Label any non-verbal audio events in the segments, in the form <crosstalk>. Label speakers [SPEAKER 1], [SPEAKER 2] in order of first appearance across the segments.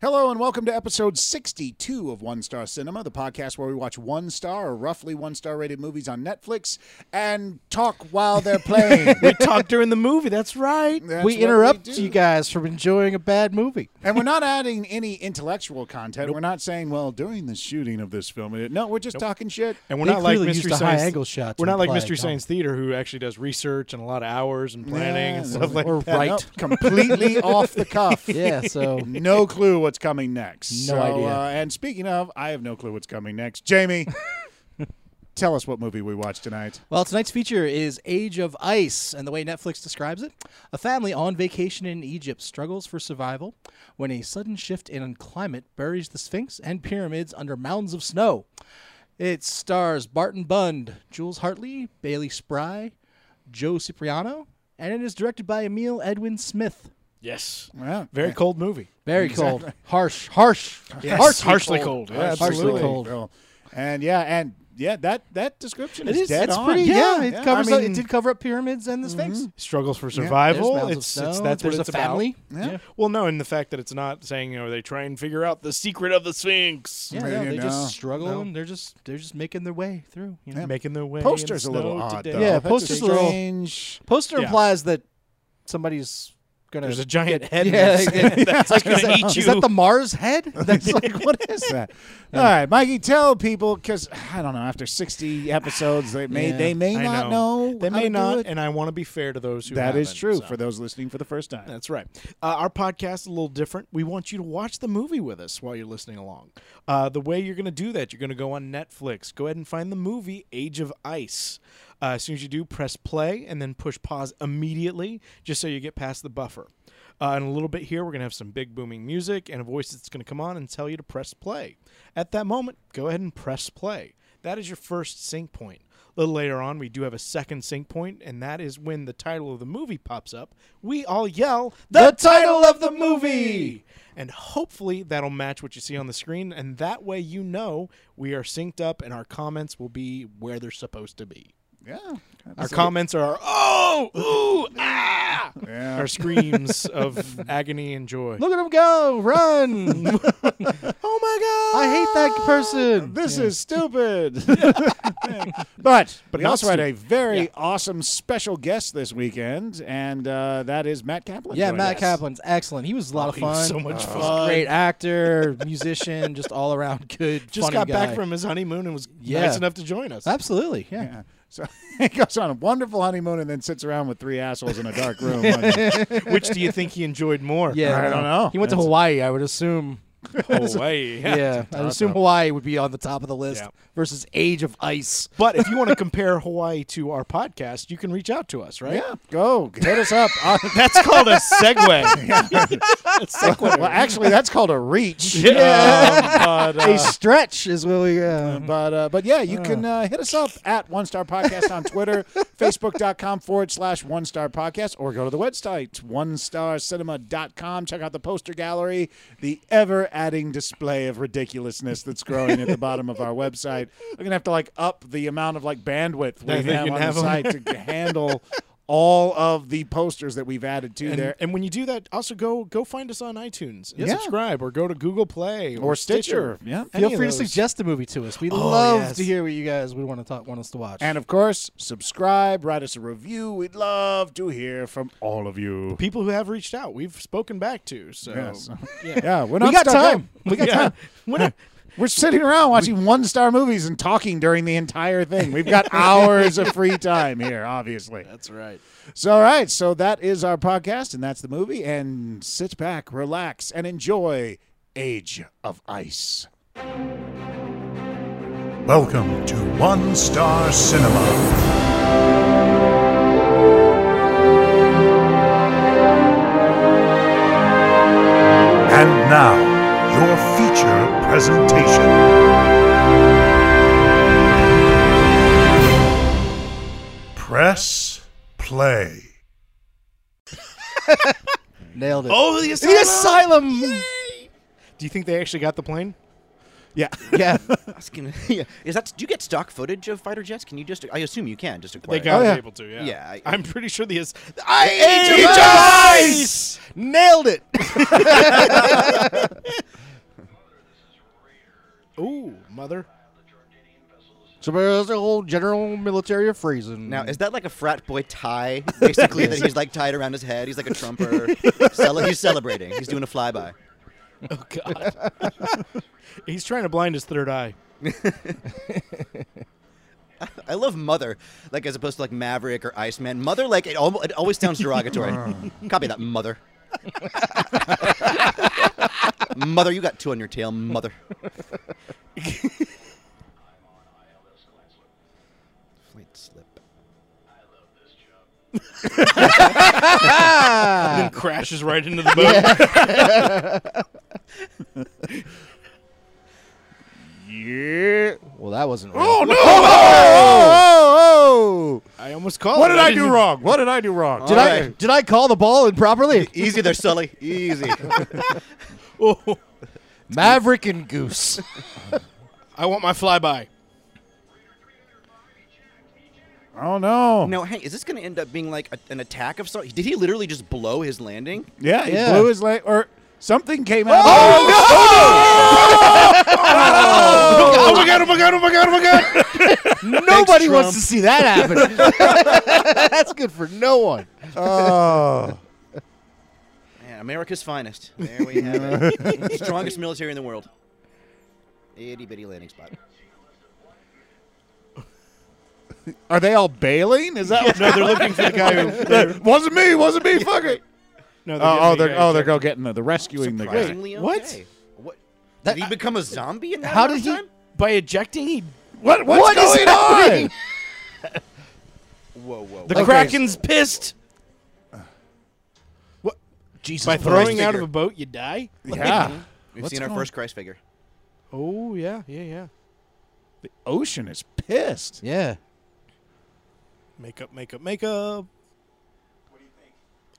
[SPEAKER 1] Hello and welcome to episode 62 of One Star Cinema, the podcast where we watch one star or roughly one star rated movies on Netflix and talk while
[SPEAKER 2] <laughs>
[SPEAKER 1] they're playing.
[SPEAKER 2] we talk during the movie. That's right.
[SPEAKER 1] That's
[SPEAKER 2] we
[SPEAKER 1] what we
[SPEAKER 2] interrupt
[SPEAKER 1] do.
[SPEAKER 2] you guys from enjoying a
[SPEAKER 3] <laughs>
[SPEAKER 2] bad movie.
[SPEAKER 1] and we're not adding any intellectual content. We're not saying, well, during the shooting of this film, it, no, we're just talking shit.
[SPEAKER 4] And we're
[SPEAKER 2] They
[SPEAKER 4] not like
[SPEAKER 2] clearly
[SPEAKER 4] Mystery
[SPEAKER 2] used the high
[SPEAKER 4] Science.
[SPEAKER 2] angle shots
[SPEAKER 4] we're not
[SPEAKER 2] in
[SPEAKER 4] like
[SPEAKER 2] play,
[SPEAKER 4] Mystery
[SPEAKER 2] don't
[SPEAKER 4] Science Theater, who actually does research and a lot of hours and planning and
[SPEAKER 1] Yeah,
[SPEAKER 4] stuff like
[SPEAKER 2] or
[SPEAKER 4] that.
[SPEAKER 2] right.
[SPEAKER 1] Uh,
[SPEAKER 2] <laughs>
[SPEAKER 1] completely off the cuff.
[SPEAKER 2] Yeah, <laughs> so
[SPEAKER 1] No clue what's coming next.
[SPEAKER 2] No
[SPEAKER 1] so,
[SPEAKER 2] idea.
[SPEAKER 1] Uh, and speaking of, I have no clue what's coming next.
[SPEAKER 2] <laughs>
[SPEAKER 1] Jamie, tell us what movie we watched tonight.
[SPEAKER 3] Well, tonight's feature is Age of Ice, and the way Netflix describes it, a family on vacation in Egypt struggles for survival when a sudden shift in climate buries the Sphinx and pyramids under mounds of snow. It stars Barton Bund, Jules Hartley, Bailey Spry, Joe Cipriano, and it is directed by Emil Edwin Smith.
[SPEAKER 4] Yes.
[SPEAKER 1] Well,
[SPEAKER 4] Very cold movie.
[SPEAKER 3] Very cold, harsh, harsh, harsh,
[SPEAKER 4] harshly cold.
[SPEAKER 1] Yeah,
[SPEAKER 4] Yes.
[SPEAKER 3] Harshly
[SPEAKER 1] absolutely.
[SPEAKER 3] cold.
[SPEAKER 1] Well, And yeah, and yeah, that that description is
[SPEAKER 2] is-
[SPEAKER 1] dead
[SPEAKER 2] it's
[SPEAKER 1] on.
[SPEAKER 2] pretty-
[SPEAKER 3] Yeah,
[SPEAKER 2] Yeah,
[SPEAKER 3] it
[SPEAKER 2] yeah.
[SPEAKER 3] covers.
[SPEAKER 2] I
[SPEAKER 3] up-
[SPEAKER 2] mean- Mm-hmm.
[SPEAKER 3] it did cover up pyramids and the Sphinx.
[SPEAKER 4] Struggles for
[SPEAKER 3] There's
[SPEAKER 4] survival.
[SPEAKER 3] mounds of
[SPEAKER 4] it's, it's
[SPEAKER 3] snow,
[SPEAKER 4] that's
[SPEAKER 3] there's
[SPEAKER 4] what it's
[SPEAKER 3] a
[SPEAKER 4] about.
[SPEAKER 3] family.
[SPEAKER 1] Yeah.
[SPEAKER 4] Well, no, and the fact that it's not saying, you know, they try and figure out the secret of the Sphinx.
[SPEAKER 3] Yeah,
[SPEAKER 1] There
[SPEAKER 3] no,
[SPEAKER 1] you
[SPEAKER 3] they
[SPEAKER 1] know.
[SPEAKER 3] just struggle and they're just they're just making their way through. You know?
[SPEAKER 4] Making their way. in
[SPEAKER 1] Poster's a
[SPEAKER 4] snow
[SPEAKER 1] little odd,
[SPEAKER 4] today.
[SPEAKER 1] though.
[SPEAKER 2] Yeah,
[SPEAKER 1] That's
[SPEAKER 2] poster's
[SPEAKER 1] a
[SPEAKER 2] a little-
[SPEAKER 1] strange.
[SPEAKER 2] poster
[SPEAKER 4] Yeah.
[SPEAKER 2] implies that somebody's gonna.
[SPEAKER 4] There's a giant head.
[SPEAKER 2] yeah,
[SPEAKER 4] that's-
[SPEAKER 2] yeah. <laughs>
[SPEAKER 4] that's going to eat you.
[SPEAKER 3] Is that the Mars <laughs> head? That's
[SPEAKER 1] <laughs>
[SPEAKER 3] like what is?
[SPEAKER 1] Is that? All right, Mikey, tell people because I don't know. After sixty episodes, they may
[SPEAKER 2] Yeah.
[SPEAKER 1] they may
[SPEAKER 4] I
[SPEAKER 1] not know.
[SPEAKER 4] know. They
[SPEAKER 1] how
[SPEAKER 4] may
[SPEAKER 1] to do
[SPEAKER 4] not,
[SPEAKER 1] it.
[SPEAKER 4] and I want to be fair to those who.
[SPEAKER 1] That is
[SPEAKER 4] haven't,
[SPEAKER 1] true
[SPEAKER 4] so.
[SPEAKER 1] for those listening for the first time.
[SPEAKER 4] That's right. Uh, our podcast is a little different. We want you to watch the movie with us while you're listening along. Uh, the way you're going to do that, you're going to go on Netflix. Go ahead and find the movie Age of Ice. Uh, as soon as you do, press play and then push pause immediately, just so you get past the buffer. Uh, in a little bit here, we're going to have some big booming music and a voice that's going to come on and tell you to press play. At that moment, go ahead and press play. That is your first sync point. A little later on, we do have a second sync point, and that is when the title of the movie pops up. We all yell, The, title of the movie! And hopefully that'll match what you see on the screen, and that way you know we are synced up and our comments will be where they're supposed to be.
[SPEAKER 1] Yeah.
[SPEAKER 4] Our comments are, oh, ooh, ah!
[SPEAKER 1] Yeah.
[SPEAKER 4] Our screams of agony and joy.
[SPEAKER 2] Look at him go!
[SPEAKER 3] <laughs>
[SPEAKER 2] Run!
[SPEAKER 4] oh my
[SPEAKER 2] I hate that person.
[SPEAKER 1] <laughs> This is stupid. <laughs> but <laughs> but we
[SPEAKER 4] not
[SPEAKER 1] also had a very awesome special guest this weekend, and uh, that is Matt Kaplan.
[SPEAKER 2] Yeah,
[SPEAKER 1] joining
[SPEAKER 2] Matt
[SPEAKER 1] us.
[SPEAKER 2] Kaplan's excellent. He was a lot of
[SPEAKER 4] he was Oh,
[SPEAKER 2] fun.
[SPEAKER 4] so much
[SPEAKER 2] He's a
[SPEAKER 4] fun.
[SPEAKER 2] Great actor, musician, just all around good.
[SPEAKER 4] Just
[SPEAKER 2] funny
[SPEAKER 4] got
[SPEAKER 2] guy.
[SPEAKER 4] back from his honeymoon and was
[SPEAKER 2] Yeah.
[SPEAKER 4] nice enough to join us.
[SPEAKER 2] absolutely. Yeah.
[SPEAKER 1] Yeah. So <laughs> he goes on a wonderful honeymoon and then sits around with three assholes in a dark room. <laughs> I
[SPEAKER 4] <laughs> Which do you think he enjoyed more? <laughs>
[SPEAKER 2] Yeah,
[SPEAKER 1] don't know.
[SPEAKER 2] He went to Hawaii. I would assume.
[SPEAKER 4] Hawaii.
[SPEAKER 2] Yeah, I would assume
[SPEAKER 1] up.
[SPEAKER 2] Hawaii would be on the top of the list
[SPEAKER 4] Yeah.
[SPEAKER 2] versus Age of Ice.
[SPEAKER 4] But if you want to compare Hawaii to our podcast, you can reach out to us, right?
[SPEAKER 1] "Oh, Yeah, go hit us <laughs> up. Uh,
[SPEAKER 4] That's called a segue.
[SPEAKER 1] well, actually, that's called a reach. Um, uh,
[SPEAKER 4] yeah. but,
[SPEAKER 2] a stretch is what we. Uh,
[SPEAKER 1] But uh, but yeah,
[SPEAKER 4] Ah.
[SPEAKER 1] you can uh, hit us up at One Star Podcast on Twitter,
[SPEAKER 4] <laughs>
[SPEAKER 1] Facebook.com forward slash One Star Podcast, or go to the website, onestarcinema.com. Check out the poster gallery, the ever adding display of ridiculousness that's growing at the bottom of our website. We're going to have to like up the amount of like bandwidth we
[SPEAKER 4] I think
[SPEAKER 1] have
[SPEAKER 4] you
[SPEAKER 1] on
[SPEAKER 4] have
[SPEAKER 1] the
[SPEAKER 4] 'em.
[SPEAKER 1] site to handle all of the posters that we've added to
[SPEAKER 4] and,
[SPEAKER 1] there.
[SPEAKER 4] and when you do that, also go go find us on iTunes and
[SPEAKER 1] Yeah.
[SPEAKER 4] subscribe, or go to Google Play or,
[SPEAKER 1] Or Stitcher. Yeah.
[SPEAKER 4] Any
[SPEAKER 2] feel
[SPEAKER 4] of
[SPEAKER 2] free
[SPEAKER 4] those.
[SPEAKER 2] to suggest a movie to us. We love
[SPEAKER 4] yes.
[SPEAKER 2] to hear what you guys would want to talk, want us to watch.
[SPEAKER 1] And of course, subscribe, write us a review. We'd love to hear from all of you.
[SPEAKER 4] People who have reached out, we've spoken back to. So
[SPEAKER 1] Yes.
[SPEAKER 4] yeah.
[SPEAKER 1] Yeah, we're not
[SPEAKER 2] we got
[SPEAKER 1] stuck up.
[SPEAKER 2] time. We
[SPEAKER 4] <laughs>
[SPEAKER 2] got
[SPEAKER 4] Yeah.
[SPEAKER 2] <laughs> time.
[SPEAKER 4] What a-
[SPEAKER 1] We're sitting around watching one star movies and talking during the entire thing. We've
[SPEAKER 5] <laughs>
[SPEAKER 1] got hours of free time here, obviously.
[SPEAKER 4] That's right.
[SPEAKER 1] So, all right. So, that is our podcast, and that's the movie. And sit back, relax, and enjoy Age of Ice.
[SPEAKER 5] Welcome to One Star Cinema. And now, your feature presentation. Press play.
[SPEAKER 2] Nailed it.
[SPEAKER 4] Oh, the
[SPEAKER 2] the asylum.
[SPEAKER 4] Do you think they actually got the plane?
[SPEAKER 1] Yeah.
[SPEAKER 2] Yeah. <laughs>
[SPEAKER 6] I was gonna- yeah. Is that? Do you get stock footage of fighter jets? Can you just? I assume you can just acquire.
[SPEAKER 4] They got
[SPEAKER 1] Oh,
[SPEAKER 4] to
[SPEAKER 1] yeah.
[SPEAKER 4] be able to. Yeah.
[SPEAKER 6] Yeah, I-
[SPEAKER 4] am pretty sure the is.
[SPEAKER 6] I
[SPEAKER 2] Age of Ice. Nailed it.
[SPEAKER 4] Ooh, mother.
[SPEAKER 2] So there's a whole general military phrasing.
[SPEAKER 6] Now, is that like a frat boy tie, basically, that he's like tied around his head? He's like a trumper. Cele- he's celebrating. He's doing a flyby.
[SPEAKER 4] He's trying to blind his third eye.
[SPEAKER 6] I love Mother, like as opposed to like Maverick or Iceman. Mother, like, it, al- it always sounds derogatory. Copy that, Mother. <laughs> mother, you got two on your tail, Mother. Flight slip.
[SPEAKER 4] and then crashes
[SPEAKER 1] <laughs>
[SPEAKER 4] right into the boat.
[SPEAKER 2] well, that wasn't.
[SPEAKER 1] Oh
[SPEAKER 2] real.
[SPEAKER 1] no! Oh, oh, oh.
[SPEAKER 4] I almost called
[SPEAKER 1] What
[SPEAKER 4] it.
[SPEAKER 1] did I do
[SPEAKER 4] didn't-
[SPEAKER 1] wrong? What did I do wrong?
[SPEAKER 2] Did I did I call the ball improperly?
[SPEAKER 6] Easy there, Sully. Easy.
[SPEAKER 4] Oh,
[SPEAKER 2] Maverick and <laughs> Goose.
[SPEAKER 4] I want my flyby.
[SPEAKER 1] Oh no!
[SPEAKER 6] now, hey, is this going to end up being like a, an attack of sorts? Did he literally just blow his landing?
[SPEAKER 1] Yeah, he
[SPEAKER 2] Yeah.
[SPEAKER 1] blew his leg, or something came out. of his-
[SPEAKER 4] Oh my god! Oh my god! Oh my god! Oh my god!
[SPEAKER 2] Nobody wants to see that happen. <laughs> That's good for no one.
[SPEAKER 1] Oh.
[SPEAKER 6] Man,
[SPEAKER 2] <laughs>
[SPEAKER 6] America's finest. There we have it. Strongest military in the world. Itty bitty landing spot.
[SPEAKER 1] <laughs> Are they all bailing? Is that
[SPEAKER 4] no, <laughs> they're looking for the
[SPEAKER 1] <laughs>
[SPEAKER 4] guy who.
[SPEAKER 1] what? wasn't me? Wasn't me? Fuck it!
[SPEAKER 4] No,
[SPEAKER 1] Oh, oh,
[SPEAKER 4] getting the
[SPEAKER 1] they're
[SPEAKER 4] guy.
[SPEAKER 1] oh, they're go getting the, the rescuing the guy.
[SPEAKER 6] Surprisingly
[SPEAKER 4] what?
[SPEAKER 6] okay. What?
[SPEAKER 2] That-
[SPEAKER 6] did he become a zombie in that
[SPEAKER 2] How
[SPEAKER 6] amount
[SPEAKER 2] did
[SPEAKER 6] of
[SPEAKER 2] he?
[SPEAKER 6] time?
[SPEAKER 4] By ejecting, he
[SPEAKER 1] What? What's
[SPEAKER 2] What is
[SPEAKER 1] going
[SPEAKER 2] happening?
[SPEAKER 1] on?
[SPEAKER 6] Whoa, whoa.
[SPEAKER 4] the
[SPEAKER 6] whoa.
[SPEAKER 4] Kraken's pissed. Uh, What?
[SPEAKER 2] Jesus,
[SPEAKER 4] By throwing out of
[SPEAKER 6] figure.
[SPEAKER 4] a boat, you die.
[SPEAKER 1] <laughs> Yeah,
[SPEAKER 6] We've seen our first Christ figure.
[SPEAKER 4] Oh yeah, yeah, yeah.
[SPEAKER 1] the ocean is pissed.
[SPEAKER 2] <laughs> Yeah.
[SPEAKER 4] Makeup, makeup, makeup.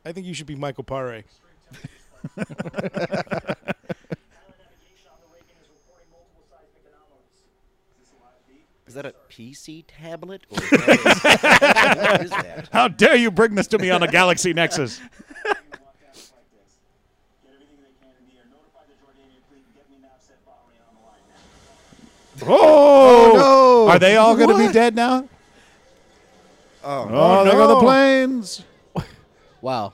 [SPEAKER 4] I think you should be Michael Pare.
[SPEAKER 6] Is that a PC tablet? Or
[SPEAKER 2] <laughs>
[SPEAKER 6] is that- what is that?
[SPEAKER 1] How dare you bring this to me on a Galaxy Nexus? Oh,
[SPEAKER 2] no.
[SPEAKER 1] Oh! Are they all going to be
[SPEAKER 2] What?
[SPEAKER 1] dead now?
[SPEAKER 6] Oh,
[SPEAKER 1] Oh, there go the
[SPEAKER 4] no.
[SPEAKER 1] planes.
[SPEAKER 2] Wow.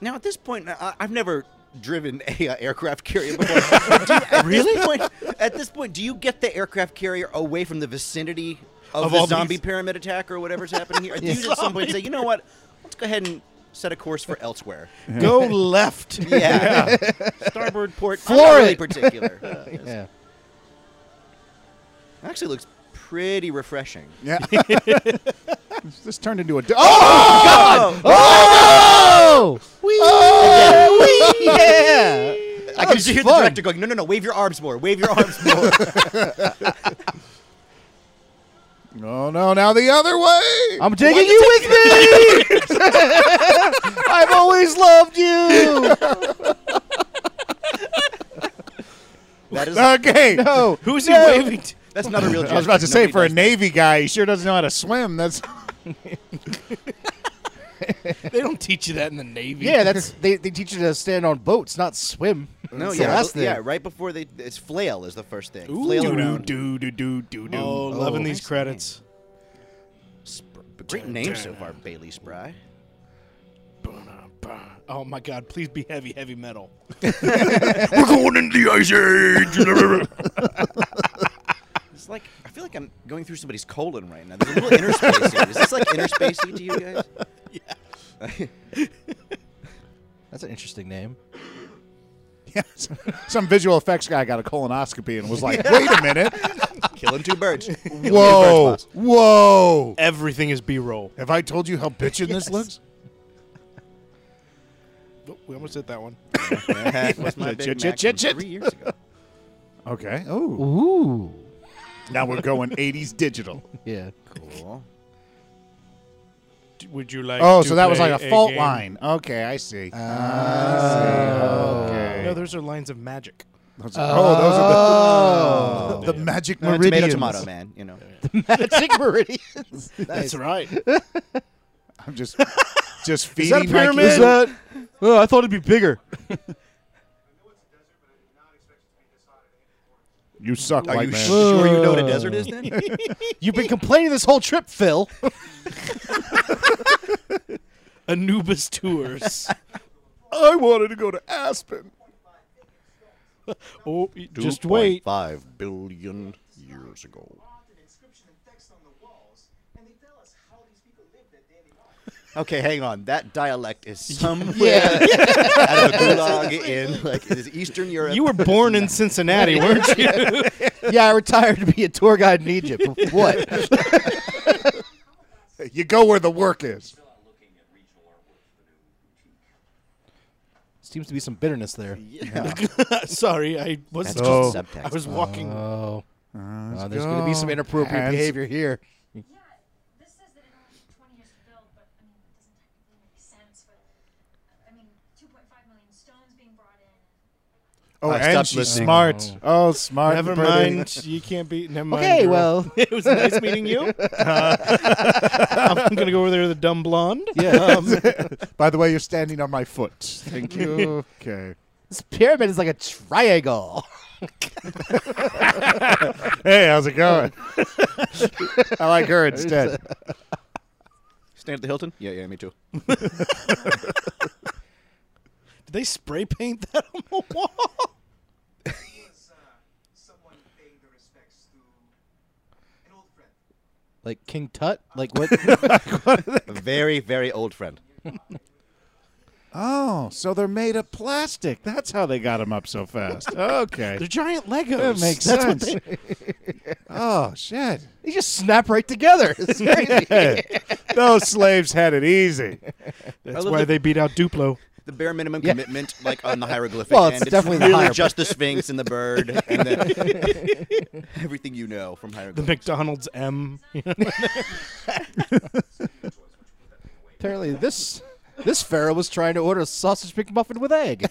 [SPEAKER 6] Now, at this point, I, I've never driven a uh, aircraft carrier before. But do you- at really? This point, at this point, do you get the aircraft carrier away from the vicinity of,
[SPEAKER 4] Of
[SPEAKER 6] the
[SPEAKER 4] all
[SPEAKER 6] zombie
[SPEAKER 4] these-
[SPEAKER 6] pyramid attack or whatever's happening here? Or Do you at some point say, you know what? Let's go ahead and set a course for elsewhere.
[SPEAKER 4] Go
[SPEAKER 2] <laughs>
[SPEAKER 4] left.
[SPEAKER 6] Yeah. Starboard port. I'm
[SPEAKER 2] Floor
[SPEAKER 6] not really
[SPEAKER 2] it.
[SPEAKER 6] particular. Uh, it's-
[SPEAKER 2] Yeah.
[SPEAKER 6] Actually, looks pretty refreshing.
[SPEAKER 1] Yeah. this turned into a. d- Oh! <laughs>
[SPEAKER 2] Oh! Oh! Yeah!
[SPEAKER 6] I can hear the
[SPEAKER 2] fun.
[SPEAKER 6] director going, "No, no, no! Wave your arms more. Wave your arms more."
[SPEAKER 1] No, no, now the other way.
[SPEAKER 2] I'm taking you with me. <laughs> I've always loved <laughs> you.
[SPEAKER 6] That is
[SPEAKER 1] <laughs> okay.
[SPEAKER 2] No,
[SPEAKER 4] Who's he
[SPEAKER 2] No.
[SPEAKER 4] waving? To?
[SPEAKER 6] that's not a real.
[SPEAKER 1] I was about to
[SPEAKER 6] gesture.
[SPEAKER 1] say,
[SPEAKER 6] Nobody
[SPEAKER 1] for a
[SPEAKER 6] does
[SPEAKER 1] Navy guy, he sure doesn't know how to swim. That's <laughs>
[SPEAKER 4] They don't teach you that in the Navy.
[SPEAKER 2] Yeah, that's they, they teach you to stand on boats, not swim.
[SPEAKER 6] that. No,
[SPEAKER 2] That's
[SPEAKER 6] yeah,
[SPEAKER 2] the last
[SPEAKER 6] yeah.
[SPEAKER 2] thing.
[SPEAKER 6] Right before they, it's flail is the first thing.
[SPEAKER 4] Ooh.
[SPEAKER 6] Flail
[SPEAKER 4] Doo-doo.
[SPEAKER 6] around.
[SPEAKER 1] do do do do do.
[SPEAKER 4] Oh, loving these credits.
[SPEAKER 6] Sp- Great name so
[SPEAKER 1] <laughs>
[SPEAKER 6] far, Bailey Spry.
[SPEAKER 4] Oh my God! Please be heavy, heavy metal.
[SPEAKER 5] We're going into the ice age.
[SPEAKER 6] It's like I feel like I'm going through somebody's colon right now. There's
[SPEAKER 1] <laughs>
[SPEAKER 6] a little interspace here. Is this like interspacey to you guys?
[SPEAKER 2] That's an interesting name.
[SPEAKER 1] <laughs> Yeah, some, some visual effects guy got a colonoscopy and was like, "Wait a <laughs> minute,
[SPEAKER 6] Killing two birds. Killing two
[SPEAKER 1] whoa,
[SPEAKER 6] birds, boss.
[SPEAKER 1] whoa!
[SPEAKER 4] Everything is B-roll.
[SPEAKER 1] Have I told you how bitchin' this looks?"
[SPEAKER 4] Oh, we almost hit that one.
[SPEAKER 6] I
[SPEAKER 1] <laughs>
[SPEAKER 6] had what's Uh-huh. my
[SPEAKER 1] Chit,
[SPEAKER 6] Big
[SPEAKER 1] chit,
[SPEAKER 6] Mac
[SPEAKER 1] chit,
[SPEAKER 6] from
[SPEAKER 1] chit.
[SPEAKER 6] three years ago.
[SPEAKER 1] Okay. Oh,
[SPEAKER 2] Ooh.
[SPEAKER 1] now we're going '80s digital.
[SPEAKER 2] Yeah.
[SPEAKER 6] Cool.
[SPEAKER 4] <laughs> D- Would you like?
[SPEAKER 1] Oh,
[SPEAKER 4] to
[SPEAKER 1] so that was
[SPEAKER 4] play
[SPEAKER 1] like a fault
[SPEAKER 4] game?
[SPEAKER 1] line. Okay, I see.
[SPEAKER 6] Oh.
[SPEAKER 1] Okay.
[SPEAKER 4] No, those are lines
[SPEAKER 1] <laughs>
[SPEAKER 4] of magic.
[SPEAKER 1] Those are- oh, those are the, the magic
[SPEAKER 6] No,
[SPEAKER 1] meridians.
[SPEAKER 6] Uh, tomato, tomato, man. You know.
[SPEAKER 2] Magic meridians.
[SPEAKER 4] <laughs>
[SPEAKER 1] <laughs>
[SPEAKER 4] That's right.
[SPEAKER 1] <laughs> I'm just, just feeding my
[SPEAKER 2] pyramid?
[SPEAKER 1] kids.
[SPEAKER 2] Is that- Oh, I thought it'd be bigger.
[SPEAKER 1] You suck,
[SPEAKER 6] Are
[SPEAKER 1] white
[SPEAKER 6] you
[SPEAKER 1] man.
[SPEAKER 6] sure you know what a desert is then?
[SPEAKER 2] You've been complaining this whole trip, Phil.
[SPEAKER 4] Anubis tours.
[SPEAKER 1] <laughs> I wanted to go to Aspen.
[SPEAKER 4] oh, just wait.
[SPEAKER 6] Five billion years ago. Okay, hang on. That
[SPEAKER 2] <laughs>
[SPEAKER 6] dialect is somewhere out of the gulag in like it is Eastern Europe.
[SPEAKER 4] You were born <laughs> in Cincinnati, weren't you? <laughs>
[SPEAKER 2] yeah, I retired to be a tour guide
[SPEAKER 1] <laughs>
[SPEAKER 2] in Egypt. What?
[SPEAKER 1] <laughs> You go where the work is.
[SPEAKER 2] Seems to be some bitterness there.
[SPEAKER 4] Sorry, I
[SPEAKER 2] <laughs>
[SPEAKER 4] was
[SPEAKER 6] That's
[SPEAKER 1] Oh.
[SPEAKER 6] just subtext.
[SPEAKER 4] I was walking.
[SPEAKER 2] Oh, Uh, there's going to be some inappropriate
[SPEAKER 1] Hands.
[SPEAKER 2] behavior here.
[SPEAKER 7] Yeah, this says that it only took 20 years to build, but I mean, it doesn't technically make sense. But uh, I mean, 2.5 million stones being brought in.
[SPEAKER 1] Oh,
[SPEAKER 6] I
[SPEAKER 1] and
[SPEAKER 6] stopped
[SPEAKER 1] she's
[SPEAKER 6] listening.
[SPEAKER 1] smart. Oh, smart.
[SPEAKER 4] Never
[SPEAKER 1] and pretty.
[SPEAKER 4] mind. You can't be. Never mind.
[SPEAKER 2] Okay,
[SPEAKER 4] girl.
[SPEAKER 2] well,
[SPEAKER 1] <laughs>
[SPEAKER 4] <laughs> it was nice meeting <laughs> you. I'm gonna go over there to the dumb blonde.
[SPEAKER 2] <laughs>
[SPEAKER 1] By the way, you're standing on my foot. Thank you. okay.
[SPEAKER 2] this pyramid is like a triangle.
[SPEAKER 1] Hey, how's it going? I like
[SPEAKER 2] <laughs>
[SPEAKER 1] her instead.
[SPEAKER 6] Stand at the Hilton? Yeah, yeah, me too.
[SPEAKER 4] Did they spray paint that on the wall?
[SPEAKER 8] someone paying their respects to an old friend.
[SPEAKER 2] Like King Tut? Like
[SPEAKER 1] <laughs>
[SPEAKER 2] what?
[SPEAKER 6] A very, very old friend.
[SPEAKER 1] Oh, so they're made of plastic. That's how they got them up so fast. Okay.
[SPEAKER 4] They're giant Legos.
[SPEAKER 1] That makes
[SPEAKER 4] That's what
[SPEAKER 1] sense. <laughs> oh, shit.
[SPEAKER 2] they just snap right together.
[SPEAKER 1] <laughs>
[SPEAKER 2] It's crazy.
[SPEAKER 1] Those slaves had it easy.
[SPEAKER 4] That's why they beat out Duplo.
[SPEAKER 6] The bare minimum
[SPEAKER 2] Yeah.
[SPEAKER 6] commitment,
[SPEAKER 2] <laughs>
[SPEAKER 6] like on the hieroglyphic.
[SPEAKER 2] Well, it's
[SPEAKER 6] end.
[SPEAKER 2] definitely the
[SPEAKER 6] really
[SPEAKER 2] higher-
[SPEAKER 6] just the Sphinx and
[SPEAKER 2] <laughs>
[SPEAKER 6] the bird and the, <laughs> everything you know from
[SPEAKER 4] The
[SPEAKER 6] hieroglyphics.
[SPEAKER 4] McDonald's M.
[SPEAKER 2] Apparently, this this pharaoh was trying to order a sausage McMuffin with egg.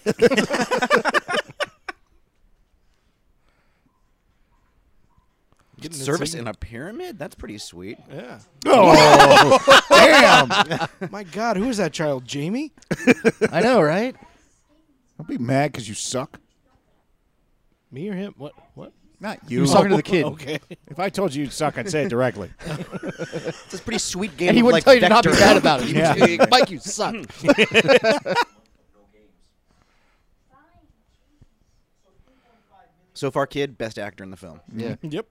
[SPEAKER 6] Get service in a pyramid? That's pretty sweet.
[SPEAKER 4] Yeah.
[SPEAKER 1] <laughs> <laughs> Oh, damn. I'll
[SPEAKER 4] <laughs> My God, who is that child? Jamie?
[SPEAKER 2] I know, right?
[SPEAKER 1] be mad because you suck. <laughs>
[SPEAKER 4] Me or him? What? What?
[SPEAKER 1] Not <laughs>
[SPEAKER 2] He
[SPEAKER 1] you.
[SPEAKER 2] was talking to the kid.
[SPEAKER 4] Okay.
[SPEAKER 1] If I told you you suck, I'd say it directly.
[SPEAKER 6] It's a pretty sweet game.
[SPEAKER 2] And he
[SPEAKER 6] of,
[SPEAKER 2] wouldn't
[SPEAKER 6] like,
[SPEAKER 2] tell you to not be
[SPEAKER 6] vector.
[SPEAKER 2] bad
[SPEAKER 1] <laughs>
[SPEAKER 2] about
[SPEAKER 6] <laughs>
[SPEAKER 2] it. He was
[SPEAKER 1] Yeah.
[SPEAKER 2] like, Mike, you
[SPEAKER 1] <laughs>
[SPEAKER 2] suck.
[SPEAKER 6] So far, kid, best actor in the film.
[SPEAKER 2] yeah.
[SPEAKER 4] Yep.
[SPEAKER 8] And it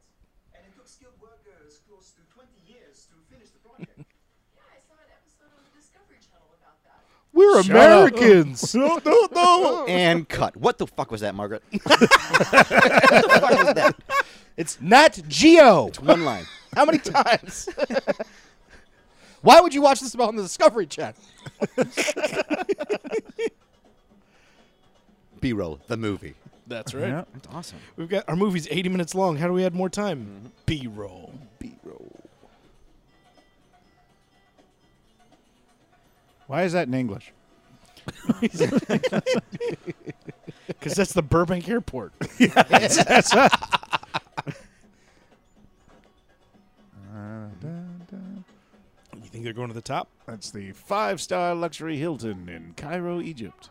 [SPEAKER 8] took skilled workers close to 20 years to finish the project.
[SPEAKER 7] <laughs> Yeah, I saw an episode on the Discovery Channel about that.
[SPEAKER 2] We're
[SPEAKER 1] Shut up. <laughs>
[SPEAKER 2] Americans.
[SPEAKER 1] no, no, no.
[SPEAKER 6] And cut. What the fuck was that, Margaret? <laughs> what the fuck was that?
[SPEAKER 2] It's Nat Geo.
[SPEAKER 6] One line.
[SPEAKER 2] How many times? <laughs> Why would you watch this on the Discovery Channel?
[SPEAKER 6] B roll, the movie.
[SPEAKER 4] That's right.
[SPEAKER 1] Yeah.
[SPEAKER 6] That's awesome.
[SPEAKER 4] We've got our movie's 80 minutes long. How do we add more time? B roll.
[SPEAKER 1] Why is that in English?
[SPEAKER 4] Because that's the Burbank Airport. You think they're going to the
[SPEAKER 2] <laughs>
[SPEAKER 4] top?
[SPEAKER 1] That's the five star luxury Hilton in Cairo, Egypt.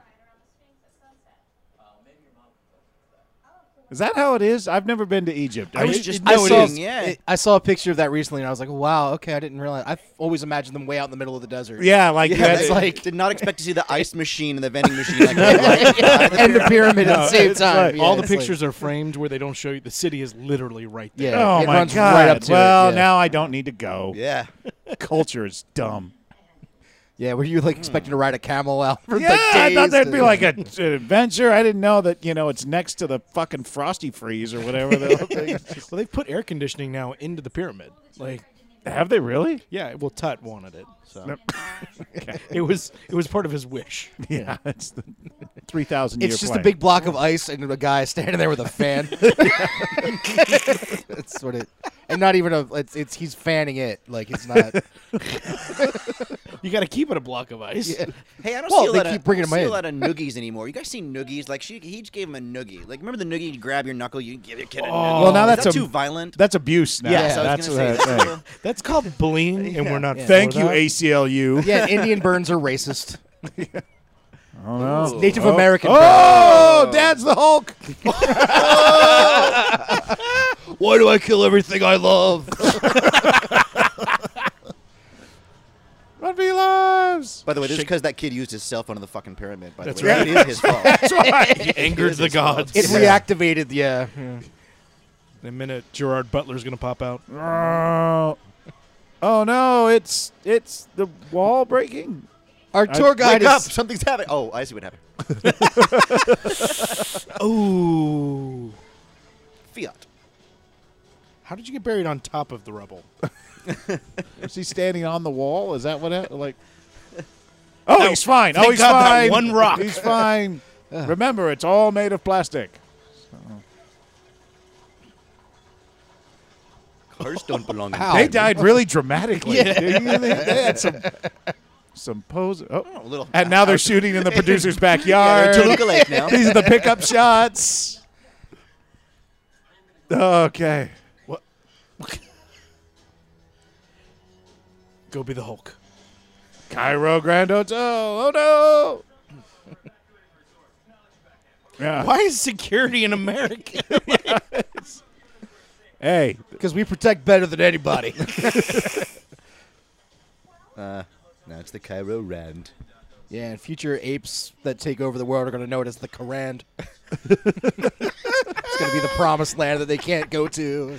[SPEAKER 1] Is that how it is? I've never been to Egypt.
[SPEAKER 4] I was
[SPEAKER 1] It-
[SPEAKER 4] just
[SPEAKER 2] I
[SPEAKER 6] No, it
[SPEAKER 2] saw,
[SPEAKER 6] is, yeah.
[SPEAKER 2] it- I saw a picture of that recently, and I was like, "Wow, okay, I didn't realize." I've always imagined them way out in the middle of the desert. <laughs>
[SPEAKER 1] yeah, like
[SPEAKER 6] Yeah,
[SPEAKER 1] that's
[SPEAKER 6] that's
[SPEAKER 1] like
[SPEAKER 6] like did not expect to see the ice machine and the vending machine.
[SPEAKER 1] <laughs>
[SPEAKER 6] Like, like,
[SPEAKER 2] and the pyramid at the same time. Yeah,
[SPEAKER 4] All the
[SPEAKER 2] it's like-
[SPEAKER 4] pictures are framed where they don't show you. The city is literally right there.
[SPEAKER 2] yeah,
[SPEAKER 1] oh
[SPEAKER 2] it
[SPEAKER 1] my
[SPEAKER 2] runs
[SPEAKER 1] god.
[SPEAKER 2] Right up to
[SPEAKER 1] well,
[SPEAKER 2] it, yeah.
[SPEAKER 1] now I don't need to go.
[SPEAKER 6] yeah.
[SPEAKER 1] Culture is dumb.
[SPEAKER 2] yeah, were you like expecting to ride a camel out? For,
[SPEAKER 1] Yeah,
[SPEAKER 2] like,
[SPEAKER 1] I thought
[SPEAKER 2] days
[SPEAKER 1] that'd be
[SPEAKER 2] and-
[SPEAKER 1] like a, an adventure. I didn't know that you know it's next to the fucking frosty freeze or whatever. the whole thing is.
[SPEAKER 4] Well, they've put air conditioning now into the pyramid. Like,
[SPEAKER 1] Have they really?
[SPEAKER 4] yeah, well, Tut wanted it, so it was it was part of his wish.
[SPEAKER 1] <laughs> Yeah, it's the three thousand.
[SPEAKER 2] It's just a big block of ice and a guy standing there with a <laughs> fan. That's what it, and not even a. It's, it's he's fanning it like it's not. <laughs>
[SPEAKER 4] You got to keep it a block of ice.
[SPEAKER 6] Hey, I don't
[SPEAKER 2] Well,
[SPEAKER 6] see a
[SPEAKER 2] they
[SPEAKER 6] lot
[SPEAKER 2] keep
[SPEAKER 6] of
[SPEAKER 2] bringing
[SPEAKER 6] I don't
[SPEAKER 2] 'em
[SPEAKER 6] see
[SPEAKER 2] in.
[SPEAKER 6] a lot of noogies anymore. You guys see noogies? Like she, he just gave him a noogie. Like remember the noogie? You grab your knuckle, you give your kid a noogie.
[SPEAKER 1] Well, now
[SPEAKER 6] Is
[SPEAKER 1] that's
[SPEAKER 6] that
[SPEAKER 1] a-
[SPEAKER 6] too violent.
[SPEAKER 1] That's abuse now.
[SPEAKER 6] yeah, so I
[SPEAKER 1] that's
[SPEAKER 6] was gonna
[SPEAKER 1] what
[SPEAKER 6] say.
[SPEAKER 1] I
[SPEAKER 6] that's
[SPEAKER 1] think.
[SPEAKER 6] a-
[SPEAKER 4] That's called bullying, and we're not. for
[SPEAKER 1] Thank you,
[SPEAKER 4] that.
[SPEAKER 1] ACLU.
[SPEAKER 2] <laughs> Yeah, and Indian burns are racist.
[SPEAKER 1] Oh, no.
[SPEAKER 2] Native
[SPEAKER 1] Oh.
[SPEAKER 2] American. burns.
[SPEAKER 1] Oh, Dad's the Hulk.
[SPEAKER 2] Why do I kill everything I love?
[SPEAKER 1] Run for your
[SPEAKER 6] <laughs>
[SPEAKER 1] lives.
[SPEAKER 6] By the way, this is because that kid used his cell phone in the fucking pyramid. By
[SPEAKER 4] That's
[SPEAKER 6] the way,
[SPEAKER 4] right.
[SPEAKER 6] it is his fault.
[SPEAKER 1] That's right.
[SPEAKER 4] He angered the gods.
[SPEAKER 2] It reactivated, yeah.
[SPEAKER 4] In a minute, Gerard Butler's gonna pop out.
[SPEAKER 1] Oh Oh, no! It's it's the wall breaking.
[SPEAKER 2] Our tour guide
[SPEAKER 6] Wake up!
[SPEAKER 1] <laughs>
[SPEAKER 2] is.
[SPEAKER 6] Something's happening. Oh, I see what happened.
[SPEAKER 4] Ooh.
[SPEAKER 6] Fiat.
[SPEAKER 4] How did you get buried on top of the rubble?
[SPEAKER 1] <laughs> Is he standing on the wall? Is that what? hap- Like, <laughs> oh, he's fine. Oh,
[SPEAKER 4] thank
[SPEAKER 1] he's
[SPEAKER 4] God that
[SPEAKER 1] fine.
[SPEAKER 4] one rock.
[SPEAKER 1] He's <laughs> fine. Remember, it's all made of plastic.
[SPEAKER 6] Cars don't belong. in
[SPEAKER 2] Ow.
[SPEAKER 1] They
[SPEAKER 6] They
[SPEAKER 1] died really <laughs> dramatically. they, they had some some pose. Oh.
[SPEAKER 6] a little.
[SPEAKER 1] And now they're shooting in the <laughs> producer's backyard.
[SPEAKER 6] Toluca
[SPEAKER 1] <laughs>
[SPEAKER 6] Lake now.
[SPEAKER 1] These are the pickup shots. Okay.
[SPEAKER 4] Go be the Hulk.
[SPEAKER 1] Cairo Grand Hotel. Oh no. Yeah.
[SPEAKER 4] Why is security in America?
[SPEAKER 1] Hey,
[SPEAKER 2] Because we protect better than anybody. <laughs>
[SPEAKER 6] Now it's the Cairo Rand.
[SPEAKER 2] yeah, and future apes that take over the world are going to know it as the <laughs> Koran. it's going to be the promised land that they can't go to.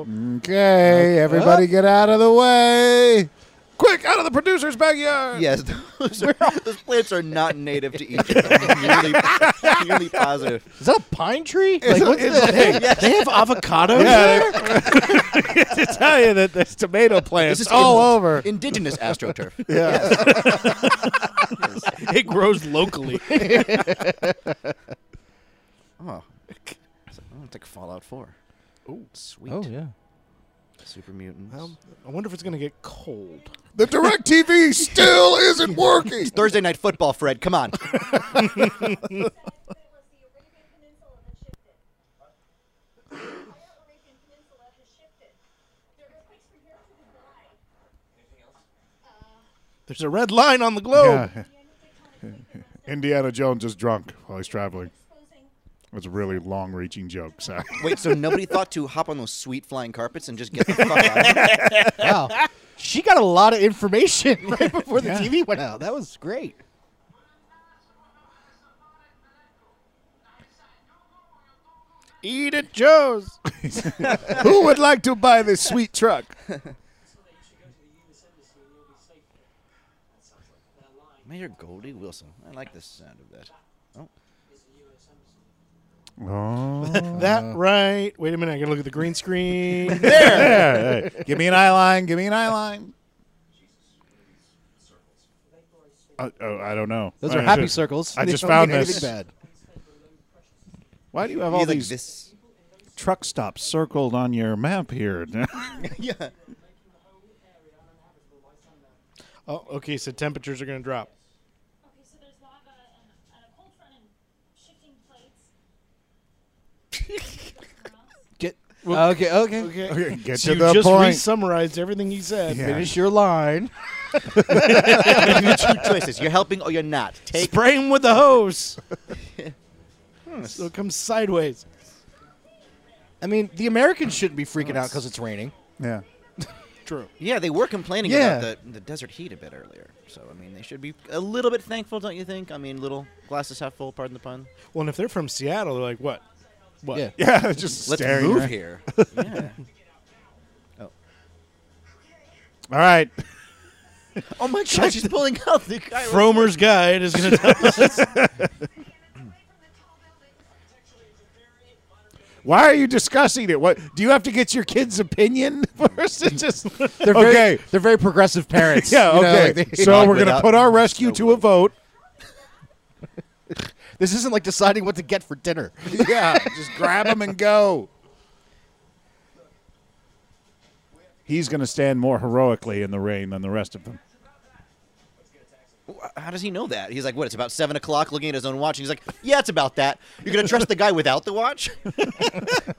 [SPEAKER 1] Okay, everybody get out of the way. Uh, Quick, out of the producer's backyard.
[SPEAKER 6] Yes, <laughs> those, are, those plants are not native to
[SPEAKER 1] <laughs>
[SPEAKER 6] Egypt. I'm nearly, nearly positive.
[SPEAKER 2] Is that a pine tree? Like,
[SPEAKER 1] <laughs>
[SPEAKER 2] what's that?
[SPEAKER 4] they have avocados.
[SPEAKER 1] Yeah, they- to tell you that there's tomato plants all
[SPEAKER 6] in-
[SPEAKER 1] over.
[SPEAKER 6] Indigenous
[SPEAKER 1] <laughs>
[SPEAKER 6] astroturf.
[SPEAKER 4] It grows locally.
[SPEAKER 6] Oh. Oh, it's like Fallout 4. Oh, sweet.
[SPEAKER 3] Oh yeah.
[SPEAKER 6] Super mutants.
[SPEAKER 4] I wonder if it's gonna get cold.
[SPEAKER 1] The direct TV still
[SPEAKER 6] <laughs>
[SPEAKER 1] isn't working.
[SPEAKER 6] Thursday night football, Fred. Come on.
[SPEAKER 7] It was the Arabian Peninsula that shifted. The Arabian Peninsula has shifted. There are quakes from here to Dubai.
[SPEAKER 4] There's a red line on the globe.
[SPEAKER 1] Oh. Indiana Jones is drunk while he's traveling.
[SPEAKER 7] Exposing
[SPEAKER 1] That's a really long-reaching joke. Sorry.
[SPEAKER 6] Wait, so nobody thought to hop on those sweet flying carpets and just get the fuck out of here?
[SPEAKER 2] Wow. She got a lot of information <laughs> right before the TV went out. That was great.
[SPEAKER 4] Eat at Joe's.
[SPEAKER 1] Who would like to buy this sweet truck?
[SPEAKER 6] Mayor Goldie Wilson. I like the sound of that. Oh,
[SPEAKER 1] Oh,
[SPEAKER 4] That right. Wait a minute. I gotta look at the green screen. <laughs>
[SPEAKER 1] there. Hey, Give me an eye line. Give me an eye line. Uh, oh, I don't know.
[SPEAKER 3] Those
[SPEAKER 1] I
[SPEAKER 3] are happy
[SPEAKER 1] just-
[SPEAKER 3] circles.
[SPEAKER 1] I
[SPEAKER 3] They
[SPEAKER 1] just
[SPEAKER 3] don't
[SPEAKER 1] found
[SPEAKER 3] mean
[SPEAKER 1] this.
[SPEAKER 3] anything Bad.
[SPEAKER 1] Why do you have
[SPEAKER 6] you
[SPEAKER 1] all
[SPEAKER 6] like
[SPEAKER 1] these
[SPEAKER 6] this.
[SPEAKER 1] truck stops circled on your map here? <laughs>
[SPEAKER 6] yeah.
[SPEAKER 4] oh, okay. So temperatures are gonna drop.
[SPEAKER 7] Okay, so there's lava and, and a cold front and shifting
[SPEAKER 8] <laughs>
[SPEAKER 7] plates.
[SPEAKER 2] Get okay, okay.
[SPEAKER 1] Okay, get
[SPEAKER 4] So
[SPEAKER 1] to
[SPEAKER 4] you
[SPEAKER 1] the
[SPEAKER 4] just
[SPEAKER 1] point.
[SPEAKER 4] re-summarized everything he said.
[SPEAKER 1] Yeah.
[SPEAKER 2] Finish your line.
[SPEAKER 6] Two choices. You're helping or you're not. Take.
[SPEAKER 4] Spray him with
[SPEAKER 1] <laughs>
[SPEAKER 4] the hose. So it comes sideways.
[SPEAKER 2] I mean, the Americans shouldn't be freaking out because it's raining.
[SPEAKER 1] yeah.
[SPEAKER 4] True.
[SPEAKER 6] Yeah, they were complaining
[SPEAKER 2] Yeah.
[SPEAKER 6] about the, the desert heat a bit earlier. So, I mean, they should be a little bit thankful, don't you think? I mean, little glasses half full, pardon the pun.
[SPEAKER 4] Well, and if they're from Seattle, they're like, what? What? <laughs>
[SPEAKER 2] Yeah.
[SPEAKER 1] Yeah, they're just
[SPEAKER 6] Let's
[SPEAKER 1] staring.
[SPEAKER 6] move
[SPEAKER 1] right?
[SPEAKER 6] here. yeah.
[SPEAKER 1] All right.
[SPEAKER 6] Oh my god, she's pulling out the guy.
[SPEAKER 4] Fromer's guide is gonna tell
[SPEAKER 2] <laughs>
[SPEAKER 1] Why are you discussing it?
[SPEAKER 4] <laughs>
[SPEAKER 1] What do you have to get your kid's opinion first? It's
[SPEAKER 2] <laughs>
[SPEAKER 1] just
[SPEAKER 2] They're very,
[SPEAKER 1] okay.
[SPEAKER 2] They're very progressive
[SPEAKER 1] <laughs>
[SPEAKER 2] parents.
[SPEAKER 1] yeah,
[SPEAKER 2] you know,
[SPEAKER 1] okay.
[SPEAKER 2] like they-
[SPEAKER 1] so
[SPEAKER 6] Not
[SPEAKER 1] we're gonna
[SPEAKER 6] without-
[SPEAKER 1] put our rescue to a vote.
[SPEAKER 2] this isn't like deciding what to get for dinner.
[SPEAKER 1] <laughs> yeah, just grab him and go. He's gonna stand more heroically in the rain than the rest of them.
[SPEAKER 6] How does he know that? He's like, what? It's about seven o'clock. Looking at his own watch, and he's like, yeah, it's about that. You're gonna trust the guy without the watch?
[SPEAKER 8] appreciate everything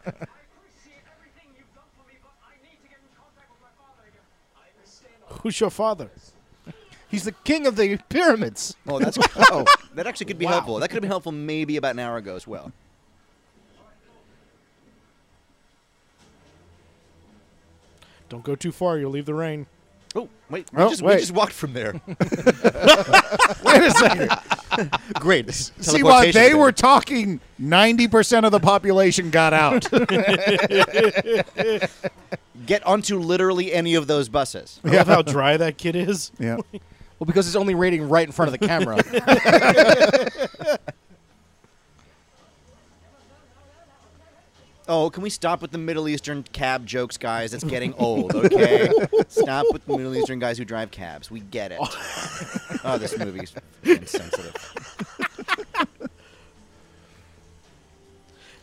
[SPEAKER 8] you've done for me, but I need to get in contact with my father again. I understand.
[SPEAKER 4] Who's your father?
[SPEAKER 2] He's the king of the pyramids.
[SPEAKER 6] Oh, <laughs> that's oh, that actually could be helpful. That could have been helpful maybe about an hour ago as well.
[SPEAKER 4] Don't go too far. You'll leave the rain.
[SPEAKER 6] Oh, wait, we,
[SPEAKER 1] Oh,
[SPEAKER 6] just,
[SPEAKER 1] wait.
[SPEAKER 6] we just walked from
[SPEAKER 1] <laughs>
[SPEAKER 6] there. <laughs>
[SPEAKER 1] Wait a second.
[SPEAKER 2] <laughs>
[SPEAKER 6] Great.
[SPEAKER 1] <laughs> See, while
[SPEAKER 6] Teleportation
[SPEAKER 1] they
[SPEAKER 6] thing.
[SPEAKER 1] were talking, 90% of the population got out.
[SPEAKER 6] get onto literally any of those buses.
[SPEAKER 4] I love how dry that kid is.
[SPEAKER 1] yeah.
[SPEAKER 2] Well, because it's only rating right in front of the
[SPEAKER 1] <laughs>
[SPEAKER 2] camera.
[SPEAKER 6] Oh, can we stop with the Middle Eastern cab jokes, guys? It's getting
[SPEAKER 1] <laughs>
[SPEAKER 6] old. Okay, stop with the Middle Eastern guys who drive cabs. We get it. <laughs> Oh, this movie's
[SPEAKER 1] <laughs>
[SPEAKER 6] insensitive.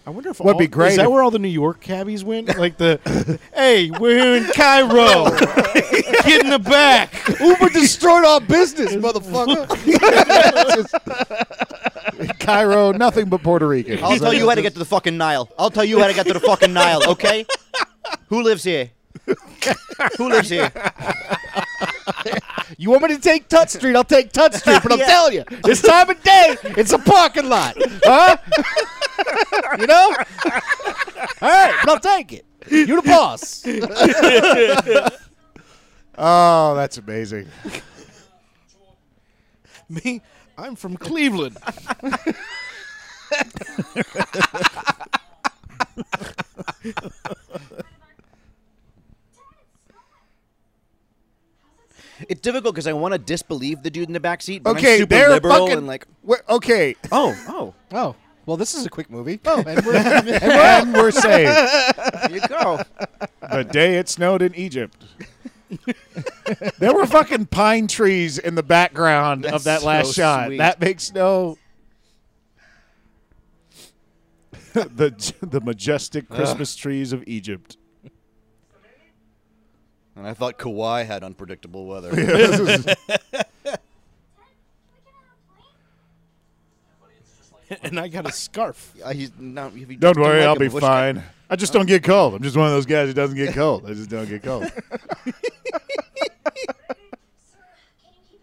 [SPEAKER 4] I wonder if
[SPEAKER 1] What'd
[SPEAKER 4] all-
[SPEAKER 1] be great
[SPEAKER 4] Is that
[SPEAKER 1] if-
[SPEAKER 4] where all the New York cabbies went? Like <laughs> the, hey, we're in Cairo. Get in the back.
[SPEAKER 2] <laughs> Uber destroyed
[SPEAKER 1] <laughs>
[SPEAKER 2] our business, motherfucker.
[SPEAKER 1] Cairo, nothing but Puerto Rican. <laughs>
[SPEAKER 6] I'll tell you how to get to the fucking Nile. I'll tell you how to get to the fucking Nile.
[SPEAKER 1] <laughs>
[SPEAKER 6] Okay? Who lives here? Who lives here?
[SPEAKER 2] You want me to take Tut Street? I'll take Tut Street,
[SPEAKER 4] <laughs>
[SPEAKER 2] but I'm
[SPEAKER 6] Yeah.
[SPEAKER 2] telling you, this time of day, it's a parking lot, huh? you know? All right, but I'll take it. You're the boss.
[SPEAKER 1] Oh, that's amazing.
[SPEAKER 4] <laughs> Me, I'm from Cleveland. <laughs>
[SPEAKER 6] It's difficult because I want to disbelieve the dude in the backseat. But I'm
[SPEAKER 1] Okay,
[SPEAKER 6] super
[SPEAKER 1] they're
[SPEAKER 6] liberal
[SPEAKER 1] fucking.
[SPEAKER 6] and like,
[SPEAKER 1] Wait, <laughs> okay,
[SPEAKER 6] oh, oh,
[SPEAKER 2] Oh, well, this is a quick movie.
[SPEAKER 1] and we're saved.
[SPEAKER 6] there you go.
[SPEAKER 1] <laughs> The day it snowed in Egypt. <laughs> there were fucking pine trees in the background of that
[SPEAKER 6] That's
[SPEAKER 1] last
[SPEAKER 6] so
[SPEAKER 1] shot.
[SPEAKER 6] sweet.
[SPEAKER 1] That makes no. the the majestic Christmas trees of Egypt.
[SPEAKER 6] <laughs> And I thought Kawhi had unpredictable weather.
[SPEAKER 1] This is-
[SPEAKER 4] and I got a scarf.
[SPEAKER 6] Uh, he's not- if you
[SPEAKER 1] Don't
[SPEAKER 6] don't
[SPEAKER 1] worry,
[SPEAKER 6] like
[SPEAKER 1] I'll
[SPEAKER 6] him,
[SPEAKER 1] be
[SPEAKER 6] which-
[SPEAKER 1] fine. I just don't get cold. I'm just one of those guys who doesn't get cold. I just don't get cold.
[SPEAKER 7] Sir, can you keep it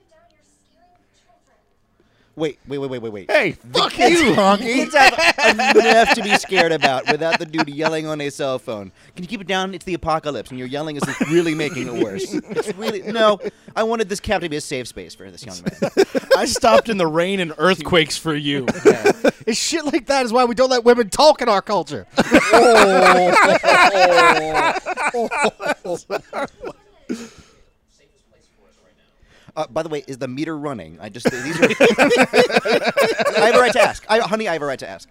[SPEAKER 7] down? You're scaring the children.
[SPEAKER 6] Wait, wait, wait, wait, wait, wait.
[SPEAKER 1] hey, fuck you, honky.
[SPEAKER 6] Kids have enough to be scared about without the dude yelling on a cell phone. Can you keep it down? It's the apocalypse, and your yelling is really making it worse. It's really no. I wanted this cab to be a safe space for this young man.
[SPEAKER 4] <laughs>
[SPEAKER 1] <laughs>
[SPEAKER 4] I stopped in the rain and earthquakes for you.
[SPEAKER 2] <laughs> It's shit like that is why we don't let women talk in our culture.
[SPEAKER 6] Oh. Uh, by the way, is the meter running? I just these are. <laughs> I have a right to ask, I, honey. I have a right to ask.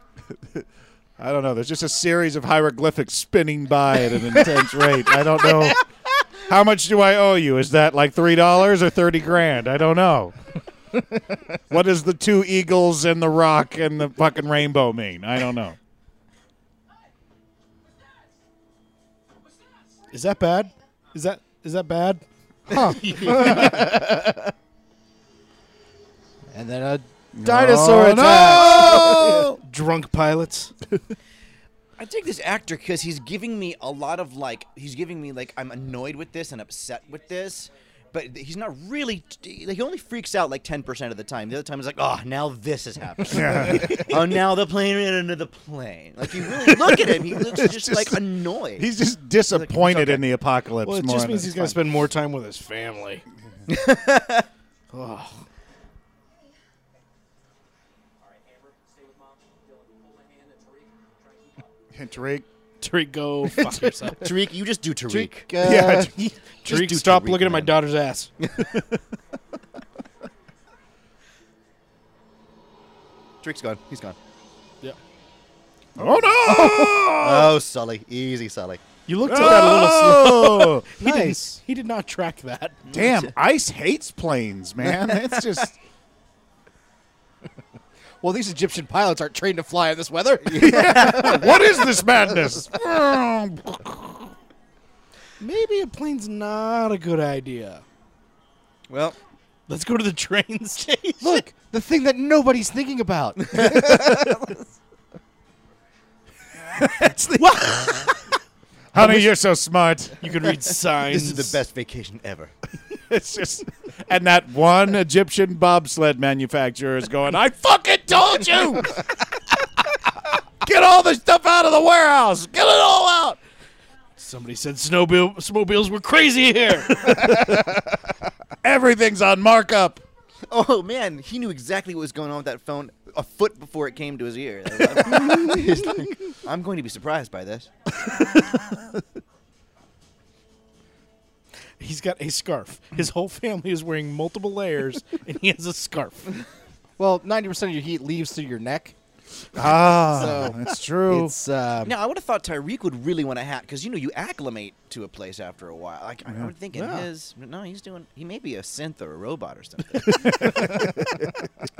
[SPEAKER 1] I don't know. There's just a series of hieroglyphics spinning by at an intense rate. I don't
[SPEAKER 4] <laughs>
[SPEAKER 1] know. How much do I owe you? Is that like three dollars or thirty grand? I don't
[SPEAKER 4] <laughs>
[SPEAKER 1] know. what does the two eagles and the rock and the fucking rainbow mean? I don't know.
[SPEAKER 4] Is that bad? Is that is that bad? <laughs>
[SPEAKER 2] <laughs> And then a dinosaur
[SPEAKER 1] Oh,
[SPEAKER 4] <laughs>
[SPEAKER 2] attack.
[SPEAKER 4] Drunk pilots.
[SPEAKER 6] I take this actor because he's giving me a lot of like. He's giving me like I'm annoyed with this and upset with this, but he's not really. Like, he only freaks out like ten percent of the time. The other time he's like, oh, now this is <laughs> happening. oh, now the plane ran into the plane. Like you really look at him. He <laughs> looks just, like
[SPEAKER 4] <laughs>
[SPEAKER 6] annoyed.
[SPEAKER 1] He's just disappointed in the apocalypse.
[SPEAKER 4] Well, it
[SPEAKER 1] more
[SPEAKER 4] just
[SPEAKER 1] than-
[SPEAKER 4] means he's gonna spend more time with his family.
[SPEAKER 1] Tariq.
[SPEAKER 4] Tariq,
[SPEAKER 1] <laughs>
[SPEAKER 4] go fuck yourself.
[SPEAKER 6] Tariq, you just do Tariq.
[SPEAKER 4] <laughs>
[SPEAKER 6] uh,
[SPEAKER 1] Yeah,
[SPEAKER 4] Tariq,
[SPEAKER 6] do
[SPEAKER 4] stop
[SPEAKER 6] Tariq,
[SPEAKER 4] looking at my
[SPEAKER 6] man.
[SPEAKER 1] <laughs>
[SPEAKER 4] daughter's ass.
[SPEAKER 6] Tariq's gone. He's gone.
[SPEAKER 1] Oh no!
[SPEAKER 6] Oh, Sully, easy, Sully.
[SPEAKER 4] You looked at that a little slow.
[SPEAKER 1] Oh!
[SPEAKER 4] He didn't- He did not track that. <laughs>
[SPEAKER 1] Damn, ice hates planes, man. It's just
[SPEAKER 2] Well, these Egyptian pilots aren't trained to fly in this
[SPEAKER 4] <laughs>
[SPEAKER 2] weather.
[SPEAKER 1] what is this madness?
[SPEAKER 4] Maybe a plane's not a good idea.
[SPEAKER 6] Well,
[SPEAKER 4] Let's go to the train <laughs> station.
[SPEAKER 2] Look, the thing that nobody's thinking about. <laughs>
[SPEAKER 1] Honey, you're so smart.
[SPEAKER 4] You can read signs.
[SPEAKER 6] this is the best vacation ever.
[SPEAKER 1] it's just, and that one Egyptian bobsled manufacturer is going, I fucking told you! Get all the stuff out of the warehouse! Get it all out!
[SPEAKER 4] Somebody said snowmobile, snowmobiles were
[SPEAKER 1] <laughs>
[SPEAKER 4] crazy here.
[SPEAKER 1] Everything's on markup.
[SPEAKER 6] Oh man, he knew exactly what was going on with that phone a foot before it came to his ear. He's like, <laughs> I'm going to be surprised by this.
[SPEAKER 4] He's got a scarf. His whole family is wearing
[SPEAKER 1] <laughs>
[SPEAKER 4] multiple layers, and he has a scarf.
[SPEAKER 2] Well, ninety percent of your heat leaves through your neck.
[SPEAKER 1] Ah, that's true.
[SPEAKER 2] It's uh,
[SPEAKER 6] Now I would have thought Tyreek would really want a hat because you know you acclimate to a place after a while. Like I- I would think in his no, he's doing he may be a synth or a robot or
[SPEAKER 1] <laughs>
[SPEAKER 6] something.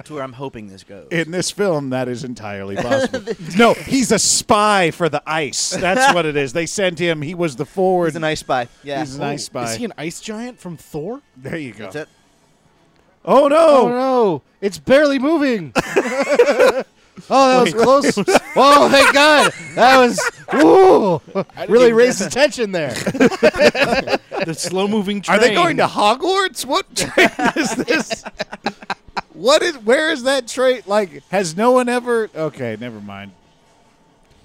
[SPEAKER 6] to where I'm hoping this goes.
[SPEAKER 1] in this film, that is entirely possible. no, he's a spy for the ice. That's what it is. They sent him. He was the forward.
[SPEAKER 6] He's a nice spy. Yeah.
[SPEAKER 1] He's an ice spy.
[SPEAKER 4] Is he an ice giant from Thor?
[SPEAKER 1] there you go.
[SPEAKER 6] Is that-
[SPEAKER 1] Oh
[SPEAKER 2] oh
[SPEAKER 1] no!
[SPEAKER 2] no, it's barely moving. oh, that was close. <laughs> oh, thank God, that was ooh, really raised the tension there.
[SPEAKER 4] The slow-moving train.
[SPEAKER 1] Are they going to Hogwarts?
[SPEAKER 6] <laughs>
[SPEAKER 1] What train is this? What is? Where is that train? Like, has no one ever? Okay, never mind.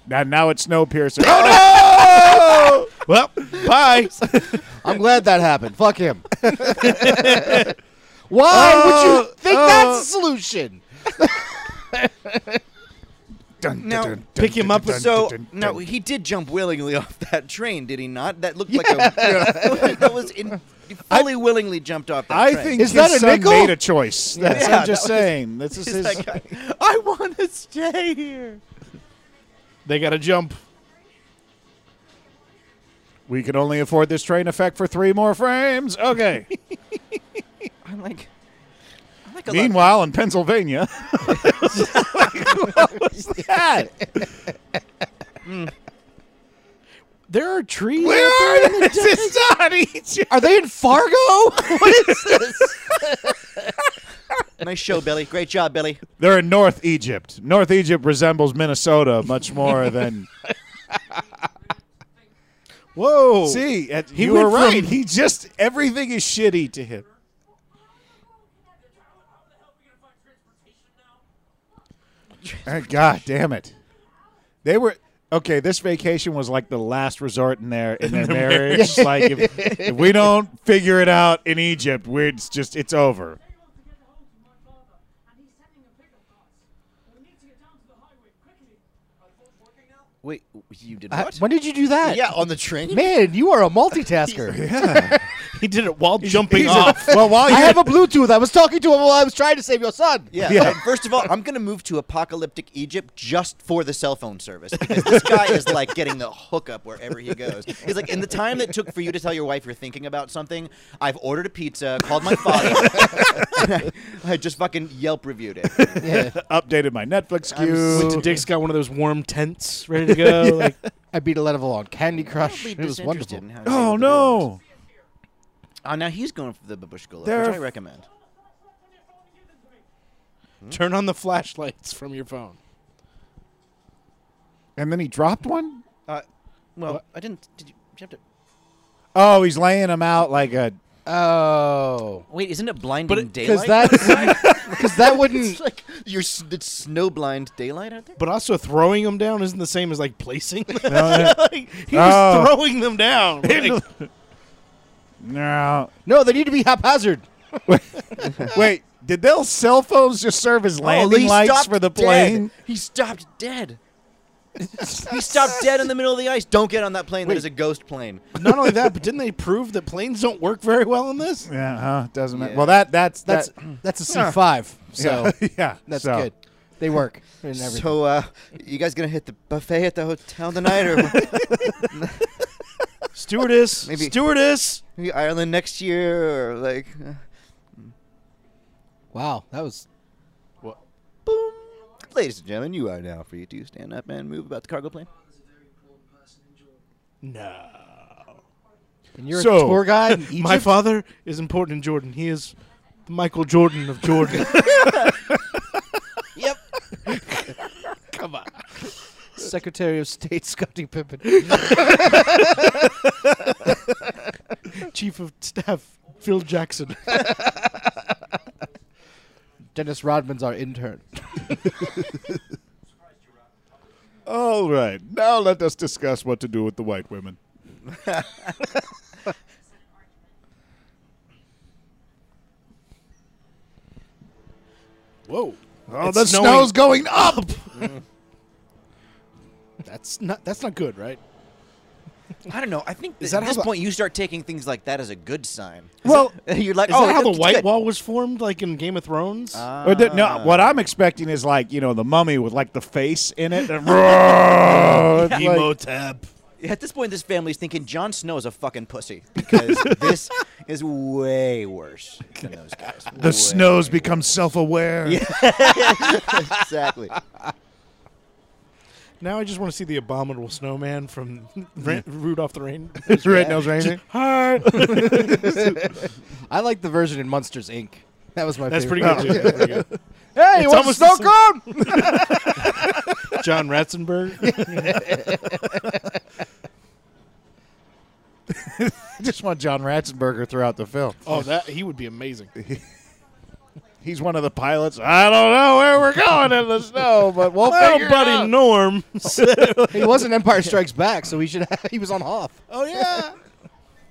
[SPEAKER 1] Now, now it's Snowpiercer. Oh no! well, bye.
[SPEAKER 2] I'm glad that happened. Fuck him. Why would you think that's a solution?
[SPEAKER 6] Now,
[SPEAKER 4] pick him up with-
[SPEAKER 6] So no, he did jump willingly <laughs> off that train, did he not? That looked like a <laughs> that was in, he fully willingly jumped off that
[SPEAKER 1] I
[SPEAKER 6] train.
[SPEAKER 1] think
[SPEAKER 2] Is
[SPEAKER 1] his
[SPEAKER 2] that a
[SPEAKER 1] son
[SPEAKER 2] nickel?
[SPEAKER 1] made a choice. That's
[SPEAKER 6] <laughs> Yeah,
[SPEAKER 1] I'm just
[SPEAKER 6] that was-
[SPEAKER 1] saying. This is
[SPEAKER 6] He's
[SPEAKER 1] his.
[SPEAKER 6] like, I, <laughs> I want to stay here.
[SPEAKER 4] They got to jump.
[SPEAKER 1] we can only afford this train effect for three more
[SPEAKER 6] <laughs>
[SPEAKER 1] frames. Okay.
[SPEAKER 6] I'm like, I'm like a lot-
[SPEAKER 1] Meanwhile, in
[SPEAKER 6] <laughs>
[SPEAKER 1] Pennsylvania, <laughs>
[SPEAKER 4] There are trees.
[SPEAKER 1] where
[SPEAKER 4] out there.
[SPEAKER 1] are they? This is not Egypt.
[SPEAKER 2] Are they in Fargo? what is this?
[SPEAKER 6] nice show, Billy. Great job, Billy.
[SPEAKER 1] They're in North Egypt. North Egypt resembles Minnesota much more than.
[SPEAKER 4] Whoa.
[SPEAKER 1] See, uh,
[SPEAKER 4] Oh. He
[SPEAKER 1] you
[SPEAKER 4] went
[SPEAKER 1] were right.
[SPEAKER 4] from-
[SPEAKER 1] he just everything is shitty to him. Uh, God damn it! They were okay. This vacation was like the last resort in their in their marriage. like if, if we don't figure it out in Egypt, we're it's just it's over.
[SPEAKER 7] to get home to my father, and he's sending a pickup bus. We need to get down to the highway quickly.
[SPEAKER 6] Wait, you
[SPEAKER 2] <laughs>
[SPEAKER 6] did
[SPEAKER 2] Uh,
[SPEAKER 6] what?
[SPEAKER 2] When did you do that?
[SPEAKER 6] yeah, on the train.
[SPEAKER 2] Man, you are a multitasker.
[SPEAKER 4] He did it while jumping
[SPEAKER 1] <laughs>
[SPEAKER 4] off.
[SPEAKER 1] Oh, Well, while
[SPEAKER 2] I
[SPEAKER 1] you
[SPEAKER 2] have a Bluetooth. I was talking to him while I was trying to save your son.
[SPEAKER 6] Yeah.
[SPEAKER 1] Yeah.
[SPEAKER 6] and first of all, I'm gonna move to apocalyptic Egypt just for the cell phone service because this guy is like getting the hookup wherever he goes. He's like, in the time that took for you to tell your wife you're thinking about something, I've ordered a pizza, called my father, <laughs> and I, I just fucking Yelp reviewed it.
[SPEAKER 1] updated my Netflix queue.
[SPEAKER 4] Went to Dick's, got one of those warm tents ready to
[SPEAKER 2] <laughs>
[SPEAKER 4] go. Like,
[SPEAKER 2] I beat a level on Candy Crush.
[SPEAKER 6] Probably
[SPEAKER 2] It was
[SPEAKER 6] disinterested
[SPEAKER 2] wonderful.
[SPEAKER 6] in how you
[SPEAKER 1] Oh
[SPEAKER 6] handled the real ones.
[SPEAKER 1] no!
[SPEAKER 6] Oh, now he's going for the babushka look,
[SPEAKER 1] There
[SPEAKER 6] which I
[SPEAKER 1] are-
[SPEAKER 6] recommend.
[SPEAKER 1] Mm-hmm.
[SPEAKER 4] turn on the flashlights from your phone.
[SPEAKER 1] And then he dropped one.
[SPEAKER 6] Uh, well, I didn't. Did you? did you have to?
[SPEAKER 1] Oh, he's laying him out like a.
[SPEAKER 2] Oh,
[SPEAKER 6] Wait, isn't it blinding
[SPEAKER 4] it- 'cause
[SPEAKER 6] daylight?
[SPEAKER 1] <laughs>
[SPEAKER 2] because that
[SPEAKER 6] <laughs>
[SPEAKER 2] because that wouldn't.
[SPEAKER 6] it's like you're s- it's snow blind daylight out there.
[SPEAKER 4] But also throwing them down isn't the same as like placing. them.
[SPEAKER 1] No,
[SPEAKER 4] like, he was
[SPEAKER 1] Oh.
[SPEAKER 4] throwing them down. <laughs> Like,
[SPEAKER 1] no.
[SPEAKER 2] No, they need to be haphazard.
[SPEAKER 1] Wait, did those cell phones just serve as
[SPEAKER 6] Oh,
[SPEAKER 1] landing
[SPEAKER 6] he
[SPEAKER 1] lights
[SPEAKER 6] stopped
[SPEAKER 1] for the
[SPEAKER 6] dead.
[SPEAKER 1] plane?
[SPEAKER 6] He stopped dead. <laughs> he stopped dead in the middle of the ice. Don't get on that plane. That is a ghost plane.
[SPEAKER 4] not only that, but didn't they prove that planes don't work very well in this?
[SPEAKER 1] Yeah, huh? Doesn't matter.
[SPEAKER 6] Yeah.
[SPEAKER 1] Well, that that's
[SPEAKER 2] That's
[SPEAKER 1] that,
[SPEAKER 2] that's a C five. So
[SPEAKER 1] yeah, <laughs> yeah,
[SPEAKER 2] that's
[SPEAKER 1] so.
[SPEAKER 2] good. They work. And everything.
[SPEAKER 6] So, uh, you guys gonna hit the buffet at the hotel tonight, or
[SPEAKER 4] Stewardess,
[SPEAKER 6] Maybe-
[SPEAKER 4] stewardess.
[SPEAKER 6] maybe Ireland next year, or like? uh,
[SPEAKER 2] wow, that was
[SPEAKER 6] Boom. Ladies and gentlemen, you are now free to stand up and move about the cargo plane.
[SPEAKER 4] No. <laughs>
[SPEAKER 2] and you're
[SPEAKER 1] So-
[SPEAKER 2] a tour guide.
[SPEAKER 1] <laughs>
[SPEAKER 2] In
[SPEAKER 4] My
[SPEAKER 2] Egypt?
[SPEAKER 4] father is important in Jordan. He is the Michael Jordan of <laughs> Jordan.
[SPEAKER 6] Yep.
[SPEAKER 2] Secretary of State <laughs> Scotty
[SPEAKER 1] <laughs>
[SPEAKER 2] Pippen.
[SPEAKER 4] Chief of Staff Phil <laughs> Jackson.
[SPEAKER 2] Dennis Rodman's our intern.
[SPEAKER 1] All right, now let us discuss what to do with the white women.
[SPEAKER 4] Whoa.
[SPEAKER 1] Oh,
[SPEAKER 4] It's
[SPEAKER 1] the
[SPEAKER 4] snowing.
[SPEAKER 1] snow's going up.
[SPEAKER 4] That's not that's not good, right?
[SPEAKER 6] I don't know. I think
[SPEAKER 4] Is
[SPEAKER 6] that
[SPEAKER 4] that
[SPEAKER 6] at
[SPEAKER 4] how
[SPEAKER 6] this
[SPEAKER 4] the-
[SPEAKER 6] point you start taking things like that as a good sign.
[SPEAKER 1] Well,
[SPEAKER 6] <laughs> You're like,
[SPEAKER 4] Is
[SPEAKER 6] oh,
[SPEAKER 4] that how the
[SPEAKER 6] it's
[SPEAKER 4] White
[SPEAKER 6] good.
[SPEAKER 4] Wall was formed, like in Game of Thrones?
[SPEAKER 1] Or the- no, what I'm expecting is like you know the mummy with like the face in it. and it's like-
[SPEAKER 4] Emotep.
[SPEAKER 6] At this point, this family's thinking Jon Snow is a fucking pussy
[SPEAKER 1] <laughs>
[SPEAKER 6] because this is way worse than those guys.
[SPEAKER 1] the snows become self-aware.
[SPEAKER 6] exactly.
[SPEAKER 4] Now I just want to see the abominable snowman from Ra- Rudolph the <laughs> Rain.
[SPEAKER 1] Red nose
[SPEAKER 2] <laughs>
[SPEAKER 1] reindeer.
[SPEAKER 4] Hi.
[SPEAKER 2] I like the version in Monsters Inc. That was my
[SPEAKER 4] That's pretty
[SPEAKER 2] favorite.
[SPEAKER 4] good. Too. That's pretty good.
[SPEAKER 2] Hey, you want a
[SPEAKER 4] almost the
[SPEAKER 2] snow cone?
[SPEAKER 4] John <laughs> Ratzenberg.
[SPEAKER 1] I just want John Ratzenberger throughout the film.
[SPEAKER 4] Oh, that he would be amazing. <laughs>
[SPEAKER 1] He's one of the pilots. I don't know where we're going in the snow,
[SPEAKER 2] <laughs>
[SPEAKER 1] but we'll figure it out.
[SPEAKER 4] Norm.
[SPEAKER 2] he was in Empire Strikes Back, so he should. <laughs> Have, he was on Hoth.
[SPEAKER 6] Oh yeah.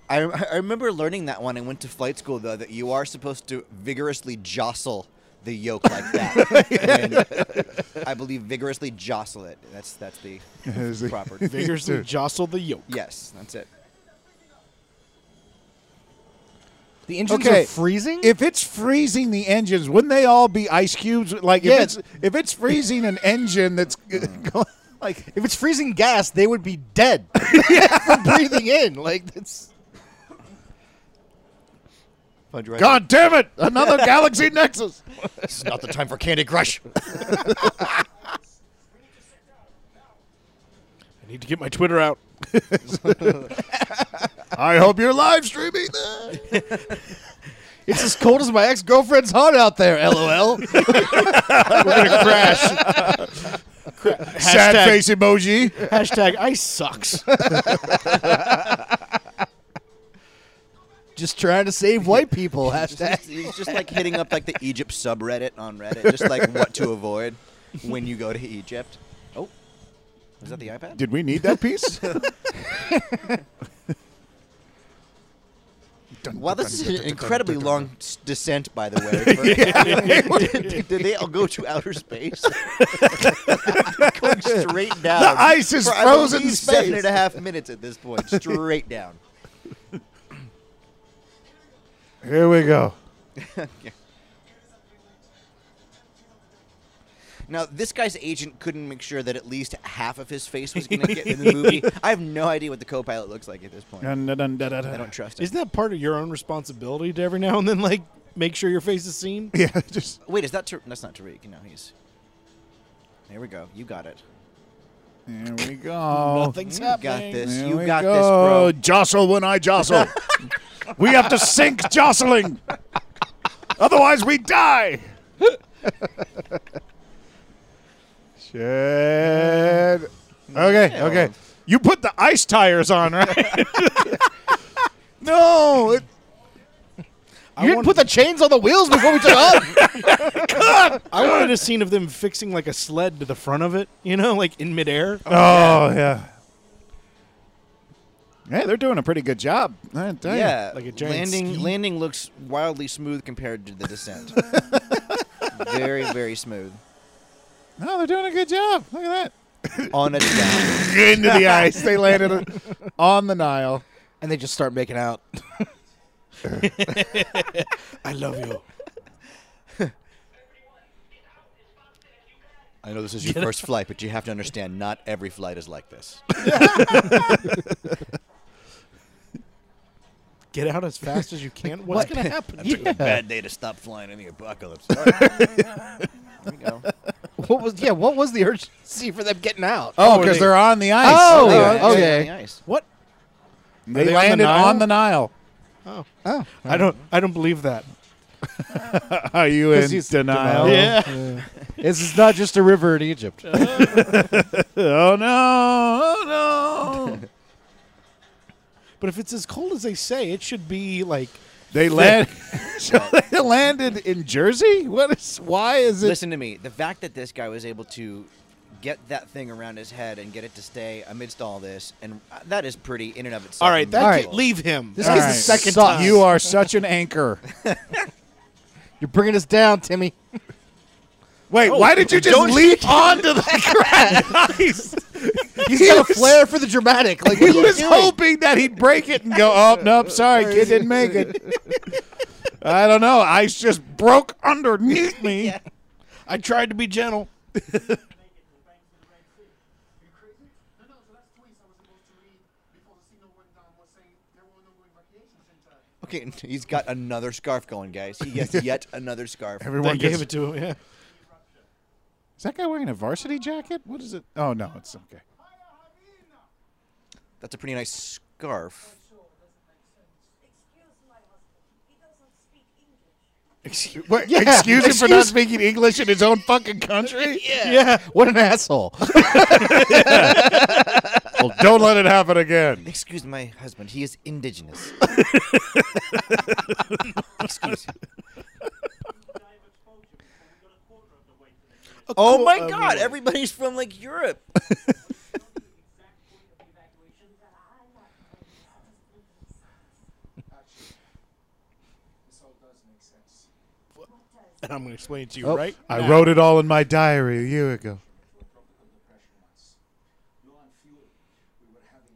[SPEAKER 6] I, I remember learning that when I went to flight school though that you are supposed to vigorously jostle the yoke
[SPEAKER 1] <laughs>
[SPEAKER 6] like that. And I believe vigorously jostle it. That's that's the
[SPEAKER 1] Is he-
[SPEAKER 6] proper.
[SPEAKER 4] Vigorously jostle the yoke.
[SPEAKER 6] yes, that's it.
[SPEAKER 2] The engines
[SPEAKER 1] Okay.
[SPEAKER 2] are freezing.
[SPEAKER 1] <laughs> If it's freezing the engines, wouldn't they all be ice cubes? Like
[SPEAKER 2] Yeah.
[SPEAKER 1] if it's if it's freezing an engine that's <laughs> going, like
[SPEAKER 2] If it's freezing gas, they would be dead <laughs> from breathing in. Like that's
[SPEAKER 1] God damn it, another Galaxy Nexus.
[SPEAKER 6] This is not the time for Candy Crush.
[SPEAKER 4] <laughs> I need to get my Twitter out.
[SPEAKER 1] I hope you're live streaming. this.
[SPEAKER 2] it's as cold as my ex girlfriend's heart out there. LOL. <laughs>
[SPEAKER 1] Sad face emoji.
[SPEAKER 4] Hashtag ice sucks.
[SPEAKER 2] Just trying to save white people. Hashtag.
[SPEAKER 6] It's it's just like hitting up like the Egypt subreddit on Reddit, just like what to avoid when you go to Egypt. Oh, is that the iPad?
[SPEAKER 1] Did we need that
[SPEAKER 6] <laughs>
[SPEAKER 1] piece?
[SPEAKER 6] Wow, this is an incredibly long s- descent, by the
[SPEAKER 1] <laughs>
[SPEAKER 6] way. for- <laughs> did, did they all go to outer space? <laughs> Going straight down.
[SPEAKER 1] The ice is
[SPEAKER 6] for, I
[SPEAKER 1] frozen
[SPEAKER 6] believe,
[SPEAKER 1] space.
[SPEAKER 6] Seven and a half minutes at this point, straight down.
[SPEAKER 1] Here we go.
[SPEAKER 6] Now, this guy's agent couldn't make sure that at least half of his face was going to get in the movie. I have no idea what the co-pilot looks like at this point.
[SPEAKER 1] Dun, dun, dun, dun, dun,
[SPEAKER 6] I
[SPEAKER 1] dun.
[SPEAKER 6] don't trust
[SPEAKER 4] <laughs>
[SPEAKER 6] him.
[SPEAKER 4] Isn't that part of your own responsibility to every now and then, like, make sure your face is seen?
[SPEAKER 1] Yeah, <laughs> just
[SPEAKER 6] Wait, is that Tar- that's not Tariq? No, he's. There we go. You got it.
[SPEAKER 1] there we go.
[SPEAKER 4] Nothing's
[SPEAKER 6] You
[SPEAKER 4] happening.
[SPEAKER 6] got this.
[SPEAKER 1] There
[SPEAKER 6] You
[SPEAKER 1] we
[SPEAKER 6] got
[SPEAKER 1] go.
[SPEAKER 6] this, bro.
[SPEAKER 1] Jostle when I <laughs> jostle. we have to sink jostling. Otherwise, we <laughs> die. Shit. Okay, okay. You put the ice tires on, right? no. It,
[SPEAKER 4] I
[SPEAKER 2] You didn't
[SPEAKER 4] want-
[SPEAKER 2] put the chains on the wheels before we took
[SPEAKER 1] <laughs>
[SPEAKER 2] off.
[SPEAKER 4] I wanted a scene of them fixing like a sled to the front of it, you know, like in midair.
[SPEAKER 1] <laughs> oh, yeah. Hey, they're doing a pretty good job. I tell ya.
[SPEAKER 6] Yeah,
[SPEAKER 4] Like a giant
[SPEAKER 6] landing.
[SPEAKER 4] ski.
[SPEAKER 6] Landing looks wildly smooth compared to the descent. very, very smooth.
[SPEAKER 1] No, they're doing a good job. Look at
[SPEAKER 6] On a down.
[SPEAKER 1] that. Into the ice. They landed on- on the Nile.
[SPEAKER 2] and they just start making out.
[SPEAKER 4] I love you.
[SPEAKER 6] I know this is your first flight, but you have to understand, not every flight is like this.
[SPEAKER 4] Get out as fast as you can. What's
[SPEAKER 2] What?
[SPEAKER 4] going to happen?
[SPEAKER 6] <laughs> Bad day to stop flying in the apocalypse. All <laughs> right. There we go.
[SPEAKER 2] What was? Yeah. What was the urgency for them getting out?
[SPEAKER 1] Oh, because they, are on the ice.
[SPEAKER 2] Oh,
[SPEAKER 1] They-
[SPEAKER 2] yeah. okay.
[SPEAKER 6] Stay on the ice.
[SPEAKER 4] What?
[SPEAKER 1] They,
[SPEAKER 4] Are they on the
[SPEAKER 1] landed
[SPEAKER 4] Nile?
[SPEAKER 1] on the Nile.
[SPEAKER 4] I don't. I don't believe that.
[SPEAKER 1] Are <laughs> you in
[SPEAKER 2] he's
[SPEAKER 1] denial?
[SPEAKER 2] This is not just a river in Egypt.
[SPEAKER 1] Oh no! Oh no!
[SPEAKER 4] But if it's as cold as they say, it should be like
[SPEAKER 1] <laughs> They land. <laughs> so they landed in Jersey. What is? Why is it?
[SPEAKER 6] Listen to me. The fact that this guy was able to get that thing around his head and get it to stay amidst all this, and uh, that is pretty in and of itself.
[SPEAKER 4] All right, that
[SPEAKER 6] remarkable.
[SPEAKER 4] kid- leave him.
[SPEAKER 2] This
[SPEAKER 1] All
[SPEAKER 2] is
[SPEAKER 1] right.
[SPEAKER 2] the second
[SPEAKER 1] Sucks.
[SPEAKER 2] time.
[SPEAKER 1] You are such an anchor.
[SPEAKER 2] You're bringing us
[SPEAKER 1] <laughs>
[SPEAKER 2] down, Timmy.
[SPEAKER 1] Wait, why did you just <laughs> leap onto the <laughs>
[SPEAKER 2] He's got a flair for the dramatic. Like
[SPEAKER 1] He
[SPEAKER 2] what are you
[SPEAKER 1] was
[SPEAKER 2] doing?
[SPEAKER 1] hoping that he'd break it and go, oh, nope, sorry, kid didn't make it. <laughs> I don't know. Ice just broke underneath
[SPEAKER 4] <laughs>
[SPEAKER 1] me.
[SPEAKER 4] I tried to be gentle.
[SPEAKER 8] You crazy? No, no, the last tweets I was supposed to read before the signal went down was saying there were no vacations in time.
[SPEAKER 6] Okay, he's got another scarf going, guys. He has <laughs> yet another scarf.
[SPEAKER 1] Everyone
[SPEAKER 4] they
[SPEAKER 1] gets,
[SPEAKER 4] gave it to him. Yeah.
[SPEAKER 1] Is that guy wearing a varsity jacket? What is it? Oh, no, it's okay.
[SPEAKER 6] That's a pretty nice scarf.
[SPEAKER 7] Excuse my husband. He doesn't speak English.
[SPEAKER 1] What, excuse him for not speaking English in his own fucking country?
[SPEAKER 2] Yeah. What an
[SPEAKER 1] <laughs>
[SPEAKER 2] asshole.
[SPEAKER 1] Well, don't let it happen again.
[SPEAKER 6] Excuse my husband. He is <laughs> indigenous. oh my God! Everybody's from like Europe.
[SPEAKER 8] This all does make sense.
[SPEAKER 4] And I'm going to explain it to you right
[SPEAKER 1] I
[SPEAKER 4] now.
[SPEAKER 1] wrote it all in my diary a year ago.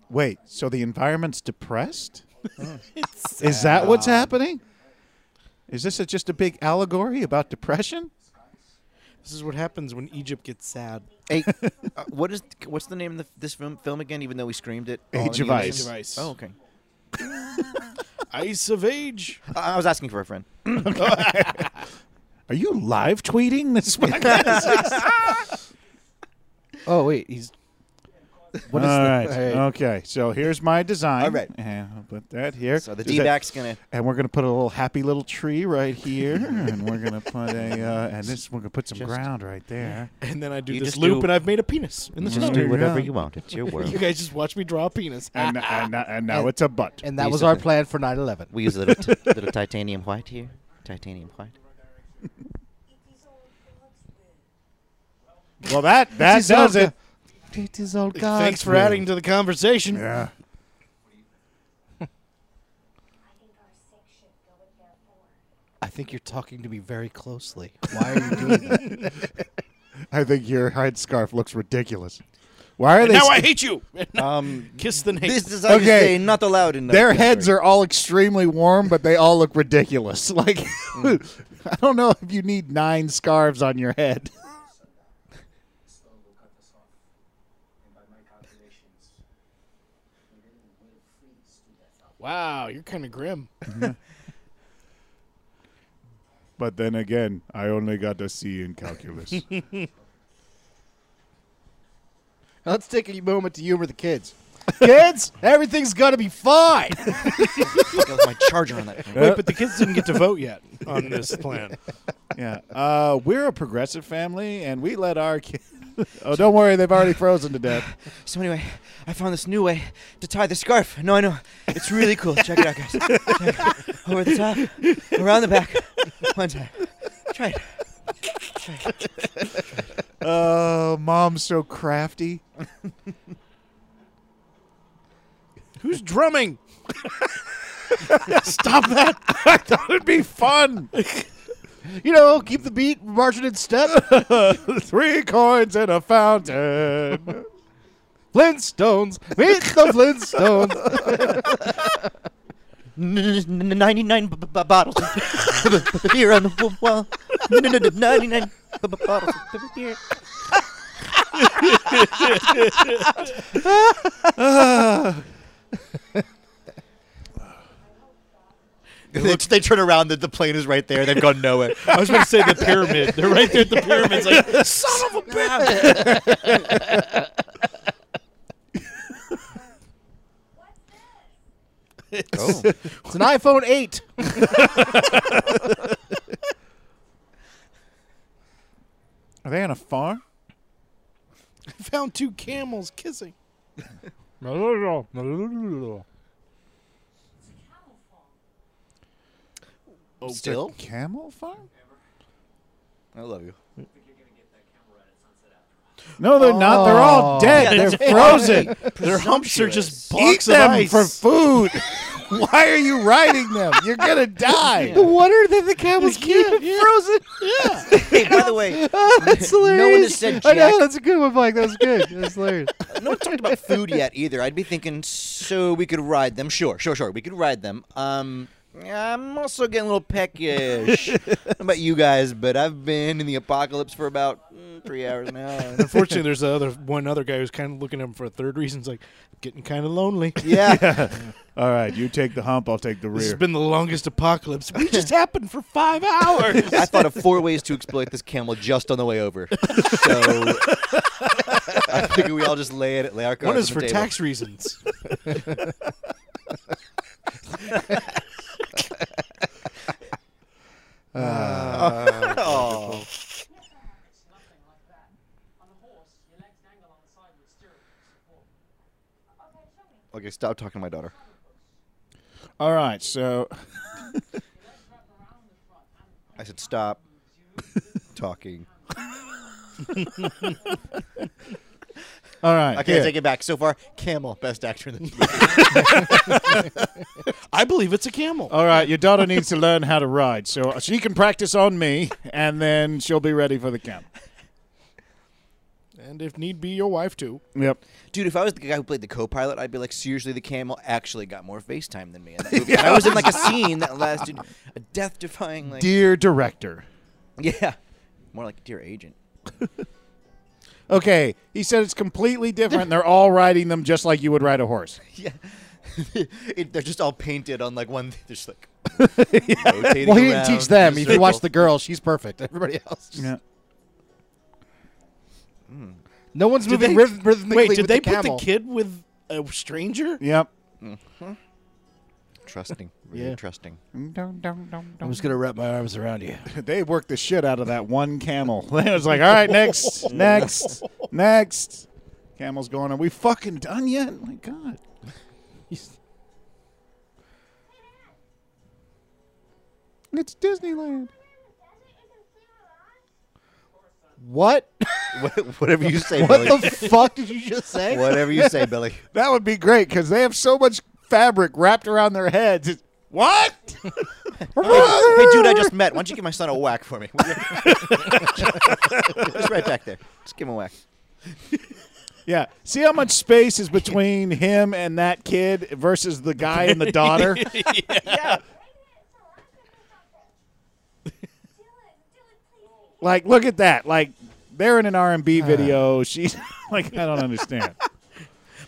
[SPEAKER 1] Wait, so the environment's depressed? Is that what's happening? Is this a, just a big allegory about depression?
[SPEAKER 4] This is what happens when Egypt gets sad.
[SPEAKER 6] <laughs> Hey, uh, what is what's the name of the, this film, film again? Even though we screamed it, all
[SPEAKER 1] Age
[SPEAKER 6] in
[SPEAKER 1] of
[SPEAKER 6] unison?
[SPEAKER 1] Ice. Age
[SPEAKER 4] of Ice.
[SPEAKER 6] Oh, okay.
[SPEAKER 4] Ice of age.
[SPEAKER 6] I, I was asking for a friend.
[SPEAKER 1] Are you live tweeting this? podcast?
[SPEAKER 2] Oh wait, <laughs> he's
[SPEAKER 1] All right. Oh,
[SPEAKER 2] Hey.
[SPEAKER 1] Okay. So here's my design.
[SPEAKER 6] All right.
[SPEAKER 1] And I'll put that here.
[SPEAKER 6] So the
[SPEAKER 1] Does
[SPEAKER 6] D
[SPEAKER 1] that-
[SPEAKER 6] back's gonna.
[SPEAKER 1] and we're gonna put a little happy little tree right here, and we're gonna put a uh, and this we're gonna put some ground right there.
[SPEAKER 4] And then I do
[SPEAKER 6] You
[SPEAKER 4] this
[SPEAKER 6] just
[SPEAKER 4] loop
[SPEAKER 6] do-
[SPEAKER 4] and I've made a penis in the snow.
[SPEAKER 1] do whatever you
[SPEAKER 6] want. <laughs> It's your
[SPEAKER 4] You
[SPEAKER 6] world.
[SPEAKER 4] guys just watch me draw a penis. Ah,
[SPEAKER 1] And, and, and now it's a butt.
[SPEAKER 2] and that was our plan for 9/11.
[SPEAKER 6] we use a little t- little titanium white here. Titanium white.
[SPEAKER 7] It is all God's will.
[SPEAKER 1] Well, that that
[SPEAKER 2] These are
[SPEAKER 1] does
[SPEAKER 2] the-
[SPEAKER 1] it.
[SPEAKER 2] It is all God's
[SPEAKER 4] Thanks for
[SPEAKER 2] will.
[SPEAKER 4] adding to the conversation.
[SPEAKER 1] Yeah.
[SPEAKER 7] I think our sex should go in there for.
[SPEAKER 2] I think you're talking to me very closely. Why are you doing that?
[SPEAKER 1] I think your head scarf looks ridiculous. Why are they? s-
[SPEAKER 4] Now I hate you.
[SPEAKER 6] Um,
[SPEAKER 4] Kiss the name.
[SPEAKER 6] this design okay.
[SPEAKER 1] Okay.
[SPEAKER 6] is saying not allowed in the
[SPEAKER 1] Their heads are all extremely warm, but they all look ridiculous. <laughs> Like I don't know if you need nine scarves on your head.
[SPEAKER 8] The storm will cut us off. And by my calculations, the moon will freeze to death.
[SPEAKER 4] wow, you're kind of grim.
[SPEAKER 1] But then again, I only got a C in calculus.
[SPEAKER 2] Now Let's take a moment to humor the kids. Kids, everything's gonna be fine.
[SPEAKER 6] Fuck, that was my charger on that. Thing.
[SPEAKER 4] Wait, but the kids didn't get to vote yet on this plan.
[SPEAKER 1] yeah, uh, we're a progressive family, and we let our kids. <laughs> oh, don't worry, they've already frozen to death.
[SPEAKER 2] <laughs>
[SPEAKER 6] So anyway, I found this new way to tie the scarf. No, I know. It's really cool. Check it out, guys. Check it. Over the top, around the back, one time. Try it.
[SPEAKER 1] Oh, mom's so crafty.
[SPEAKER 4] Who's drumming?
[SPEAKER 1] Stop that! I thought it'd be fun.
[SPEAKER 2] You know, keep the beat, marching in step.
[SPEAKER 1] <laughs> Three coins in a fountain.
[SPEAKER 2] Flintstones, meet the Flintstones.
[SPEAKER 6] N- n- n- Ninety-nine b- b- bottles of b- beer <laughs> on the w- wall. N- n- n- Ninety-nine b- b- bottles of b- beer. <laughs> They, they turn around. The, the plane is right there. They've gone nowhere.
[SPEAKER 4] I was going to say the pyramid. They're right there at the pyramid. It's like, son of a bitch.
[SPEAKER 6] Oh.
[SPEAKER 2] It's an iPhone 8.
[SPEAKER 1] Are they on a farm?
[SPEAKER 4] I found two camels kissing.
[SPEAKER 7] It's a camel farm.
[SPEAKER 1] Oh,
[SPEAKER 6] <laughs> Still?
[SPEAKER 1] camel farm?
[SPEAKER 6] I love you.
[SPEAKER 1] No, they're not. They're
[SPEAKER 2] Oh.
[SPEAKER 1] all dead.
[SPEAKER 6] Yeah,
[SPEAKER 1] they're
[SPEAKER 4] <laughs>
[SPEAKER 6] that's-
[SPEAKER 1] frozen.
[SPEAKER 4] Their humps are just
[SPEAKER 1] Eat
[SPEAKER 4] blocks of
[SPEAKER 1] them
[SPEAKER 4] ice.
[SPEAKER 1] for <laughs> food. Why are you riding them? You're <laughs> gonna die.
[SPEAKER 2] <laughs> What are they? The <laughs> camels keep it frozen.
[SPEAKER 6] Hey, by the <laughs> way,
[SPEAKER 2] that's hilarious.
[SPEAKER 6] one has said
[SPEAKER 2] I know
[SPEAKER 6] Jack.
[SPEAKER 2] that's a good one, Mike. That was good. That's hilarious.
[SPEAKER 6] no one talked about food yet either. I'd be thinking, so we could ride them. Sure, sure, sure. We could ride them. Um, I'm also getting a little peckish. I don't know about you guys, but I've been in the apocalypse for about mm, three
[SPEAKER 4] <laughs>
[SPEAKER 6] hours now.
[SPEAKER 4] Unfortunately, there's the other one other guy who's kind of looking at him for a third reason. He's like, getting kind of lonely.
[SPEAKER 6] yeah.
[SPEAKER 1] All right, you take the hump. I'll take the
[SPEAKER 4] This has
[SPEAKER 1] rear.
[SPEAKER 4] been the longest apocalypse. We just happened for five hours.
[SPEAKER 6] <laughs> I thought of four ways to exploit this camel just on the way over. So I figure we all just lay it, lay our cards
[SPEAKER 4] One is
[SPEAKER 6] on
[SPEAKER 4] for
[SPEAKER 6] the table.
[SPEAKER 4] tax reasons.
[SPEAKER 6] Oh.
[SPEAKER 8] It's nothing like that. On a horse, your legs dangle on the side with steering for support.
[SPEAKER 7] Okay, show me.
[SPEAKER 6] Okay, stop talking to my daughter.
[SPEAKER 1] All right, so
[SPEAKER 6] I
[SPEAKER 4] <laughs>
[SPEAKER 6] said stop talking.
[SPEAKER 1] all right.
[SPEAKER 6] I can't take it back. So far, Camel, best actor in the movie.
[SPEAKER 4] I believe it's a camel.
[SPEAKER 1] All right, your daughter needs to learn how to ride, so she can practice on me, and then she'll be ready for the camp.
[SPEAKER 4] and if need be, your wife too.
[SPEAKER 1] Yep.
[SPEAKER 6] Dude, if I was the guy who played the co-pilot, I'd be like, seriously, the camel actually got more face time than
[SPEAKER 2] <laughs>
[SPEAKER 6] me. In that movie. And I was in like a scene that lasted a death-defying, like,
[SPEAKER 1] Dear director.
[SPEAKER 6] <laughs> yeah, more like dear agent. <laughs>
[SPEAKER 1] Okay, he said it's completely different. and They're all riding them just like you would ride a horse.
[SPEAKER 6] Yeah, <laughs> it, they're just all painted on like one. They're
[SPEAKER 2] <laughs>
[SPEAKER 6] just like. rotating
[SPEAKER 2] <laughs> Well, he didn't
[SPEAKER 6] around
[SPEAKER 2] teach
[SPEAKER 6] in
[SPEAKER 2] them.
[SPEAKER 6] a
[SPEAKER 2] If you watch
[SPEAKER 6] circle.
[SPEAKER 2] the girl, she's perfect. Everybody else, just-
[SPEAKER 1] Yeah.
[SPEAKER 2] no one's moving
[SPEAKER 4] they-
[SPEAKER 2] rhyth- rhythmically
[SPEAKER 4] Wait, did
[SPEAKER 2] with
[SPEAKER 4] they
[SPEAKER 2] the
[SPEAKER 4] put
[SPEAKER 2] camel.
[SPEAKER 4] the kid with a stranger?
[SPEAKER 1] Yep.
[SPEAKER 6] Trusting. Really
[SPEAKER 2] Yeah.
[SPEAKER 6] trusting. <laughs>
[SPEAKER 2] I'm just gonna wrap my arms around you.
[SPEAKER 1] <laughs> They worked the shit out of that one camel. <laughs> it was like, all right,
[SPEAKER 6] <laughs>
[SPEAKER 1] next, next, next. Camel's going, are we fucking done yet? My God. It's Disneyland.
[SPEAKER 2] <laughs> <laughs> What?
[SPEAKER 6] Whatever you say, Billy.
[SPEAKER 2] What the fuck did you just say?
[SPEAKER 6] Whatever you say, Billy.
[SPEAKER 1] That would be great because they have so much fabric wrapped around their heads. It's, what?
[SPEAKER 6] <laughs> hey, dude, I just met. Why don't you give my son a whack for me? <laughs> will you? just right back there. Just give him a whack.
[SPEAKER 1] <laughs> Yeah. See how much space is between him and that kid versus the guy and the
[SPEAKER 6] <laughs>
[SPEAKER 1] daughter? <laughs>
[SPEAKER 7] <laughs> Dylan, Dylan, please.
[SPEAKER 1] like, look at that. Like, they're in an
[SPEAKER 6] <sighs>
[SPEAKER 1] R&B video. She's <laughs> like, I don't understand.
[SPEAKER 6] Oh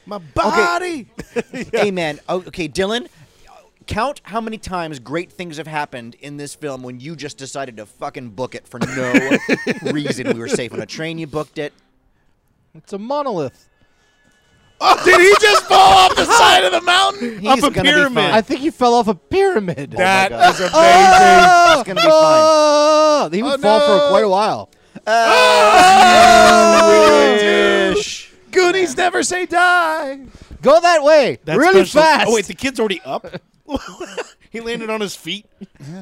[SPEAKER 4] My body. <laughs>
[SPEAKER 6] Hey, man. Oh, okay, Dylan. Count how many times great things have happened in this film when you just decided to fucking book it for no <laughs> reason. We were safe on a train. You booked it.
[SPEAKER 2] It's a monolith.
[SPEAKER 1] Did he just fall off the side of the mountain?
[SPEAKER 6] He's gonna be fine.
[SPEAKER 2] I think he fell off a pyramid.
[SPEAKER 1] That
[SPEAKER 6] God.
[SPEAKER 1] is amazing.
[SPEAKER 6] He's gonna be
[SPEAKER 2] <laughs>
[SPEAKER 6] fine.
[SPEAKER 2] Oh, he would fall
[SPEAKER 1] no.
[SPEAKER 2] for quite a while.
[SPEAKER 6] Ish.
[SPEAKER 1] Goonies never say die.
[SPEAKER 2] Go that way, really
[SPEAKER 4] special-
[SPEAKER 2] fast.
[SPEAKER 4] Oh wait, the kid's already up. he landed on his feet.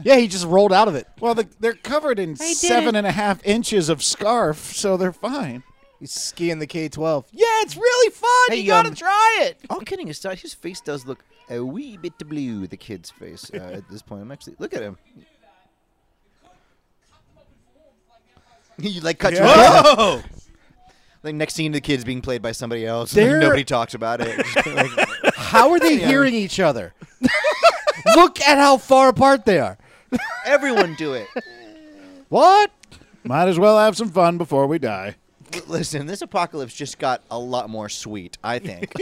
[SPEAKER 2] yeah, he just rolled out of it.
[SPEAKER 1] Well, the, they're covered in seven and a half inches of scarf, so they're fine.
[SPEAKER 2] He's skiing the K-12. Yeah, it's really fun.
[SPEAKER 6] Hey,
[SPEAKER 2] you gotta
[SPEAKER 6] um,
[SPEAKER 2] try it.
[SPEAKER 6] All kidding aside, his face does look a wee bit blue. The kid's face uh, at this point. I'm actually look at him. <laughs> you like cut your
[SPEAKER 4] Oh,
[SPEAKER 6] like next scene, the kid's being played by somebody else.
[SPEAKER 2] They're-
[SPEAKER 6] And nobody talks about it. Just kinda like,
[SPEAKER 1] <laughs>
[SPEAKER 2] How are they hearing each other? <laughs> Look at how far apart they are.
[SPEAKER 6] everyone do it.
[SPEAKER 2] What?
[SPEAKER 1] Might as well have some fun before we die.
[SPEAKER 6] L- Listen, this apocalypse just got a lot more sweet.
[SPEAKER 4] <laughs>
[SPEAKER 6] I think.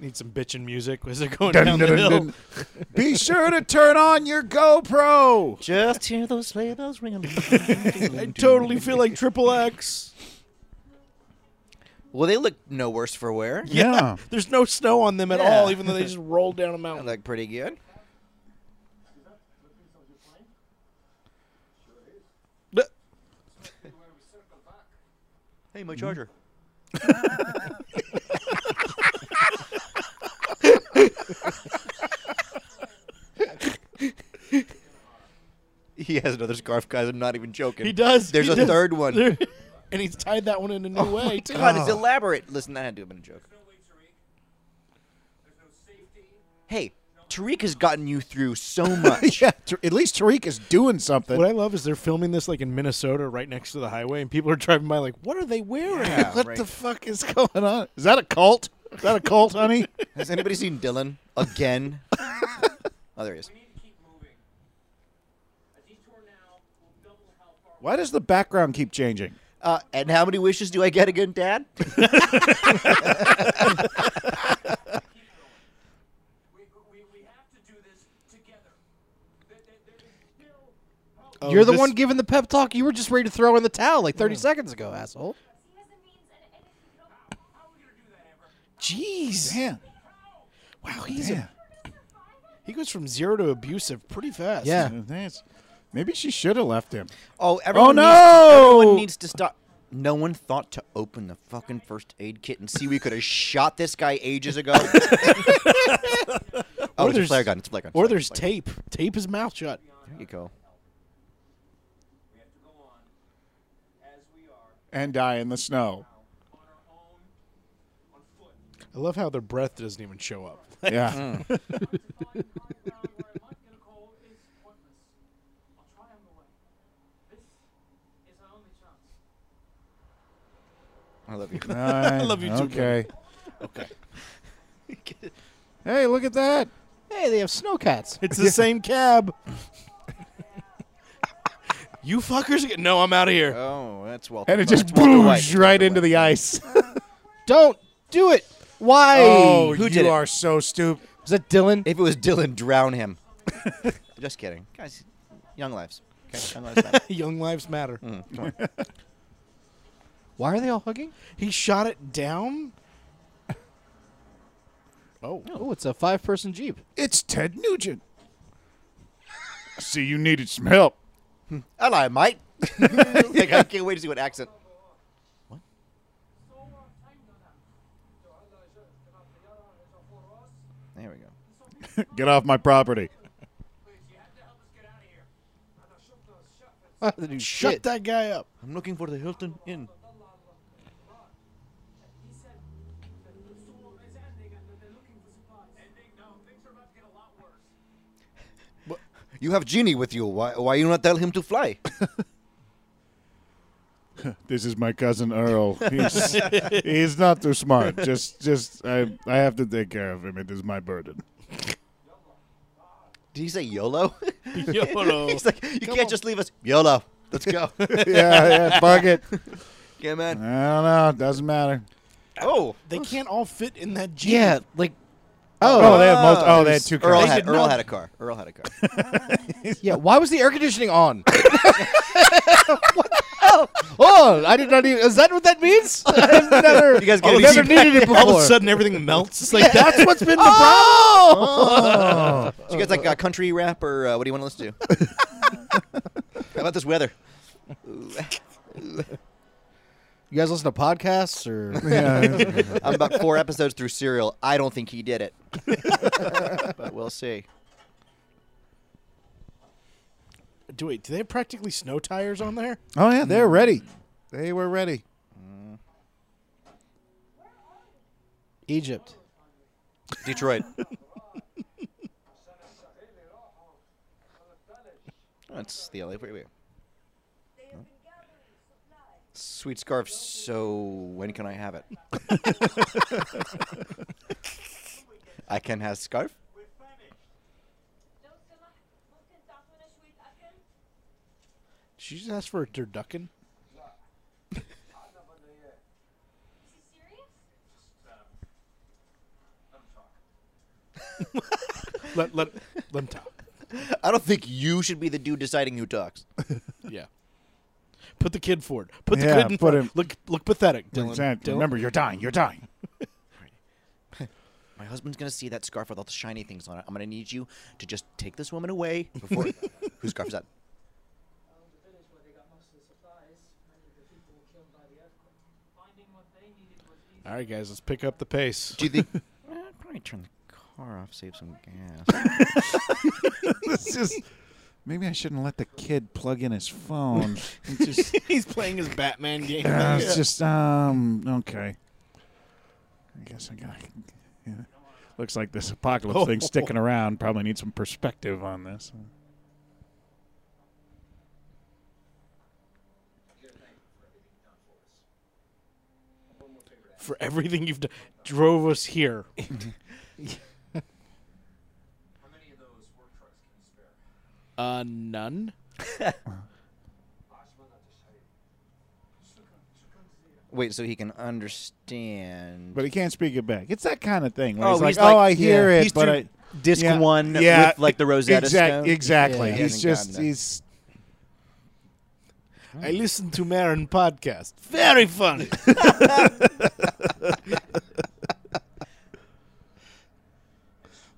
[SPEAKER 4] need some bitchin' music as they're going
[SPEAKER 1] Dun,
[SPEAKER 4] down
[SPEAKER 1] dun,
[SPEAKER 4] the
[SPEAKER 1] dun,
[SPEAKER 4] hill.
[SPEAKER 1] dun. Be sure to turn on your GoPro.
[SPEAKER 6] just hear those sleigh bells ringing.
[SPEAKER 4] I totally feel like Triple X.
[SPEAKER 6] well, they look no worse for wear.
[SPEAKER 1] Yeah.
[SPEAKER 4] There's no snow on them at
[SPEAKER 6] Yeah.
[SPEAKER 4] all, even though they just rolled down a
[SPEAKER 6] They
[SPEAKER 1] <laughs>
[SPEAKER 4] mountain.
[SPEAKER 6] look pretty good. Hey, my charger. He has another scarf, guys. I'm not even joking.
[SPEAKER 4] He does.
[SPEAKER 6] There's
[SPEAKER 4] he Oh.
[SPEAKER 6] a
[SPEAKER 4] does.
[SPEAKER 6] third one.
[SPEAKER 4] There- <laughs> and he's tied that one in a
[SPEAKER 1] Oh
[SPEAKER 4] new way too.
[SPEAKER 6] God, it's elaborate. Listen, that had to have been a joke. Hey, Tariq has gotten you through so
[SPEAKER 4] <laughs>
[SPEAKER 6] much.
[SPEAKER 1] yeah, T- at least Tariq is doing something.
[SPEAKER 4] What I love is they're filming this like in Minnesota, right next to the highway, and people are driving by like, <laughs> "What are they wearing?"
[SPEAKER 6] Yeah,
[SPEAKER 1] What
[SPEAKER 6] right.
[SPEAKER 1] the fuck is going on? Is that a cult? Is that a cult, honey?
[SPEAKER 6] Has anybody seen Dylan again? oh, there he is.
[SPEAKER 8] We need to keep moving. A detour now will double how far
[SPEAKER 1] Why does the background keep changing?
[SPEAKER 6] Uh, and how many wishes do I get again, Dad?
[SPEAKER 8] we, we, we have to do this together. There, there, there is still hope.
[SPEAKER 2] Uh.
[SPEAKER 3] You're the
[SPEAKER 4] Oh, this-
[SPEAKER 3] one giving the pep talk. You were just ready to throw in the towel like 30 seconds ago, asshole.
[SPEAKER 7] He has the means, and, and if he could only
[SPEAKER 8] How are we going to do that, Amber?
[SPEAKER 4] Jeez,
[SPEAKER 1] Damn.
[SPEAKER 4] wow, he's a, he goes from zero to abusive pretty fast.
[SPEAKER 3] Yeah.
[SPEAKER 1] That's- Maybe she should have left him.
[SPEAKER 6] Oh, everyone
[SPEAKER 1] no!
[SPEAKER 6] Needs, everyone needs to stop. No one thought to open the fucking first aid kit and see we could have shot this guy ages ago. oh, it's a
[SPEAKER 4] there's-
[SPEAKER 6] flare gun. It's a flare gun.
[SPEAKER 4] Or
[SPEAKER 6] Sorry,
[SPEAKER 4] there's
[SPEAKER 6] flare gun.
[SPEAKER 4] tape. Tape his mouth shut.
[SPEAKER 6] There you go.
[SPEAKER 8] We have to go on as we are
[SPEAKER 1] And die in the
[SPEAKER 2] <laughs>
[SPEAKER 1] snow.
[SPEAKER 8] on our own, on foot.
[SPEAKER 4] <laughs> I love how their breath doesn't even show up. <laughs>
[SPEAKER 2] Mm.
[SPEAKER 1] Yeah.
[SPEAKER 8] Find running around where it might get a cold is pointless. I'll try on the way. This is our only chance.
[SPEAKER 6] I love you.
[SPEAKER 1] <laughs> I love you too. Okay. Hey, look at that.
[SPEAKER 3] Hey, they have snow cats.
[SPEAKER 4] It's the same cab. you fuckers! Get, no, I'm out of here.
[SPEAKER 6] oh, that's well.
[SPEAKER 1] And it just
[SPEAKER 6] Walter White.
[SPEAKER 1] boosh right into the <laughs> ice.
[SPEAKER 3] Don't do it. Why?
[SPEAKER 1] Oh,
[SPEAKER 6] who
[SPEAKER 1] you
[SPEAKER 6] did it?
[SPEAKER 1] are so stupid.
[SPEAKER 3] Is that Dylan?
[SPEAKER 6] If it was Dylan, drown him. just kidding, guys. Young lives. Okay, young lives matter.
[SPEAKER 4] <laughs> Young lives matter.
[SPEAKER 3] <laughs> Why are they all hugging?
[SPEAKER 4] He shot it down.
[SPEAKER 3] Oh, it's a five person Jeep.
[SPEAKER 1] It's Ted Nugent. See, you needed some help.
[SPEAKER 6] Hello, mate. <laughs> like, I can't wait to see what accent.
[SPEAKER 8] So our time goes out. The other is for us.
[SPEAKER 6] There we <laughs> go.
[SPEAKER 1] Get off my property.
[SPEAKER 8] Please, you have to help us get out of here. أنا شفنا الشقة
[SPEAKER 4] Shut that
[SPEAKER 1] <laughs>
[SPEAKER 4] guy up.
[SPEAKER 6] I'm looking for the Hilton Inn.
[SPEAKER 8] He said that the storm is ending and that they're looking for supplies. Ending? No, things are about to get a lot worse.
[SPEAKER 6] You have Genie with you. Why? Why you not tell him to fly? <laughs>
[SPEAKER 1] This is my cousin Earl. <laughs> He's, he's not too smart. Just, just I, I have to take care of him. It is my burden.
[SPEAKER 6] Did he say YOLO? <laughs>
[SPEAKER 4] YOLO.
[SPEAKER 6] He's like, you can't just leave us. YOLO. Let's go.
[SPEAKER 1] <laughs> yeah, yeah, fuck it.
[SPEAKER 6] <laughs> yeah,
[SPEAKER 1] I
[SPEAKER 6] <laughs> man.
[SPEAKER 1] don't know. It doesn't matter.
[SPEAKER 6] Oh.
[SPEAKER 4] They can't all fit in that Jeep.
[SPEAKER 3] Yeah, like
[SPEAKER 1] Oh, they had multi- oh, they had two
[SPEAKER 6] Earl
[SPEAKER 1] cars.
[SPEAKER 6] had, Earl had a car. Earl had a <laughs> car.
[SPEAKER 3] yeah. Why was the air conditioning on? What the hell? Oh, I did not even. Is that what that means? I've never,
[SPEAKER 6] You guys get
[SPEAKER 3] I've
[SPEAKER 6] it.
[SPEAKER 3] never needed it before.
[SPEAKER 4] <laughs>
[SPEAKER 3] Oh!
[SPEAKER 4] All of a sudden, everything melts. It's like that's what's been the
[SPEAKER 6] So you guys like uh, country rap or uh, what do you want to listen to? <laughs> How about this weather?
[SPEAKER 3] You guys listen to podcasts or?
[SPEAKER 1] Yeah.
[SPEAKER 6] I'm about four episodes through Serial. I don't think he did it, <laughs> but we'll see.
[SPEAKER 4] problem. Do wait, do they have practically snow tires on there?
[SPEAKER 1] oh yeah, they're ready. They were ready.
[SPEAKER 3] Mm. Egypt.
[SPEAKER 6] Detroit. That's Oh, the LA freeway. Sweet scarf. So when can I have it? <laughs> I can have scarf.
[SPEAKER 7] لو سمحت ممكن تعطونا شوية أكل؟
[SPEAKER 4] Did she just ask for a turducken?
[SPEAKER 7] Is he serious?
[SPEAKER 4] Let let let him talk.
[SPEAKER 6] I don't think you should be the dude deciding who talks.
[SPEAKER 4] Yeah. Put the kid forward. Put the
[SPEAKER 1] Yeah,
[SPEAKER 4] kid in
[SPEAKER 1] put
[SPEAKER 4] front.
[SPEAKER 1] him-
[SPEAKER 4] Look look pathetic, Dylan.
[SPEAKER 1] Exactly.
[SPEAKER 4] Dylan.
[SPEAKER 1] Remember, you're dying. You're dying.
[SPEAKER 6] My husband's gonna see that scarf with all the shiny things on it. I'm gonna need you to just take this woman away before. Whose scarf is that?
[SPEAKER 8] owned a village where they got most of the supplies. Many of the people were killed by the earthquake. Finding what they needed was easy.
[SPEAKER 4] All right, guys, let's pick up the pace.
[SPEAKER 6] Do you think? Eh, probably turn the car off, save some gas.
[SPEAKER 1] It's just Maybe I shouldn't let the kid plug in his phone. It's
[SPEAKER 6] <laughs>
[SPEAKER 1] just,
[SPEAKER 4] He's playing his Batman game.
[SPEAKER 1] uh, it's just, um, okay. I guess I got. Yeah. Looks like this apocalypse thing's
[SPEAKER 6] <laughs>
[SPEAKER 1] sticking around. Probably need some perspective on this.
[SPEAKER 4] for everything you've done. Drove us
[SPEAKER 6] <laughs>
[SPEAKER 4] here.
[SPEAKER 8] How many of those work trucks can you spare?
[SPEAKER 4] Uh, none.
[SPEAKER 6] Wait, so he can understand.
[SPEAKER 1] But he can't speak it back. It's that kind of thing. Where
[SPEAKER 6] Oh,
[SPEAKER 1] he's, like,
[SPEAKER 6] he's like-
[SPEAKER 1] oh, I hear it,
[SPEAKER 6] he's
[SPEAKER 1] but
[SPEAKER 6] too-
[SPEAKER 1] I.
[SPEAKER 6] disc
[SPEAKER 1] Yeah.
[SPEAKER 6] one
[SPEAKER 1] Yeah.
[SPEAKER 6] with like the Rosetta
[SPEAKER 1] Exact-
[SPEAKER 6] Stone.
[SPEAKER 1] Exactly.
[SPEAKER 6] Yeah.
[SPEAKER 1] He's
[SPEAKER 6] He
[SPEAKER 1] just,
[SPEAKER 6] hasn't gotten it.
[SPEAKER 1] he's
[SPEAKER 4] I listened to Marin podcast. Very funny.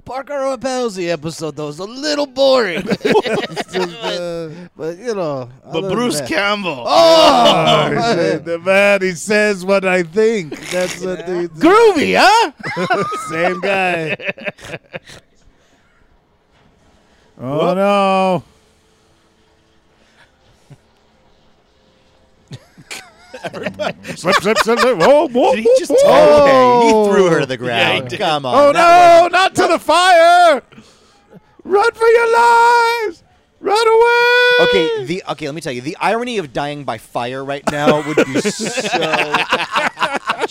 [SPEAKER 2] Parker Rapelsi episode though was a
[SPEAKER 3] <laughs>
[SPEAKER 2] little boring. It's just, uh, but you know,
[SPEAKER 4] But Bruce Campbell.
[SPEAKER 2] Campbell.
[SPEAKER 6] <laughs> Oh,
[SPEAKER 1] I say, oh, the man. He says what I think. That's what the, the
[SPEAKER 2] groovy, huh?
[SPEAKER 1] same
[SPEAKER 4] <laughs>
[SPEAKER 1] guy. oh no!
[SPEAKER 4] <laughs>
[SPEAKER 1] <laughs> slip, slip, slip, slip. Oh, whoa,
[SPEAKER 4] Did he
[SPEAKER 1] whoa,
[SPEAKER 4] just
[SPEAKER 1] whoa.
[SPEAKER 4] tell
[SPEAKER 6] Okay, he threw her to the
[SPEAKER 4] Yeah, he
[SPEAKER 6] ground.
[SPEAKER 4] did.
[SPEAKER 6] Come on.
[SPEAKER 1] Oh
[SPEAKER 6] that
[SPEAKER 1] no! Not to the fire! Run for your lives! Run away!
[SPEAKER 6] was- Okay, the okay. Let me tell you, the irony of dying by fire right now
[SPEAKER 1] <laughs>
[SPEAKER 6] would be so.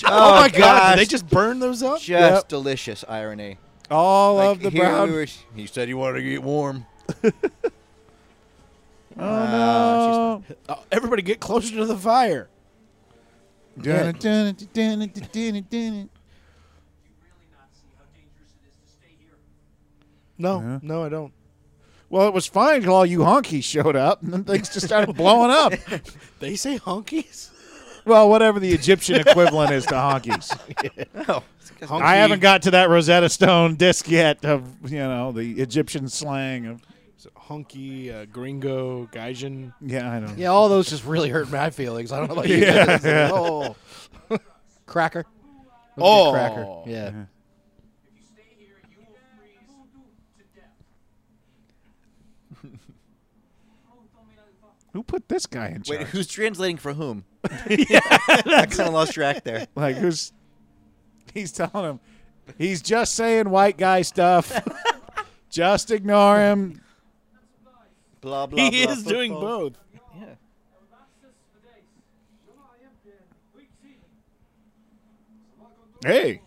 [SPEAKER 4] Oh, my God.
[SPEAKER 6] gosh.
[SPEAKER 4] Did they just burn those up?
[SPEAKER 6] just
[SPEAKER 1] Yep.
[SPEAKER 6] delicious irony.
[SPEAKER 1] All of
[SPEAKER 6] Like,
[SPEAKER 1] the
[SPEAKER 6] here
[SPEAKER 1] brown.
[SPEAKER 6] we were- he said he wanted to get warm.
[SPEAKER 1] <laughs> oh
[SPEAKER 6] Ah,
[SPEAKER 1] no!
[SPEAKER 4] Oh, everybody get closer to the fire.
[SPEAKER 1] Dun- dun- dun- dun- dun- dun- dun-
[SPEAKER 8] You really not see how dangerous it is to stay here.
[SPEAKER 4] No,
[SPEAKER 1] Yeah.
[SPEAKER 4] no, I don't.
[SPEAKER 1] <laughs> Well, it was fine until all you honkies showed up, and then things just started blowing
[SPEAKER 4] <laughs>
[SPEAKER 1] up.
[SPEAKER 4] They say honkies?
[SPEAKER 1] Well, whatever the Egyptian equivalent is to honkies.
[SPEAKER 6] <laughs> Oh,
[SPEAKER 4] Honky.
[SPEAKER 1] I haven't got to that Rosetta Stone <laughs> disc yet of you know the Egyptian slang of
[SPEAKER 4] Honky, uh, gringo, gaijin.
[SPEAKER 1] yeah I don't
[SPEAKER 2] Yeah, all those just really hurt my feelings. I don't know about you.
[SPEAKER 1] Yeah,
[SPEAKER 2] guys.
[SPEAKER 1] <laughs> <laughs> yeah.
[SPEAKER 2] Oh, <laughs> cracker.
[SPEAKER 4] Oh.
[SPEAKER 2] cracker. Yeah.
[SPEAKER 8] If you stay here, you will freeze to death.
[SPEAKER 1] who put this guy in charge?
[SPEAKER 6] wait, who's translating for <laughs> whom? I kind of lost track there.
[SPEAKER 1] like who's he's telling him he's just saying white guy stuff. <laughs> just ignore him.
[SPEAKER 6] <laughs> Blah blah.
[SPEAKER 4] <laughs> He
[SPEAKER 6] blah,
[SPEAKER 4] is
[SPEAKER 6] blah,
[SPEAKER 4] doing
[SPEAKER 6] blah.
[SPEAKER 4] both.
[SPEAKER 6] Yeah.
[SPEAKER 1] Hey,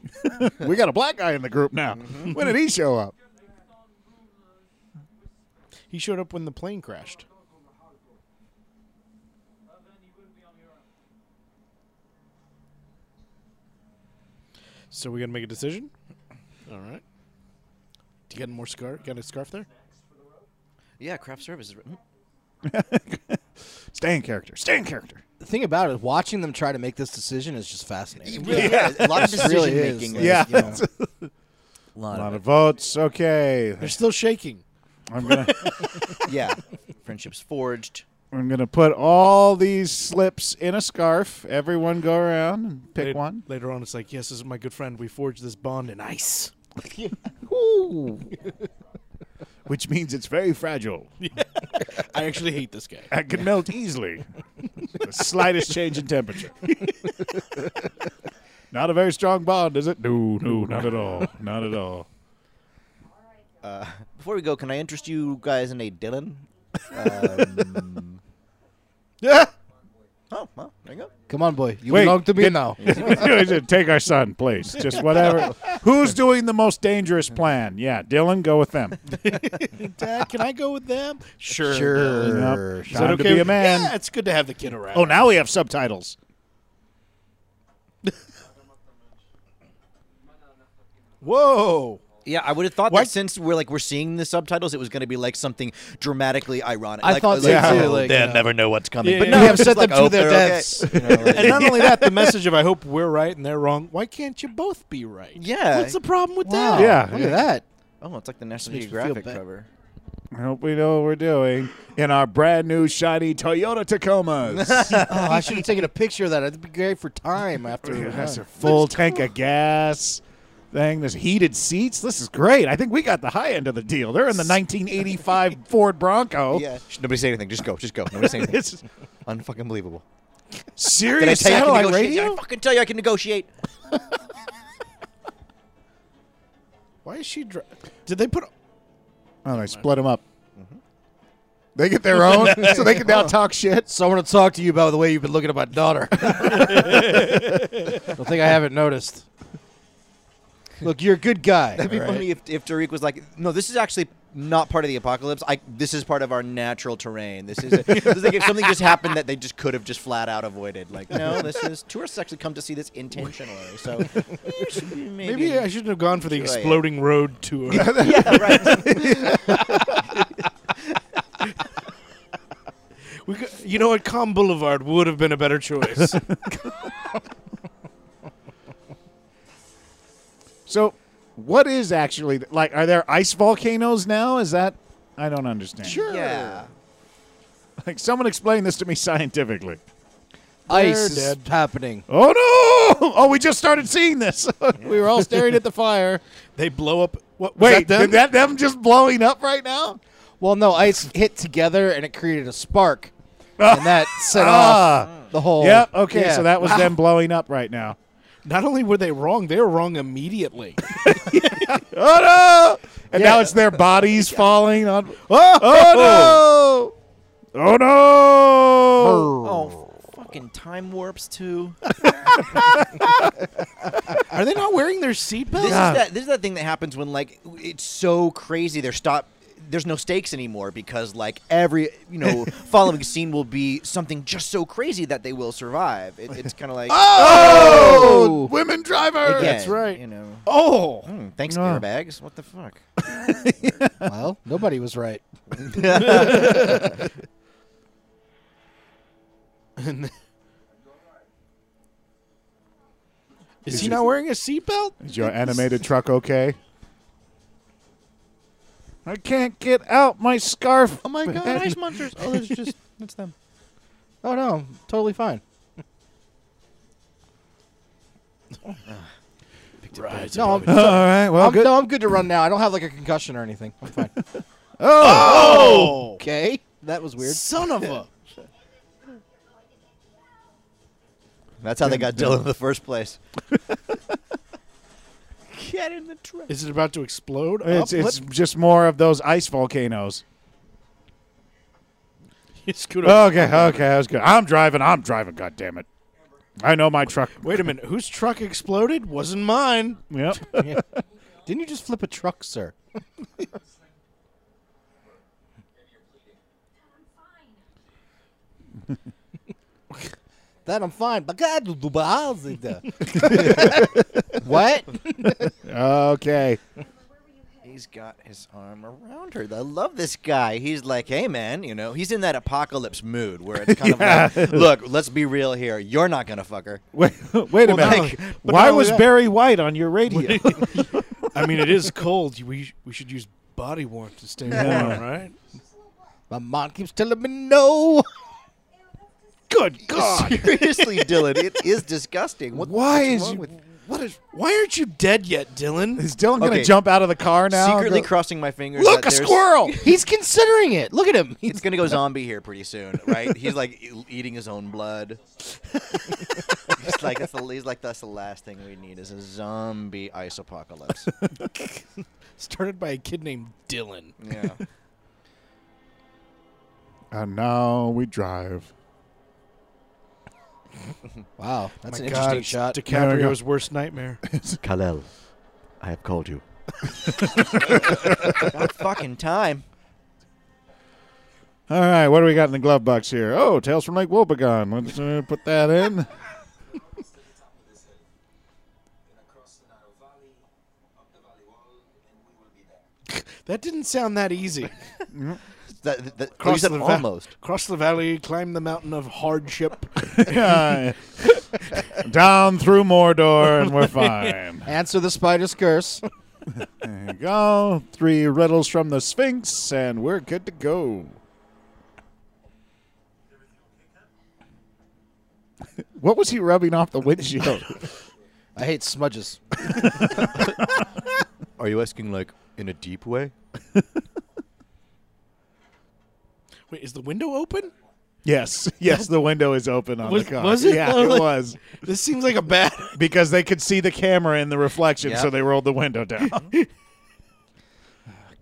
[SPEAKER 1] we got a black guy in the group now. <laughs>
[SPEAKER 4] Mm-hmm.
[SPEAKER 1] When did he show up?
[SPEAKER 4] He showed up when the plane crashed. So we gotta make a decision. All right. Do you got any more scarf? Got a scarf there?
[SPEAKER 6] Yeah, craft service is written.
[SPEAKER 1] Stay in character. Stay in character.
[SPEAKER 2] The thing about it, watching them try to make this decision is just fascinating.
[SPEAKER 6] Really, yeah. A lot of
[SPEAKER 2] It really
[SPEAKER 6] decision
[SPEAKER 2] is.
[SPEAKER 6] making.
[SPEAKER 2] Like,
[SPEAKER 1] Yeah. <laughs>
[SPEAKER 2] you know,
[SPEAKER 6] A lot,
[SPEAKER 1] A lot
[SPEAKER 6] of
[SPEAKER 1] of votes. Okay,
[SPEAKER 4] They're still shaking.
[SPEAKER 1] I'm gonna.
[SPEAKER 6] it. yeah. Friendships forged.
[SPEAKER 1] I'm gonna put all these slips in a scarf. Everyone go around and pick
[SPEAKER 4] Later-
[SPEAKER 1] one.
[SPEAKER 4] Later on, it's like, yes, this is my good friend. We forged this bond
[SPEAKER 1] <laughs>
[SPEAKER 4] in ice.
[SPEAKER 1] Which means it's very fragile.
[SPEAKER 4] I actually hate this guy.
[SPEAKER 1] It can melt
[SPEAKER 4] <laughs>
[SPEAKER 1] easily. the slightest change in temperature. <laughs> not a very strong bond, is it? No, no, not at all. Not at
[SPEAKER 4] <laughs>
[SPEAKER 1] all. <laughs>
[SPEAKER 6] Before we go, can I interest you guys in a Dylan? <laughs> Um,
[SPEAKER 1] Yeah.
[SPEAKER 6] oh, well, there you go.
[SPEAKER 2] Come on, boy. You
[SPEAKER 1] Wait,
[SPEAKER 2] belong to me
[SPEAKER 1] get-
[SPEAKER 2] now.
[SPEAKER 1] Take our son, please. Just whatever. Who's doing the most dangerous plan? Yeah, Dylan, go with them.
[SPEAKER 4] Dad, can I go with them? Sure.
[SPEAKER 2] Sure.
[SPEAKER 1] Yep.
[SPEAKER 2] Is
[SPEAKER 1] Time to be a man.
[SPEAKER 4] Yeah, it's good to have the kid around.
[SPEAKER 1] Oh, now we have subtitles.
[SPEAKER 4] Whoa.
[SPEAKER 6] Yeah, I would have thought
[SPEAKER 4] Why-
[SPEAKER 6] that since we're like we're seeing the subtitles, it was going to be like something dramatically ironic.
[SPEAKER 2] I
[SPEAKER 6] like,
[SPEAKER 2] thought so
[SPEAKER 6] like,
[SPEAKER 2] too,
[SPEAKER 6] oh,
[SPEAKER 2] like,
[SPEAKER 6] they'll
[SPEAKER 2] you
[SPEAKER 6] never know what's coming.
[SPEAKER 4] Yeah,
[SPEAKER 6] but
[SPEAKER 4] yeah,
[SPEAKER 6] no,
[SPEAKER 2] We
[SPEAKER 4] yeah.
[SPEAKER 2] have
[SPEAKER 6] it's
[SPEAKER 2] set
[SPEAKER 6] like,
[SPEAKER 2] them to
[SPEAKER 6] oh,
[SPEAKER 2] their
[SPEAKER 6] they're okay.
[SPEAKER 2] deaths.
[SPEAKER 6] <laughs>
[SPEAKER 4] <laughs> And not only that, the message of I hope we're right and they're wrong. Why can't you both be right?
[SPEAKER 6] Yeah.
[SPEAKER 4] What's the problem with
[SPEAKER 2] Wow,
[SPEAKER 4] that?
[SPEAKER 1] Yeah,
[SPEAKER 2] Look
[SPEAKER 1] yeah.
[SPEAKER 2] at that.
[SPEAKER 6] Oh, it's like the National
[SPEAKER 2] Makes me feel
[SPEAKER 6] Geographic
[SPEAKER 2] bad.
[SPEAKER 6] cover.
[SPEAKER 1] I hope we know what we're doing in our brand new shiny Toyota
[SPEAKER 4] <laughs>
[SPEAKER 1] Tacomas.
[SPEAKER 2] Oh, I should have taken a picture of that. It'd be great for time after.
[SPEAKER 1] That's a full tank of gas. thing. There's heated seats. This is great. I think we got the high end of the deal. They're
[SPEAKER 6] <laughs>
[SPEAKER 1] in the 1985 Ford Bronco.
[SPEAKER 6] Yeah. Shh, Nobody say anything. Just go. Just go. Nobody say anything. <laughs>
[SPEAKER 1] This is
[SPEAKER 6] Unfucking believable. Did I
[SPEAKER 1] serious
[SPEAKER 6] tell you I
[SPEAKER 1] satellite
[SPEAKER 6] can negotiate? Did
[SPEAKER 1] radio.
[SPEAKER 6] I fucking tell you I can negotiate.
[SPEAKER 4] Why is she? Dr- Did they put?
[SPEAKER 1] Oh, they split them up. They get their own, so they can
[SPEAKER 2] <laughs>
[SPEAKER 1] now talk shit.
[SPEAKER 2] So I want to talk to you about the way you've been looking at my daughter. <laughs> Don't think I haven't noticed. Look, you're a good guy.
[SPEAKER 6] It'd be
[SPEAKER 2] all right?
[SPEAKER 6] funny if, if Tariq was like, "No, this is actually not part of the apocalypse. I this is part of our natural terrain. This is, this is like if something just happened that they just could have just flat out avoided. Like, no, this is tourists actually come to see this intentionally. So maybe,
[SPEAKER 4] Maybe I shouldn't have gone for the
[SPEAKER 6] Try it.
[SPEAKER 4] exploding road <laughs> tour.
[SPEAKER 6] yeah, right.
[SPEAKER 4] We could, you know what? Com Boulevard would have been a better <laughs> choice.
[SPEAKER 1] So, what is actually like? Are there ice volcanoes now? Is that I don't understand.
[SPEAKER 6] Yeah.
[SPEAKER 1] <laughs> Like someone explain this to me scientifically.
[SPEAKER 2] Ice is happening.
[SPEAKER 1] Oh no! <laughs> Oh, we just started seeing this. <laughs> we were all staring at the fire.
[SPEAKER 4] they blow up. What? was
[SPEAKER 1] Wait,
[SPEAKER 4] that them?
[SPEAKER 1] did that them just blowing up right now?
[SPEAKER 2] Well, no, ice hit together and it created a spark, and that set off the whole.
[SPEAKER 1] Yep. Okay.
[SPEAKER 2] Yeah.
[SPEAKER 1] So that was them blowing up right now.
[SPEAKER 4] Not only were they wrong, they were wrong immediately.
[SPEAKER 1] Oh no! And now it's their <laughs> bodies falling on. Oh, no! Oh no!
[SPEAKER 6] Oh, fucking time warps too.
[SPEAKER 4] Are they not wearing their seatbelts?
[SPEAKER 6] This is that. This is that thing that happens when like it's so crazy. They're stop. There's no stakes anymore because like every
[SPEAKER 4] <laughs>
[SPEAKER 6] you know following scene will be something just so crazy that they will survive. It, it's kind of like
[SPEAKER 1] Oh! Women drivers.
[SPEAKER 6] again,
[SPEAKER 4] that's right.
[SPEAKER 6] You know.
[SPEAKER 4] Oh,
[SPEAKER 6] Hmm, thanks,
[SPEAKER 1] No.
[SPEAKER 6] airbags. What the fuck?
[SPEAKER 2] Well, nobody was right.
[SPEAKER 4] is he not wearing a seatbelt?
[SPEAKER 1] Is your animated truck okay? I can't get out my scarf.
[SPEAKER 6] Oh my god, ice monsters! Oh, there's just that's them.
[SPEAKER 2] Oh no, I'm totally fine.
[SPEAKER 4] Right.
[SPEAKER 2] No,
[SPEAKER 1] <laughs> All
[SPEAKER 2] I'm,
[SPEAKER 1] right. Well,
[SPEAKER 2] I'm-
[SPEAKER 1] good.
[SPEAKER 2] no, I'm good to run now. I don't have like a concussion or anything. I'm fine.
[SPEAKER 4] Oh,
[SPEAKER 2] Okay, that was weird.
[SPEAKER 4] son of a.
[SPEAKER 6] That's how they got Dylan in the first place. Get in the truck.
[SPEAKER 4] Is it about to explode?
[SPEAKER 1] It's
[SPEAKER 4] up?
[SPEAKER 1] it's just more of those ice <laughs> volcanoes.
[SPEAKER 4] <laughs> Let- scoot up.
[SPEAKER 1] Okay, okay, that was good. I'm driving. I'm driving. God damn it! I know my truck.
[SPEAKER 4] Wait a minute. Whose truck exploded? Wasn't mine.
[SPEAKER 1] Yep.
[SPEAKER 2] Didn't you just flip a truck, sir?
[SPEAKER 7] I'm fine.
[SPEAKER 2] That I'm fine. But God, the balls in there. What?
[SPEAKER 1] <laughs> okay.
[SPEAKER 6] He's got his arm around her. I love this guy. He's like, hey man, you know, he's in that apocalypse mood where it's kind
[SPEAKER 4] <laughs>
[SPEAKER 6] of like, look, let's be real here. You're not gonna fuck her.
[SPEAKER 1] Wait, <laughs> wait a
[SPEAKER 6] Well,
[SPEAKER 1] minute.
[SPEAKER 6] like, but
[SPEAKER 1] Why
[SPEAKER 6] not only
[SPEAKER 1] was
[SPEAKER 6] that-
[SPEAKER 1] Barry White on your radio?
[SPEAKER 4] I mean, it is cold. We we should use body warmth to stay warm, right?
[SPEAKER 2] <laughs> My mom keeps telling me no.
[SPEAKER 1] good God!
[SPEAKER 6] Seriously, Dylan, it is disgusting. What the
[SPEAKER 1] Why
[SPEAKER 6] fuck's
[SPEAKER 1] is
[SPEAKER 6] wrong
[SPEAKER 1] you,
[SPEAKER 6] with-
[SPEAKER 1] what is
[SPEAKER 4] Why aren't you dead yet, Dylan?
[SPEAKER 1] is Dylan gonna
[SPEAKER 6] Okay.
[SPEAKER 1] jump out of the car now? and
[SPEAKER 6] secretly
[SPEAKER 1] go-
[SPEAKER 6] crossing my fingers?
[SPEAKER 1] Look,
[SPEAKER 6] that
[SPEAKER 1] a
[SPEAKER 6] there's- <laughs>
[SPEAKER 1] squirrel.
[SPEAKER 2] Oh, He's considering it. Look at him. He's
[SPEAKER 6] It's gonna go zombie here pretty soon, right? He's like e- eating his own blood. <laughs> he's like that's the he's like that's the last thing we need is a zombie ice <laughs> apocalypse.
[SPEAKER 4] Started by a kid named Dylan.
[SPEAKER 6] Yeah.
[SPEAKER 1] And now we drive.
[SPEAKER 2] wow. That's
[SPEAKER 4] My
[SPEAKER 2] an
[SPEAKER 4] God,
[SPEAKER 2] interesting
[SPEAKER 4] it's
[SPEAKER 2] shot.
[SPEAKER 1] There
[SPEAKER 4] <laughs>
[SPEAKER 1] we go.
[SPEAKER 4] DiCaprio's worst nightmare.
[SPEAKER 6] Kalel, I have called you. About fucking time.
[SPEAKER 1] All right, what do we got in the glove box here? Oh, Tales from Lake Wobegon. Let's uh, put that in. <laughs>
[SPEAKER 8] Then across the narrow valley, up the valley wall, and we will be there.
[SPEAKER 4] That didn't sound that easy.
[SPEAKER 6] That, that, oh, you said
[SPEAKER 4] the va-
[SPEAKER 6] almost.
[SPEAKER 4] cross the valley, climb the mountain of hardship.
[SPEAKER 1] Yeah. Down through Mordor, and we're fine.
[SPEAKER 2] Answer the spider's curse.
[SPEAKER 1] There you go. Three riddles from the Sphinx, and we're good to go. <laughs>
[SPEAKER 4] <laughs>
[SPEAKER 1] what was he rubbing off the windshield?
[SPEAKER 2] I hate smudges.
[SPEAKER 6] Are you asking like in a deep way?
[SPEAKER 4] Wait, is the window open?
[SPEAKER 1] Yes, yes, the window is open on
[SPEAKER 4] Was-
[SPEAKER 1] the car.
[SPEAKER 4] was it?
[SPEAKER 1] Yeah,
[SPEAKER 4] I was
[SPEAKER 1] it
[SPEAKER 4] like-
[SPEAKER 1] was
[SPEAKER 4] This seems like a bad. <laughs>
[SPEAKER 1] because they could see the camera in the reflection, so
[SPEAKER 6] Yep.
[SPEAKER 1] they rolled the window <laughs> down.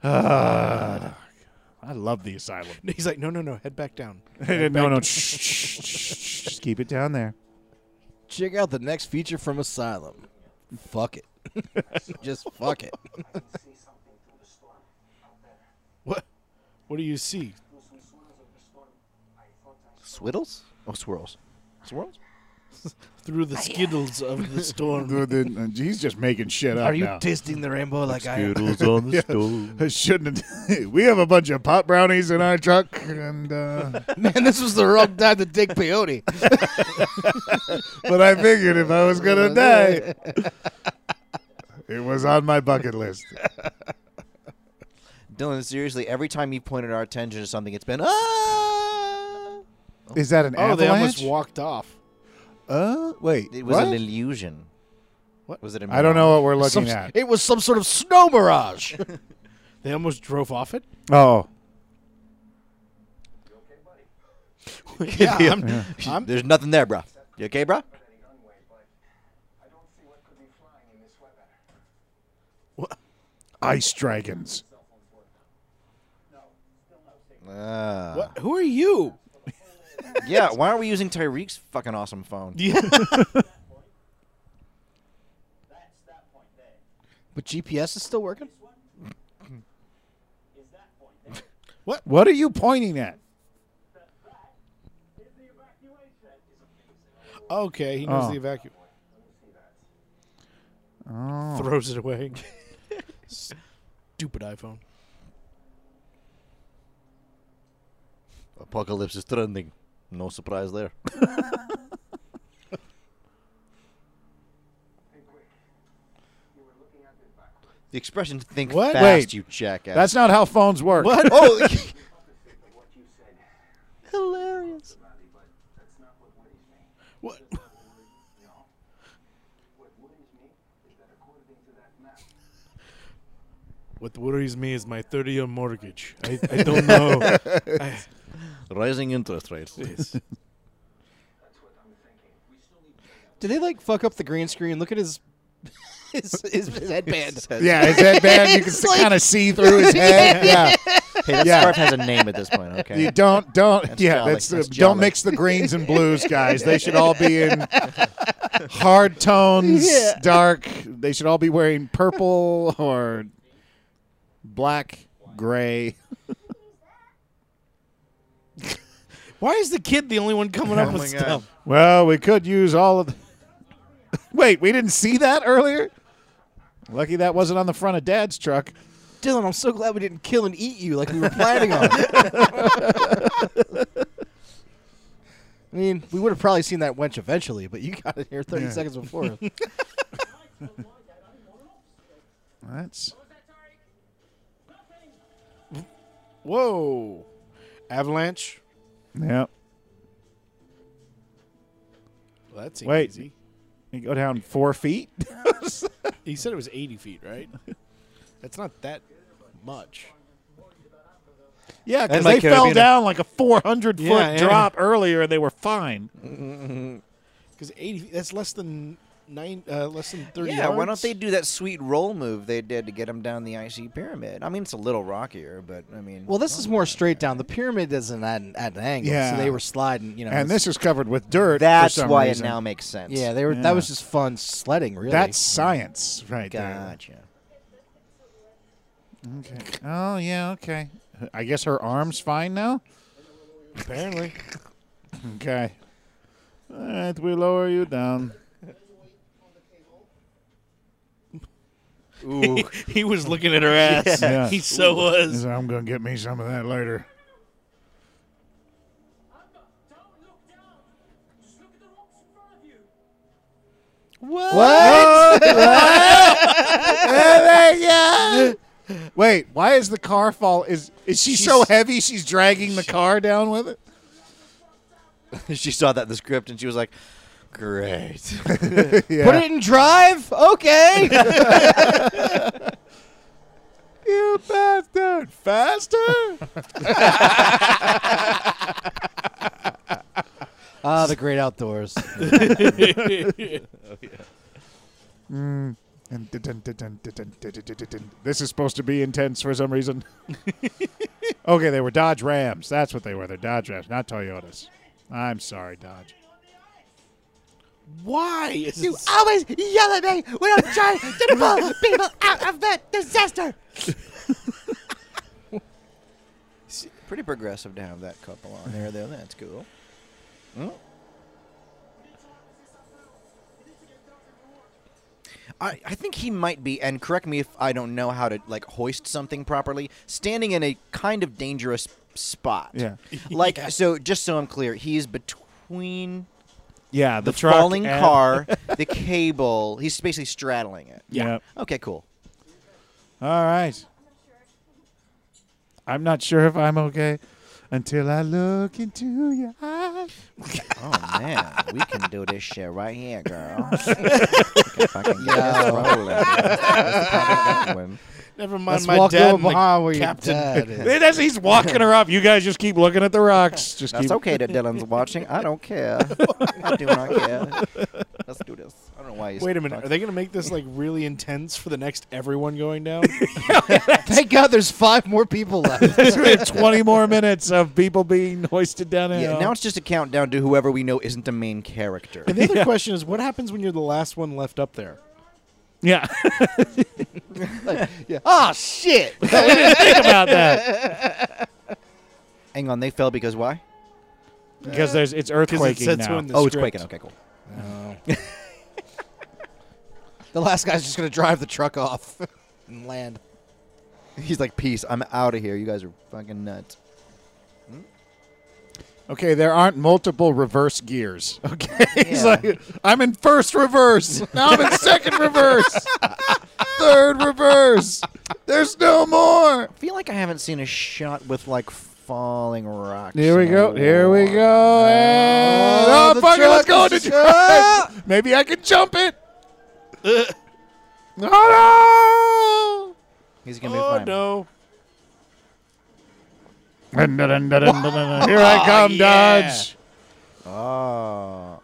[SPEAKER 1] Ah, I love the <laughs> asylum.
[SPEAKER 4] He's like, no, no, no, head back down.
[SPEAKER 1] no, no, shh, shh, shh, shh, just keep it down there.
[SPEAKER 2] Check out the next feature from Asylum. Fuck it. <laughs> Just fuck it.
[SPEAKER 8] see something through the storm out there.
[SPEAKER 4] What? What do you see?
[SPEAKER 8] Through some swirls of the storm, I thought I saw
[SPEAKER 6] Swiddles? Oh, swirls. Swirls?
[SPEAKER 4] Through the skittles of the storm.
[SPEAKER 1] He's just making shit up
[SPEAKER 2] Are you
[SPEAKER 1] now.
[SPEAKER 2] tasting the rainbow like I am?
[SPEAKER 6] on the stove.
[SPEAKER 1] I <laughs> shouldn't. have- <laughs> we have a bunch of pot brownies in our truck, and uh,
[SPEAKER 2] <laughs> Man, this was the wrong time to dig peyote.
[SPEAKER 1] but I figured if I was gonna die, <laughs> it was on my bucket list.
[SPEAKER 6] Dylan, seriously, every time you pointed our attention to something, it's been ah.
[SPEAKER 1] Is that an
[SPEAKER 4] Oh,
[SPEAKER 1] avalanche?
[SPEAKER 4] they almost walked off.
[SPEAKER 1] Uh, wait.
[SPEAKER 6] It was
[SPEAKER 1] what?
[SPEAKER 6] an illusion. What was it? A
[SPEAKER 1] I don't know what we're looking
[SPEAKER 2] Some-
[SPEAKER 1] at.
[SPEAKER 2] it was some sort of snow mirage.
[SPEAKER 4] They almost drove off it.
[SPEAKER 1] Oh,
[SPEAKER 4] yeah, I'm, I'm-
[SPEAKER 6] There's nothing there, bruh. You okay, bruh?
[SPEAKER 8] any runway, but I don't see what could be flying in this weather.
[SPEAKER 1] ice dragons.
[SPEAKER 6] Uh,
[SPEAKER 4] what- who are you?
[SPEAKER 6] yeah. Why aren't we using Tyreek's fucking awesome phone?
[SPEAKER 8] That's that point there.
[SPEAKER 2] but GPS is still working?
[SPEAKER 8] Is that point there?
[SPEAKER 1] What are you pointing at?
[SPEAKER 8] that is the evacuation. That is amazing.
[SPEAKER 4] Okay, he knows
[SPEAKER 1] Oh.
[SPEAKER 4] the evacuation.
[SPEAKER 8] Let me see that.
[SPEAKER 4] Throws it away. Stupid iPhone.
[SPEAKER 6] Apocalypse is trending. No surprise <laughs> there.
[SPEAKER 8] Think quick. You were looking at it backwards.
[SPEAKER 6] The expression "think
[SPEAKER 1] What?
[SPEAKER 6] fast,"
[SPEAKER 1] Wait.
[SPEAKER 6] you jackass.
[SPEAKER 1] That's not how phones work. What? <laughs>
[SPEAKER 6] oh, <laughs>
[SPEAKER 8] Opposite of what you said,
[SPEAKER 6] hilarious.
[SPEAKER 8] Valley, but that's not what worries me.
[SPEAKER 4] What?
[SPEAKER 8] No. What worries me is that according to that map,
[SPEAKER 4] What worries me is my 30 year mortgage. I, <laughs> I don't know. I,
[SPEAKER 6] Rising interest rates.
[SPEAKER 8] that's what I'm thinking. We still <laughs> need to figure out
[SPEAKER 2] Did they like fuck up the green screen? Look at his <laughs> his, his, his headband.
[SPEAKER 1] Yeah, his headband. You can
[SPEAKER 2] It's like-
[SPEAKER 1] kind of see through his head. <laughs> Yeah,
[SPEAKER 6] Hey, that
[SPEAKER 1] Yeah.
[SPEAKER 6] scarf has a name at this
[SPEAKER 1] <laughs>
[SPEAKER 6] point. Okay. <laughs>
[SPEAKER 1] you don't, don't. yeah,
[SPEAKER 6] jolly,
[SPEAKER 1] that's,
[SPEAKER 6] that's
[SPEAKER 1] the, don't
[SPEAKER 6] jolly.
[SPEAKER 1] mix the greens and blues, guys. They should all be in hard tones,
[SPEAKER 2] Yeah.
[SPEAKER 1] dark. They should all be wearing purple or black, gray.
[SPEAKER 4] <laughs> Why is the kid the only one coming
[SPEAKER 2] Oh
[SPEAKER 4] up with stuff?
[SPEAKER 1] Well, we could use all of. The- <laughs> Wait, we didn't see that earlier. Lucky that wasn't on the front of Dad's truck.
[SPEAKER 2] Dylan, I'm so glad we didn't kill and eat you like we were planning <laughs> on. I mean, we would have probably seen that wench eventually, but you got it here 30 seconds before. <laughs> us.
[SPEAKER 1] That's
[SPEAKER 4] Whoa. Avalanche.
[SPEAKER 1] yeah.
[SPEAKER 4] Well, that's
[SPEAKER 1] Wait.
[SPEAKER 4] easy.
[SPEAKER 1] You go down four feet.
[SPEAKER 4] He said it was 80 feet, right? <laughs> That's not that much.
[SPEAKER 1] Yeah, because
[SPEAKER 6] my
[SPEAKER 1] they fell
[SPEAKER 6] carabiner.
[SPEAKER 1] down like a 400 foot
[SPEAKER 4] Yeah, yeah.
[SPEAKER 1] drop earlier, and they were fine.
[SPEAKER 4] Because 80 feet, that's less than nine, uh, less than 30
[SPEAKER 6] Yeah, why don't they do that sweet roll move they did to get him down the icy pyramid? I mean, it's a little rockier, but I mean, oh,
[SPEAKER 2] well, this is more straight down. The pyramid isn't at an, at an angle,
[SPEAKER 1] Yeah.
[SPEAKER 2] so they were sliding, you know.
[SPEAKER 1] And
[SPEAKER 2] it's-
[SPEAKER 1] this is covered with dirt. for
[SPEAKER 6] that's
[SPEAKER 1] some
[SPEAKER 6] why
[SPEAKER 1] reason.
[SPEAKER 6] it now makes sense.
[SPEAKER 2] Yeah, they were.
[SPEAKER 1] Yeah.
[SPEAKER 2] that was just fun sledding, really.
[SPEAKER 1] That's science, right
[SPEAKER 6] gotcha.
[SPEAKER 1] there. Okay. Oh yeah. Okay. I guess her arm's fine now.
[SPEAKER 4] Apparently.
[SPEAKER 1] Okay. All right, we lower you down.
[SPEAKER 6] Ooh,
[SPEAKER 4] he was looking
[SPEAKER 6] <laughs>
[SPEAKER 4] at her ass.
[SPEAKER 1] Yeah.
[SPEAKER 4] He so was.
[SPEAKER 1] I'm gonna get me some of that later.
[SPEAKER 8] Amber, don't look down! Just look at the rocks in front of you!
[SPEAKER 1] Oh,
[SPEAKER 6] <laughs>
[SPEAKER 1] Wait, why is the car fall? Is is she so heavy? She's dragging the car down with it.
[SPEAKER 6] <laughs> she saw that in the script and she was like, <laughs> Great.
[SPEAKER 2] yeah.
[SPEAKER 3] Put it in drive?
[SPEAKER 2] <laughs>
[SPEAKER 3] Okay.
[SPEAKER 1] You bastard! Faster!
[SPEAKER 2] Ah, the great outdoors.
[SPEAKER 1] <laughs> And dun- dun- dun- dun- dun- dun- dun- dun- dun- dun. This is supposed to be intense for some <laughs> reason. okay, they were Dodge Rams. That's what they were. They're Dodge Rams, not Toyotas. I'm sorry, Dodge.
[SPEAKER 4] Why is it so-
[SPEAKER 2] <laughs> always yell at me when I'm trying to <laughs> pull people out of that disaster.
[SPEAKER 6] Pretty progressive to have that couple on there, though. That's cool. I, I think he might be, and correct me if I don't know how to like hoist something properly. Standing in a kind of dangerous spot.
[SPEAKER 1] Yeah.
[SPEAKER 6] <laughs> Like so, just so I'm clear, he is between
[SPEAKER 1] Yeah,
[SPEAKER 6] the,
[SPEAKER 1] the, truck
[SPEAKER 6] falling
[SPEAKER 1] and-
[SPEAKER 6] <laughs> car, the cable. He's basically straddling it.
[SPEAKER 1] Yeah.
[SPEAKER 6] Okay, cool.
[SPEAKER 1] All right. I'm not sure if I'm okay until I look into your eyes.
[SPEAKER 6] Oh man, we can do this shit right here, girl.
[SPEAKER 4] Oh,
[SPEAKER 6] We can fucking get this rolling. That's probably that one.
[SPEAKER 4] Never mind
[SPEAKER 2] Let's
[SPEAKER 4] my
[SPEAKER 2] walk
[SPEAKER 4] dad.
[SPEAKER 2] over
[SPEAKER 4] and the-
[SPEAKER 2] behind where your
[SPEAKER 4] captain.
[SPEAKER 2] <laughs> dad is.
[SPEAKER 1] As he's walking her up, you guys just keep looking at the rocks. Just
[SPEAKER 6] That's
[SPEAKER 1] keep.
[SPEAKER 6] okay that Dylan's watching. I don't care. I do not care. Let's do this. I don't know why. He's
[SPEAKER 4] Wait a minute. Are they going to make this like really intense for the next everyone going
[SPEAKER 2] <laughs>
[SPEAKER 4] down?
[SPEAKER 2] Thank God there's five more people left.
[SPEAKER 1] We <laughs> have 20 more minutes of people being hoisted down a
[SPEAKER 6] Yeah,
[SPEAKER 1] hill.
[SPEAKER 6] now it's just a countdown to whoever we know isn't the main character.
[SPEAKER 4] and the other question is, what happens when you're the last one left up there?
[SPEAKER 1] yeah.
[SPEAKER 2] oh, shit.
[SPEAKER 1] Think about that.
[SPEAKER 6] Hang on, they fell because why?
[SPEAKER 1] Because there's it's
[SPEAKER 4] Because it
[SPEAKER 1] earthquaking
[SPEAKER 4] said
[SPEAKER 1] now.
[SPEAKER 4] so in the
[SPEAKER 6] oh, it's
[SPEAKER 4] script.
[SPEAKER 6] quaking. Okay, cool.
[SPEAKER 2] The last guy's just going to drive the truck off <laughs> and land.
[SPEAKER 6] He's like, peace. I'm out of here. You guys are fucking nuts.
[SPEAKER 1] Okay, there aren't multiple reverse gears. <laughs> Okay, he's like, I'm in first reverse. Now I'm in second reverse. Third reverse. There's no more.
[SPEAKER 6] I feel like I haven't seen a shot with like falling rocks.
[SPEAKER 1] Here we
[SPEAKER 6] in a
[SPEAKER 1] go. Here we
[SPEAKER 6] while.
[SPEAKER 1] go. And oh,
[SPEAKER 2] the
[SPEAKER 1] fuck it, let's
[SPEAKER 2] truck
[SPEAKER 1] go
[SPEAKER 2] is
[SPEAKER 1] into
[SPEAKER 2] just-
[SPEAKER 1] drive. Maybe I can jump it. oh
[SPEAKER 6] He's gonna be
[SPEAKER 4] Oh
[SPEAKER 6] fine.
[SPEAKER 4] no!
[SPEAKER 1] no! Dun, dun, dun, dun, dun, dun, dun. Here I come, Dodge.
[SPEAKER 6] Oh.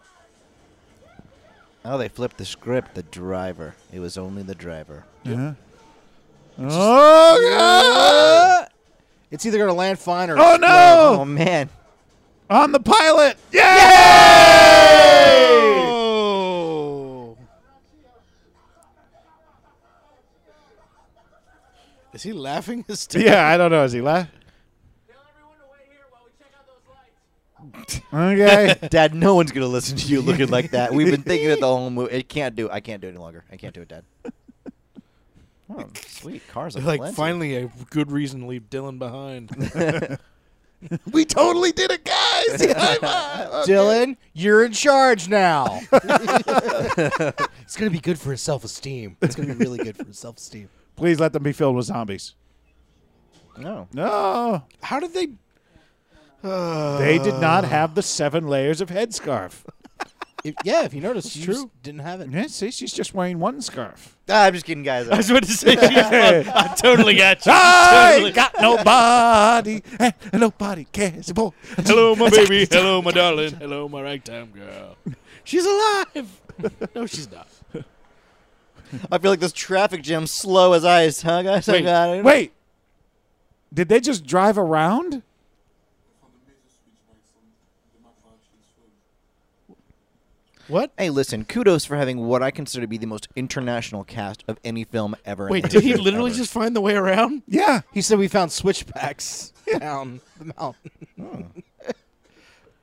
[SPEAKER 6] Oh, they flipped the script. The driver. It was only the driver.
[SPEAKER 1] Oh god!
[SPEAKER 2] It's either going to land fine or.
[SPEAKER 1] Oh
[SPEAKER 6] Oh,
[SPEAKER 1] no!
[SPEAKER 6] man.
[SPEAKER 1] I'm the pilot. Yeah!
[SPEAKER 4] Oh! Is he laughing <laughs> hysterically?
[SPEAKER 1] Yeah, I don't know. Is he laughing? <laughs> Okay.
[SPEAKER 6] Dad, no one's gonna listen to you looking like that. We've been thinking it the whole movie. It can't do. I can't do it any longer. I can't do it, Dad. Oh, sweet cars. are
[SPEAKER 4] Like finally a good reason to leave Dylan behind.
[SPEAKER 1] we totally did it, guys. High five.
[SPEAKER 2] Dylan, you're in charge now. it's going to be good for his self esteem. It's going to be really good for his self esteem.
[SPEAKER 1] Please let them be filled with zombies.
[SPEAKER 6] No.
[SPEAKER 1] No.
[SPEAKER 4] <laughs> How did they?
[SPEAKER 1] They did not have the seven layers of headscarf.
[SPEAKER 2] If- yeah, if you notice, you
[SPEAKER 4] true.
[SPEAKER 2] just didn't have it.
[SPEAKER 1] Yeah, see, she's just wearing one scarf.
[SPEAKER 6] Ah, I'm just kidding, guys.
[SPEAKER 4] I was about to say. I totally got you.
[SPEAKER 1] I
[SPEAKER 4] Totally.
[SPEAKER 1] ain't got nobody, and nobody cares. Boy.
[SPEAKER 4] <laughs> Hello, my baby. Hello, my darling. Hello, my ragtime girl. She's alive. No, she's not.
[SPEAKER 6] I feel like this traffic jam slow as ice, huh, guys?
[SPEAKER 4] Wait,
[SPEAKER 6] I got it.
[SPEAKER 1] Wait, did they just drive around?
[SPEAKER 4] What?
[SPEAKER 6] Hey, listen. Kudos for having what I consider to be the most international cast of any film ever. in the
[SPEAKER 4] Wait, did he
[SPEAKER 6] history
[SPEAKER 4] literally
[SPEAKER 6] ever.
[SPEAKER 4] just find the way around?
[SPEAKER 1] Yeah.
[SPEAKER 2] He said we
[SPEAKER 4] <laughs>
[SPEAKER 2] found switchbacks down the mountain.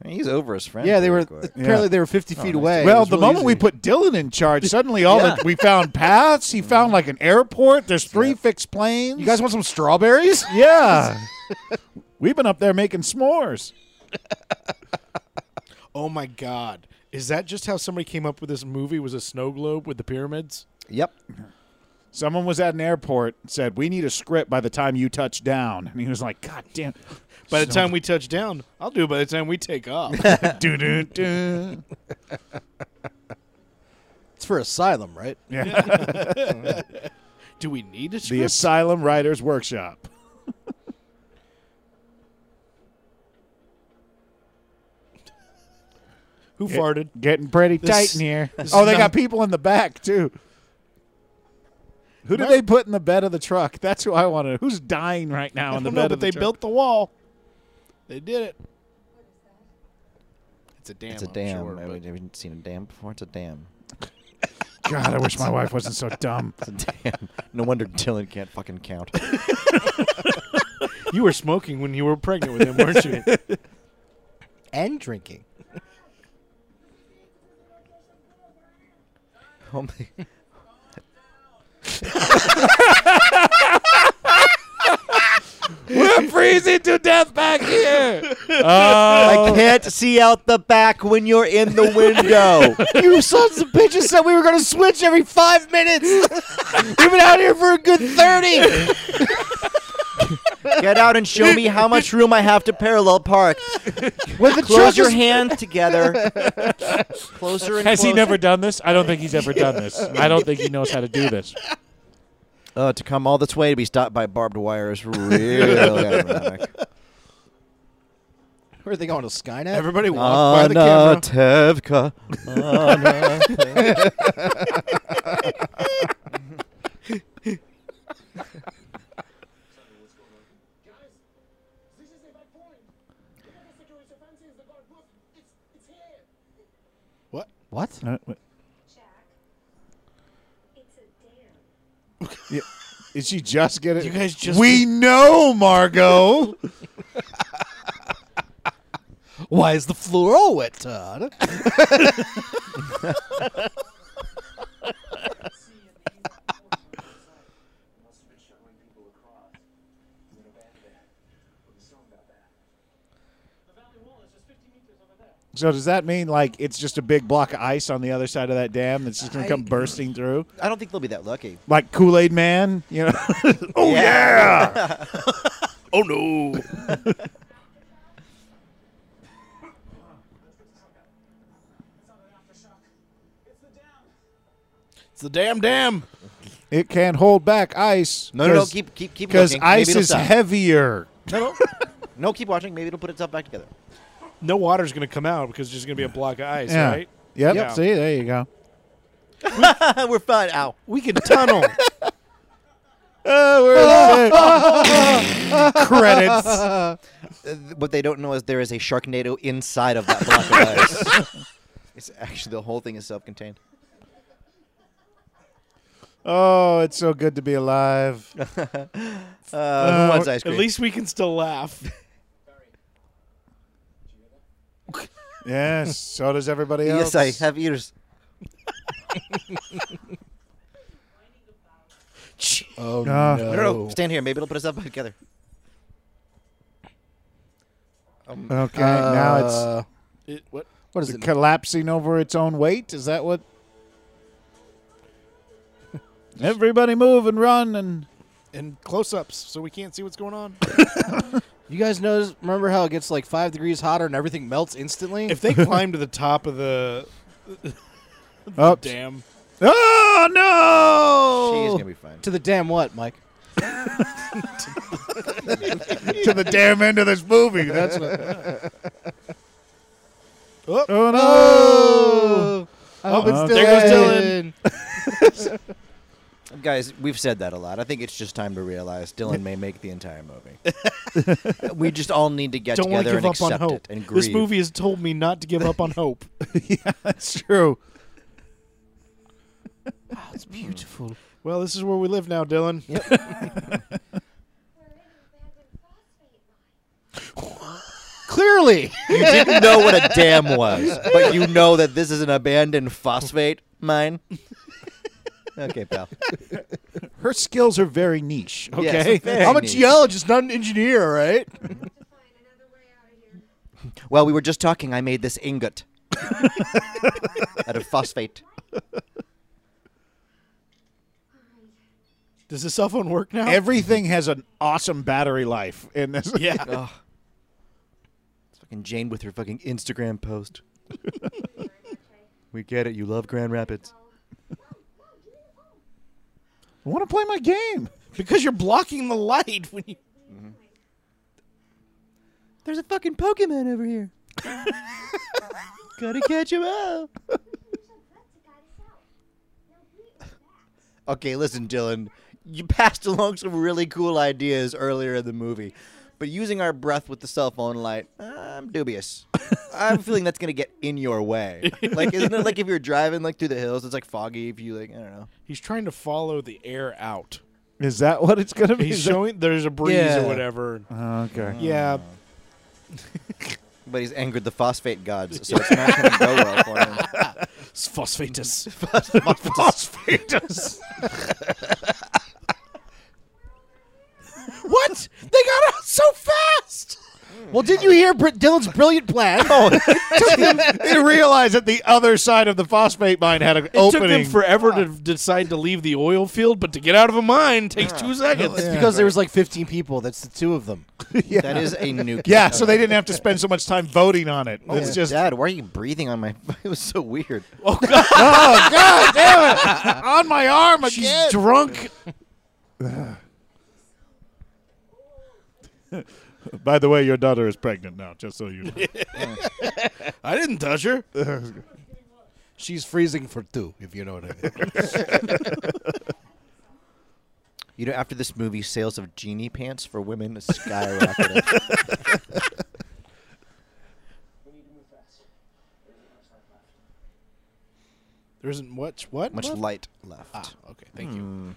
[SPEAKER 6] He's over his friend.
[SPEAKER 2] Yeah, they were
[SPEAKER 6] pretty quick.
[SPEAKER 2] apparently they were 50 feet away. It
[SPEAKER 1] Well,
[SPEAKER 2] was
[SPEAKER 1] the
[SPEAKER 2] really
[SPEAKER 1] moment we
[SPEAKER 2] easy.
[SPEAKER 1] put Dylan in charge, suddenly all that we found paths. He found like an airport. There's three fixed planes.
[SPEAKER 2] you guys want some strawberries?
[SPEAKER 1] yeah. <laughs> We've been up there making s'mores.
[SPEAKER 4] Oh my god. Is that just how somebody came up with this movie was a snow globe with the pyramids?
[SPEAKER 6] Yep.
[SPEAKER 1] Someone was at an airport and said, "We need a script by the time you touch down." And he was like, "God damn!" <laughs>
[SPEAKER 4] By the time we touch down, I'll do it by the time we take off.
[SPEAKER 1] Dun, dun, dun.
[SPEAKER 2] It's for Asylum, right?
[SPEAKER 4] <laughs> Do we need a
[SPEAKER 1] The
[SPEAKER 4] script?
[SPEAKER 1] Asylum Writers Workshop.
[SPEAKER 4] Who farted?
[SPEAKER 1] Getting pretty
[SPEAKER 4] This-
[SPEAKER 1] tight in here.
[SPEAKER 4] <laughs> this
[SPEAKER 1] Oh,
[SPEAKER 4] is
[SPEAKER 1] they
[SPEAKER 4] not-
[SPEAKER 1] got people in the back too. Who did they put in the bed of the truck? That's who I wanted. Who's dying right now
[SPEAKER 4] I
[SPEAKER 1] in the
[SPEAKER 4] don't
[SPEAKER 1] bed
[SPEAKER 4] know,
[SPEAKER 1] of
[SPEAKER 4] but
[SPEAKER 1] the
[SPEAKER 4] they
[SPEAKER 1] truck?
[SPEAKER 4] built the wall. They did it. It's a dam.
[SPEAKER 6] It's a
[SPEAKER 4] I'm
[SPEAKER 6] dam.
[SPEAKER 4] sure,
[SPEAKER 6] I
[SPEAKER 4] but-
[SPEAKER 6] haven't seen a dam before. It's a <laughs> dam.
[SPEAKER 1] God, I
[SPEAKER 4] <laughs>
[SPEAKER 1] wish my wife wasn't so dumb.
[SPEAKER 6] It's a dam. no wonder Dylan can't fucking <laughs> count.
[SPEAKER 4] you were smoking when you were pregnant with him, weren't you?
[SPEAKER 3] and drinking.
[SPEAKER 6] Oh my-
[SPEAKER 1] We're freezing to death back here.
[SPEAKER 6] I can't see out the back when you're in the <laughs> window.
[SPEAKER 2] <laughs> you sons of bitches said we were going to switch every five minutes. We've been out here for a good thirty.
[SPEAKER 6] <laughs> Get out and show me how much room I have to parallel <laughs> park.
[SPEAKER 2] With the
[SPEAKER 6] Close your
[SPEAKER 2] truckers-
[SPEAKER 6] hands <laughs> together. Closer and
[SPEAKER 1] Has he
[SPEAKER 6] closer.
[SPEAKER 1] never done this? I don't think he's ever done this. I don't think he knows how to do this.
[SPEAKER 6] Uh, to come all this way to be stopped by barbed wire is <laughs> real ironic.
[SPEAKER 2] Where are they going to Skynet?
[SPEAKER 4] Everybody walked by the
[SPEAKER 6] Anna
[SPEAKER 4] camera.
[SPEAKER 6] Tevka. Anna
[SPEAKER 8] This is a bad point. Look at the security fences, the guard roof. It's, it's here.
[SPEAKER 4] what?
[SPEAKER 3] What?
[SPEAKER 1] <laughs> Uh, wait.
[SPEAKER 7] Jack. It's a dare.
[SPEAKER 1] Did she just get it?
[SPEAKER 4] You guys just-
[SPEAKER 1] We know, Margot.
[SPEAKER 2] <laughs>
[SPEAKER 3] Why is the floor all wet, Todd?
[SPEAKER 8] Must have been shuttling people across. We're in a band there. But the song got back. The valley wall is just 50 meters over there.
[SPEAKER 1] so does that mean like it's just a big block of ice on the other side of that dam that's just gonna come bursting through?
[SPEAKER 6] I don't think they'll be that lucky.
[SPEAKER 1] Like Kool Aid Man, you know? <laughs> oh
[SPEAKER 6] Yeah.
[SPEAKER 1] yeah.
[SPEAKER 4] <laughs> Oh no!
[SPEAKER 8] It's not an aftershock. It's the dam.
[SPEAKER 4] It's the damn dam.
[SPEAKER 1] It can't hold back ice.
[SPEAKER 6] No, no, no. Keep, keep, keep.
[SPEAKER 1] because
[SPEAKER 6] looking. Maybe
[SPEAKER 1] ice
[SPEAKER 6] it'll
[SPEAKER 1] is
[SPEAKER 6] stop.
[SPEAKER 1] heavier.
[SPEAKER 6] No, no. <laughs> no, keep watching. Maybe it'll put itself back together.
[SPEAKER 4] No water's gonna come out because there's just gonna be a block of ice,
[SPEAKER 1] Yeah.
[SPEAKER 4] right?
[SPEAKER 1] Yep.
[SPEAKER 4] Yeah.
[SPEAKER 1] See, there you go.
[SPEAKER 6] <laughs> We're fine. Ow.
[SPEAKER 4] We can tunnel.
[SPEAKER 6] Oh, <laughs>
[SPEAKER 1] Credits.
[SPEAKER 6] Uh, <laughs> what they don't know is there is a Sharknado inside of that block <laughs> of ice. It's actually the whole thing is self-contained.
[SPEAKER 1] Oh, it's so good to be alive.
[SPEAKER 6] Uh, who wants ice
[SPEAKER 4] At
[SPEAKER 6] cream?
[SPEAKER 4] least we can still laugh.
[SPEAKER 1] Yes. So does everybody else.
[SPEAKER 6] yes, I have ears.
[SPEAKER 2] Oh
[SPEAKER 1] No.
[SPEAKER 6] I don't know. Stand here. Maybe it'll put itself back together.
[SPEAKER 1] Okay. now it's
[SPEAKER 2] Uh,
[SPEAKER 4] It- what?
[SPEAKER 2] what is it?
[SPEAKER 1] collapsing over its own weight. Is that what? Everybody move and run and
[SPEAKER 4] And close-ups, so we can't see what's going <laughs> on.
[SPEAKER 2] You guys notice? Remember how it gets like five degrees hotter and everything melts instantly?
[SPEAKER 4] if they climb to the top of the
[SPEAKER 1] up.
[SPEAKER 4] dam,
[SPEAKER 1] Oh
[SPEAKER 6] She's
[SPEAKER 1] no!
[SPEAKER 6] gonna be fine.
[SPEAKER 2] to the damn what, Mike?
[SPEAKER 1] to the damn end of this movie. That's what.
[SPEAKER 4] Oh.
[SPEAKER 1] oh no!
[SPEAKER 2] I hope it's
[SPEAKER 1] Oh,
[SPEAKER 2] Dylan.
[SPEAKER 1] there goes
[SPEAKER 4] Uh, Dylan.
[SPEAKER 6] Guys, we've said that a lot. I think it's just time to realize Dylan may make the entire
[SPEAKER 4] <laughs>
[SPEAKER 6] movie. we just all need to get
[SPEAKER 4] don't want to
[SPEAKER 6] together
[SPEAKER 4] give up on
[SPEAKER 6] and accept
[SPEAKER 4] hope.
[SPEAKER 6] it and grieve.
[SPEAKER 4] This movie has told me not to give up on hope.
[SPEAKER 1] <laughs> yeah, that's true.
[SPEAKER 4] well, this is where we live now, Dylan.
[SPEAKER 7] We're in an abandoned phosphate mine.
[SPEAKER 2] Clearly,
[SPEAKER 6] you <laughs> didn't know what a dam was, but you know that this is an abandoned phosphate mine. Okay, pal.
[SPEAKER 1] Her skills are very niche.
[SPEAKER 6] Yes,
[SPEAKER 1] Okay,
[SPEAKER 6] very
[SPEAKER 2] I'm a
[SPEAKER 6] neat.
[SPEAKER 2] geologist, not an engineer, right?
[SPEAKER 7] To find another way out of here.
[SPEAKER 6] Well, we were just talking. I made this ingot out of phosphate.
[SPEAKER 4] Does the cell phone work now?
[SPEAKER 1] everything has an awesome battery life in this.
[SPEAKER 4] yeah.
[SPEAKER 1] <laughs>
[SPEAKER 6] It's fucking Jane with her fucking Instagram post. we get it. You love Grand Rapids.
[SPEAKER 7] Oh,
[SPEAKER 1] I want to play my game.
[SPEAKER 4] because you're blocking the light when you.
[SPEAKER 2] There's a fucking Pokemon over here. Gotta catch him up.
[SPEAKER 6] Okay, listen, Dylan. You passed along some really cool ideas earlier in the movie, but using our breath with the cell phone light, I'm dubious. I'm feeling that's gonna get in your way. Like, isn't it like if you're driving like through the hills, it's like foggy. If you like, I don't know.
[SPEAKER 4] He's trying to follow the air out.
[SPEAKER 1] Is that what it's going to be?
[SPEAKER 4] <laughs> He's Uh-huh.
[SPEAKER 1] Is that-
[SPEAKER 4] showing there's a breeze
[SPEAKER 2] Yeah.
[SPEAKER 4] or whatever.
[SPEAKER 1] Oh, okay.
[SPEAKER 4] Yeah,
[SPEAKER 6] But he's angered the phosphate gods, so it's not gonna go well for him.
[SPEAKER 4] it's <laughs> phosphatus. <laughs>
[SPEAKER 1] Phosphatus.
[SPEAKER 2] What? They got out so fast. Well, didn't you hear Br- Dylan's
[SPEAKER 4] <laughs>
[SPEAKER 2] brilliant plan?
[SPEAKER 4] Oh.
[SPEAKER 1] they realized that the other side of the phosphate mine had an
[SPEAKER 4] It took
[SPEAKER 1] opening.
[SPEAKER 4] them forever to decide to leave the oil field, but to get out of a mine takes two seconds.
[SPEAKER 2] It's because there was like 15 people. That's the two of them.
[SPEAKER 6] That is a nuke.
[SPEAKER 1] yeah, so they didn't have to spend so much time voting on it.
[SPEAKER 6] Oh,
[SPEAKER 1] It's just
[SPEAKER 6] Dad, why are you breathing on my? <laughs> It was so weird.
[SPEAKER 4] <laughs>
[SPEAKER 1] oh god damn it on my arm again.
[SPEAKER 4] She's drunk.
[SPEAKER 1] By the way, your daughter is pregnant now. Just so you <laughs> know.
[SPEAKER 4] I didn't touch her.
[SPEAKER 2] She's freezing for two, if you know what I mean.
[SPEAKER 6] You know, after this movie, sales of genie pants
[SPEAKER 1] <laughs>
[SPEAKER 6] for women skyrocketed.
[SPEAKER 8] We need to move fast. There isn't much time left.
[SPEAKER 4] There isn't much. What?
[SPEAKER 6] Much
[SPEAKER 4] what?
[SPEAKER 6] light left.
[SPEAKER 4] Ah, <laughs> okay. Thank you.
[SPEAKER 1] Hmm.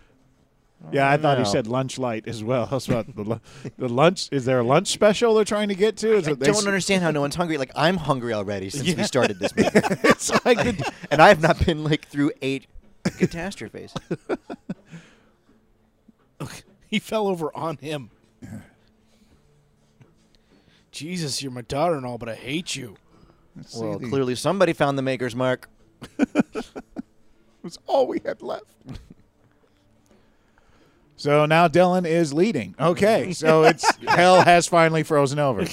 [SPEAKER 1] Yeah, I thought he
[SPEAKER 6] No.
[SPEAKER 1] said lunch light as well. <laughs> That's about the, lu- the lunch. Is there a lunch special they're trying to get to? Is
[SPEAKER 6] I
[SPEAKER 1] it- they
[SPEAKER 6] don't
[SPEAKER 1] s-
[SPEAKER 6] understand how no one's hungry. Like I'm hungry already since we
[SPEAKER 1] <laughs>
[SPEAKER 6] started this movie,
[SPEAKER 1] It's like the,
[SPEAKER 6] and I have not been like through eight
[SPEAKER 1] <laughs>
[SPEAKER 6] catastrophes.
[SPEAKER 4] He fell over on him. Jesus, you're my daughter and all, but I hate you.
[SPEAKER 6] well, clearly somebody found the maker's mark.
[SPEAKER 1] was all we had left. So now Dylan is leading. Okay, <laughs> so it's hell has finally frozen over.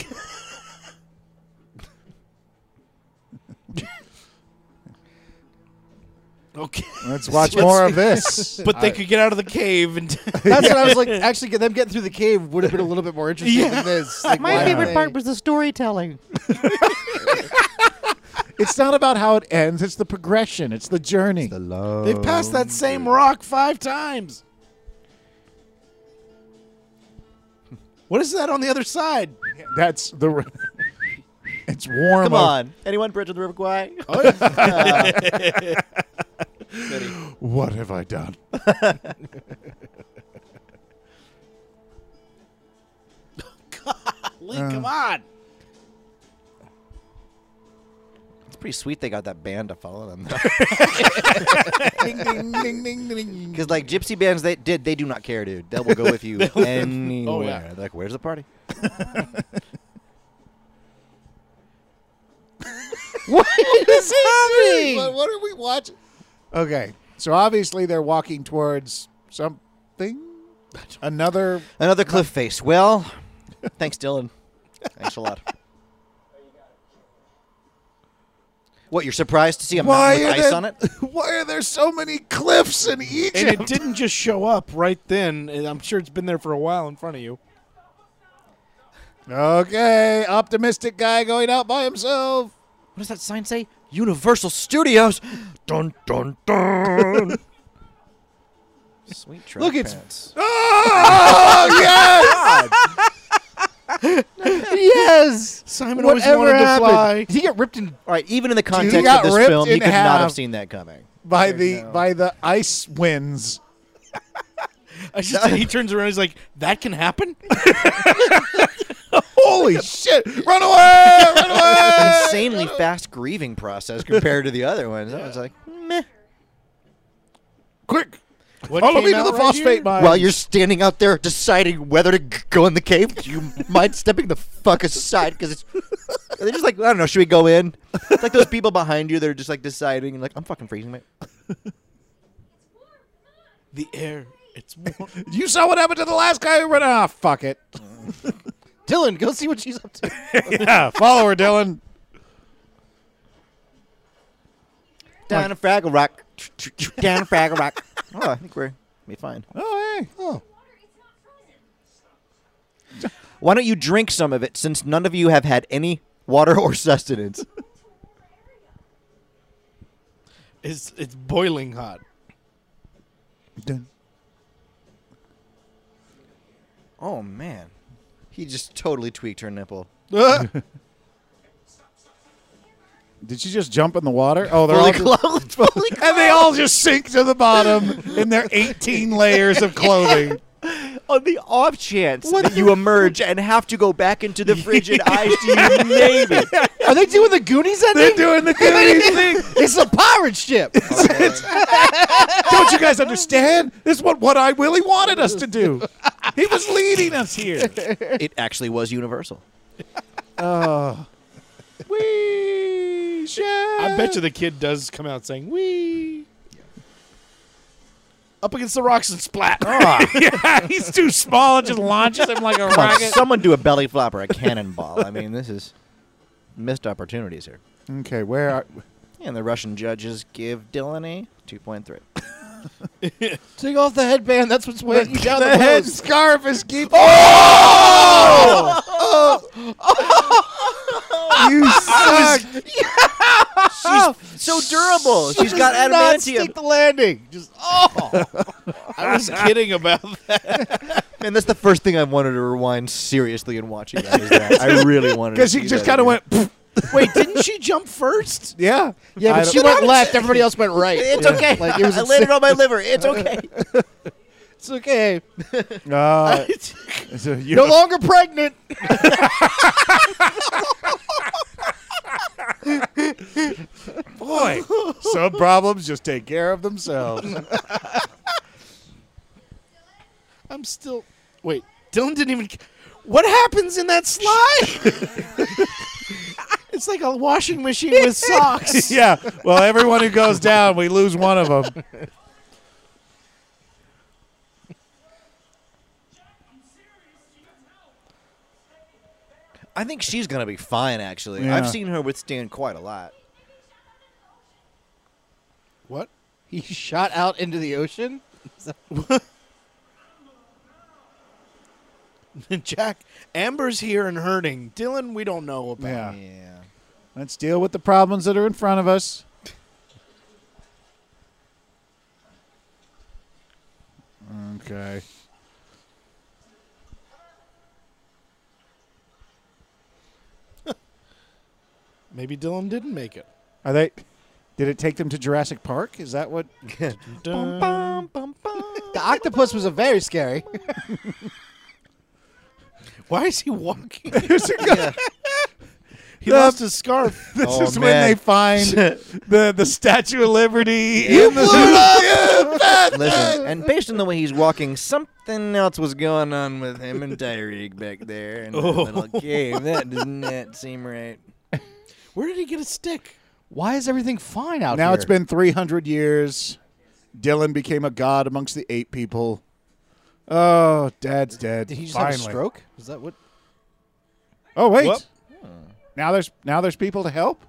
[SPEAKER 4] <laughs> Okay.
[SPEAKER 1] Let's watch more of <laughs> this.
[SPEAKER 4] But they could get out of the cave <laughs> and
[SPEAKER 2] That's what I was
[SPEAKER 1] <laughs>
[SPEAKER 2] like. Actually, get- them getting through the cave would have been a little bit more interesting than
[SPEAKER 1] <laughs>
[SPEAKER 2] this. Like, why did they-
[SPEAKER 1] was the storytelling. it's not about how it ends; it's the progression, it's the journey.
[SPEAKER 4] they passed that same rock five times. What is that on the other side?
[SPEAKER 1] That's the. r- <laughs> it's warm.
[SPEAKER 6] Come
[SPEAKER 1] o-
[SPEAKER 6] on, anyone bridge of the
[SPEAKER 1] <laughs>
[SPEAKER 6] River Kwai?
[SPEAKER 1] Oh,
[SPEAKER 6] <laughs>
[SPEAKER 1] What have I <laughs> done?
[SPEAKER 4] Lee, come on.
[SPEAKER 6] It's pretty sweet. They got that band to
[SPEAKER 1] <laughs>
[SPEAKER 6] follow them, <laughs> because like gypsy bands, they did. They do not care, dude. <laughs> They will go with you anywhere.
[SPEAKER 1] Oh,
[SPEAKER 6] They're like, where's the party?
[SPEAKER 2] What is happening?
[SPEAKER 1] What, what are we watching? Okay, so obviously they're walking towards something. Another.
[SPEAKER 6] Another cliff face. Well, thanks, Dylan. Thanks a lot. What you're surprised to see a mountain with ice
[SPEAKER 1] there,
[SPEAKER 6] on it?
[SPEAKER 1] <laughs> Why are there so many cliffs in
[SPEAKER 4] And <laughs>
[SPEAKER 1] Egypt?
[SPEAKER 4] it didn't just show up right then. And I'm sure it's been there for a while in front of you.
[SPEAKER 1] okay, optimistic guy going out by himself.
[SPEAKER 6] What does that sign say? Universal Studios. Dun dun dun. Sweet track
[SPEAKER 2] Look, it's- <laughs>
[SPEAKER 6] pants.
[SPEAKER 1] Oh yes!
[SPEAKER 2] Yes.
[SPEAKER 4] Simon
[SPEAKER 2] Whatever
[SPEAKER 4] always wanted
[SPEAKER 2] happened?
[SPEAKER 4] to fly.
[SPEAKER 2] Did he get ripped in?
[SPEAKER 6] All right, even in the context
[SPEAKER 1] got
[SPEAKER 6] of this
[SPEAKER 1] ripped
[SPEAKER 6] film, you
[SPEAKER 1] in
[SPEAKER 6] could not
[SPEAKER 1] half.
[SPEAKER 6] have seen that coming.
[SPEAKER 1] by the by the ice winds.
[SPEAKER 4] I <laughs> just, he turns around. He's like, "That can happen."
[SPEAKER 1] <laughs> Holy shit! Run away! Run away!
[SPEAKER 6] Insanely fast grieving process compared to the other ones. I
[SPEAKER 1] <laughs>
[SPEAKER 6] was like, meh.
[SPEAKER 1] Quick,
[SPEAKER 4] <laughs> What
[SPEAKER 1] follow
[SPEAKER 4] came
[SPEAKER 1] me to
[SPEAKER 4] out
[SPEAKER 1] the
[SPEAKER 4] right
[SPEAKER 1] phosphate
[SPEAKER 4] here?
[SPEAKER 1] mine.
[SPEAKER 6] While you're standing out there deciding whether to g- go in the cave, do you <laughs> mind stepping the fuck aside? Because it's <laughs> are they just like I don't know. Should we go in? It's like those people behind you. They're just like deciding. And like I'm fucking freezing, <laughs> mate.
[SPEAKER 4] The air. It's warm.
[SPEAKER 1] you saw what happened to the last guy who ran. Ah, fuck it.
[SPEAKER 2] Dylan, go see what she's up to.
[SPEAKER 1] Yeah, <laughs> follow her, Dylan.
[SPEAKER 6] <laughs> Down a Fraggle Rock. Down a Fraggle Rock. <laughs> Oh, I think we're Be fine.
[SPEAKER 1] Oh, hey. Oh.
[SPEAKER 7] Water, it's not frozen.
[SPEAKER 6] Why don't you drink some of it since none of you have had any water or sustenance?
[SPEAKER 4] It's it's boiling hot.
[SPEAKER 1] Dun.
[SPEAKER 6] <laughs> oh man. He just totally tweaked her nipple.
[SPEAKER 1] Did she just jump in the water? Oh, they're all
[SPEAKER 6] Fully
[SPEAKER 1] just-
[SPEAKER 6] clothed. <laughs> Fully
[SPEAKER 1] and they all just sink to the bottom in their 18 layers of clothing.
[SPEAKER 6] on the off chance that you emerge and have to go back into the <laughs> frigid ice to you maybe.
[SPEAKER 2] Are they doing the Goonies
[SPEAKER 1] <laughs> They're
[SPEAKER 2] ending?
[SPEAKER 1] doing the
[SPEAKER 2] <laughs>
[SPEAKER 1] Goonies thing.
[SPEAKER 2] it's a pirate ship.
[SPEAKER 1] Don't you guys understand? This is what One Eye Willie wanted us to do. He was leading us here.
[SPEAKER 6] It actually was universal.
[SPEAKER 1] We shall.
[SPEAKER 4] <laughs> I bet you the kid does come out saying "wee." Up against the rocks and splat. <laughs>
[SPEAKER 1] yeah, he's too small. It just launches him like a
[SPEAKER 6] Come on,
[SPEAKER 1] rocket.
[SPEAKER 6] someone do a belly flop or a cannonball. I mean, this is missed opportunities here.
[SPEAKER 1] Okay, where are.
[SPEAKER 6] And the Russian judges give Dylan a 2.3.
[SPEAKER 2] Take off the headband. That's what's weighing you down.
[SPEAKER 1] The
[SPEAKER 2] The
[SPEAKER 1] head
[SPEAKER 2] most. Oh!
[SPEAKER 1] scarf is keeping. Oh!
[SPEAKER 6] You suck. She's so durable. She's got
[SPEAKER 2] Does not
[SPEAKER 6] adamantium.
[SPEAKER 2] stick the landing. Just oh,
[SPEAKER 4] I was kidding about that.
[SPEAKER 6] and that's the first thing I wanted to rewind seriously and watching that. Is that. <laughs> I really wanted
[SPEAKER 1] Because
[SPEAKER 6] to
[SPEAKER 1] he
[SPEAKER 6] see
[SPEAKER 1] just
[SPEAKER 6] that
[SPEAKER 1] kind of
[SPEAKER 6] again.
[SPEAKER 1] went. "Pfft."
[SPEAKER 4] Wait, didn't she jump first?
[SPEAKER 1] <laughs> Yeah.
[SPEAKER 2] yeah.
[SPEAKER 1] I
[SPEAKER 2] But she
[SPEAKER 1] don't-
[SPEAKER 2] went left. Everybody else went right.
[SPEAKER 6] It's
[SPEAKER 2] Yeah.
[SPEAKER 6] okay.
[SPEAKER 2] Like it was.
[SPEAKER 6] I landed on my liver. It's okay.
[SPEAKER 2] <laughs> It's okay.
[SPEAKER 1] <laughs> Uh, so you
[SPEAKER 2] No longer pregnant.
[SPEAKER 1] <laughs> boy. Some problems just take care of themselves.
[SPEAKER 4] I'm still. Wait, Dylan didn't even. What happens in that
[SPEAKER 2] <laughs>
[SPEAKER 4] slide? it's like a washing machine <laughs>
[SPEAKER 6] <laughs>
[SPEAKER 4] with
[SPEAKER 1] <laughs>
[SPEAKER 4] socks.
[SPEAKER 1] yeah. Well, everyone who goes down, we lose one of them.
[SPEAKER 6] I think she's gonna be fine. Actually,
[SPEAKER 1] Yeah.
[SPEAKER 6] I've seen her withstand quite a lot.
[SPEAKER 4] What?
[SPEAKER 2] He shot out into the ocean.
[SPEAKER 4] Jack, Amber's here and hurting. Dylan, we don't know about.
[SPEAKER 1] Yeah.
[SPEAKER 6] <laughs> Yeah.
[SPEAKER 1] Let's deal with the problems that are in front of us. Okay.
[SPEAKER 4] Maybe Dylan didn't make it.
[SPEAKER 1] Are they? Did it take them to Jurassic Park? Is that what? <laughs>
[SPEAKER 2] The octopus was a very scary.
[SPEAKER 4] Why is he
[SPEAKER 2] <laughs>
[SPEAKER 4] walking?
[SPEAKER 1] This
[SPEAKER 4] He
[SPEAKER 1] The-
[SPEAKER 4] lost his scarf.
[SPEAKER 2] <laughs>
[SPEAKER 6] Oh,
[SPEAKER 1] is when
[SPEAKER 6] man.
[SPEAKER 1] they
[SPEAKER 6] <laughs>
[SPEAKER 1] find the the Statue of Liberty. in the zoo.
[SPEAKER 6] Listen, and based on the way he's walking, something else was going on with him and Tyreek back there in the little cave. That does not seem right.
[SPEAKER 4] Where did he get a stick?
[SPEAKER 3] Why is everything fine out
[SPEAKER 1] Now
[SPEAKER 3] here?
[SPEAKER 1] it's been 300 years. Dylan became a god amongst the ape people. Oh, Dad's dead.
[SPEAKER 2] Did he just
[SPEAKER 1] Finally.
[SPEAKER 2] have a stroke? Is that what?
[SPEAKER 1] Oh wait.
[SPEAKER 4] Whoop.
[SPEAKER 1] Now there's now there's people to help.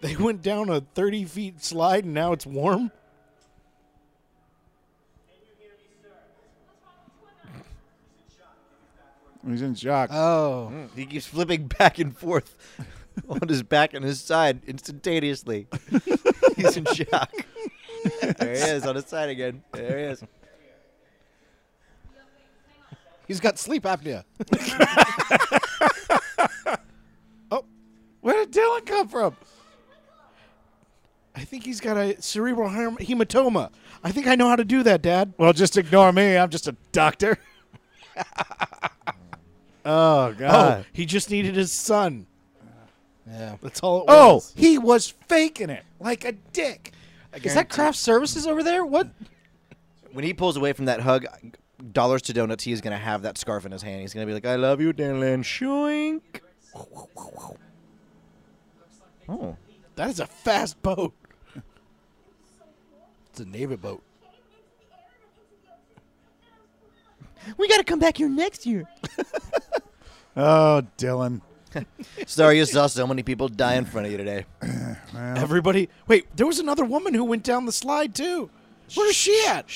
[SPEAKER 4] They went down a 30 feet slide and now it's warm.
[SPEAKER 1] He's in shock.
[SPEAKER 2] Oh,
[SPEAKER 6] He keeps flipping back and forth on his back and his side instantaneously. He's in shock. There he is on his side again. There he is.
[SPEAKER 2] he's got sleep apnea.
[SPEAKER 1] Where did Dylan come from?
[SPEAKER 4] I think he's got a cerebral hem- hematoma. I think I know how to do that, Dad.
[SPEAKER 1] Well, just ignore me. I'm just a doctor. <laughs> oh
[SPEAKER 4] Oh,
[SPEAKER 1] god.
[SPEAKER 4] he just needed his son.
[SPEAKER 2] Yeah.
[SPEAKER 4] That's all it
[SPEAKER 1] Oh.
[SPEAKER 4] was.
[SPEAKER 1] he was faking it like a dick.
[SPEAKER 2] Is that craft services over there? What?
[SPEAKER 6] When he pulls away from that hug, dollars to donuts, he is going to have that scarf in his hand. He's going to be like, I love you, Dylan. Shoink. Oh.
[SPEAKER 4] That is a fast boat.
[SPEAKER 2] It's a navy boat.
[SPEAKER 6] We got to come back here next year.
[SPEAKER 1] Oh, Dylan.
[SPEAKER 6] Sorry you saw so many people die in front of you today.
[SPEAKER 4] Everybody. Wait, there was another woman who went down the slide, too. Where's she at?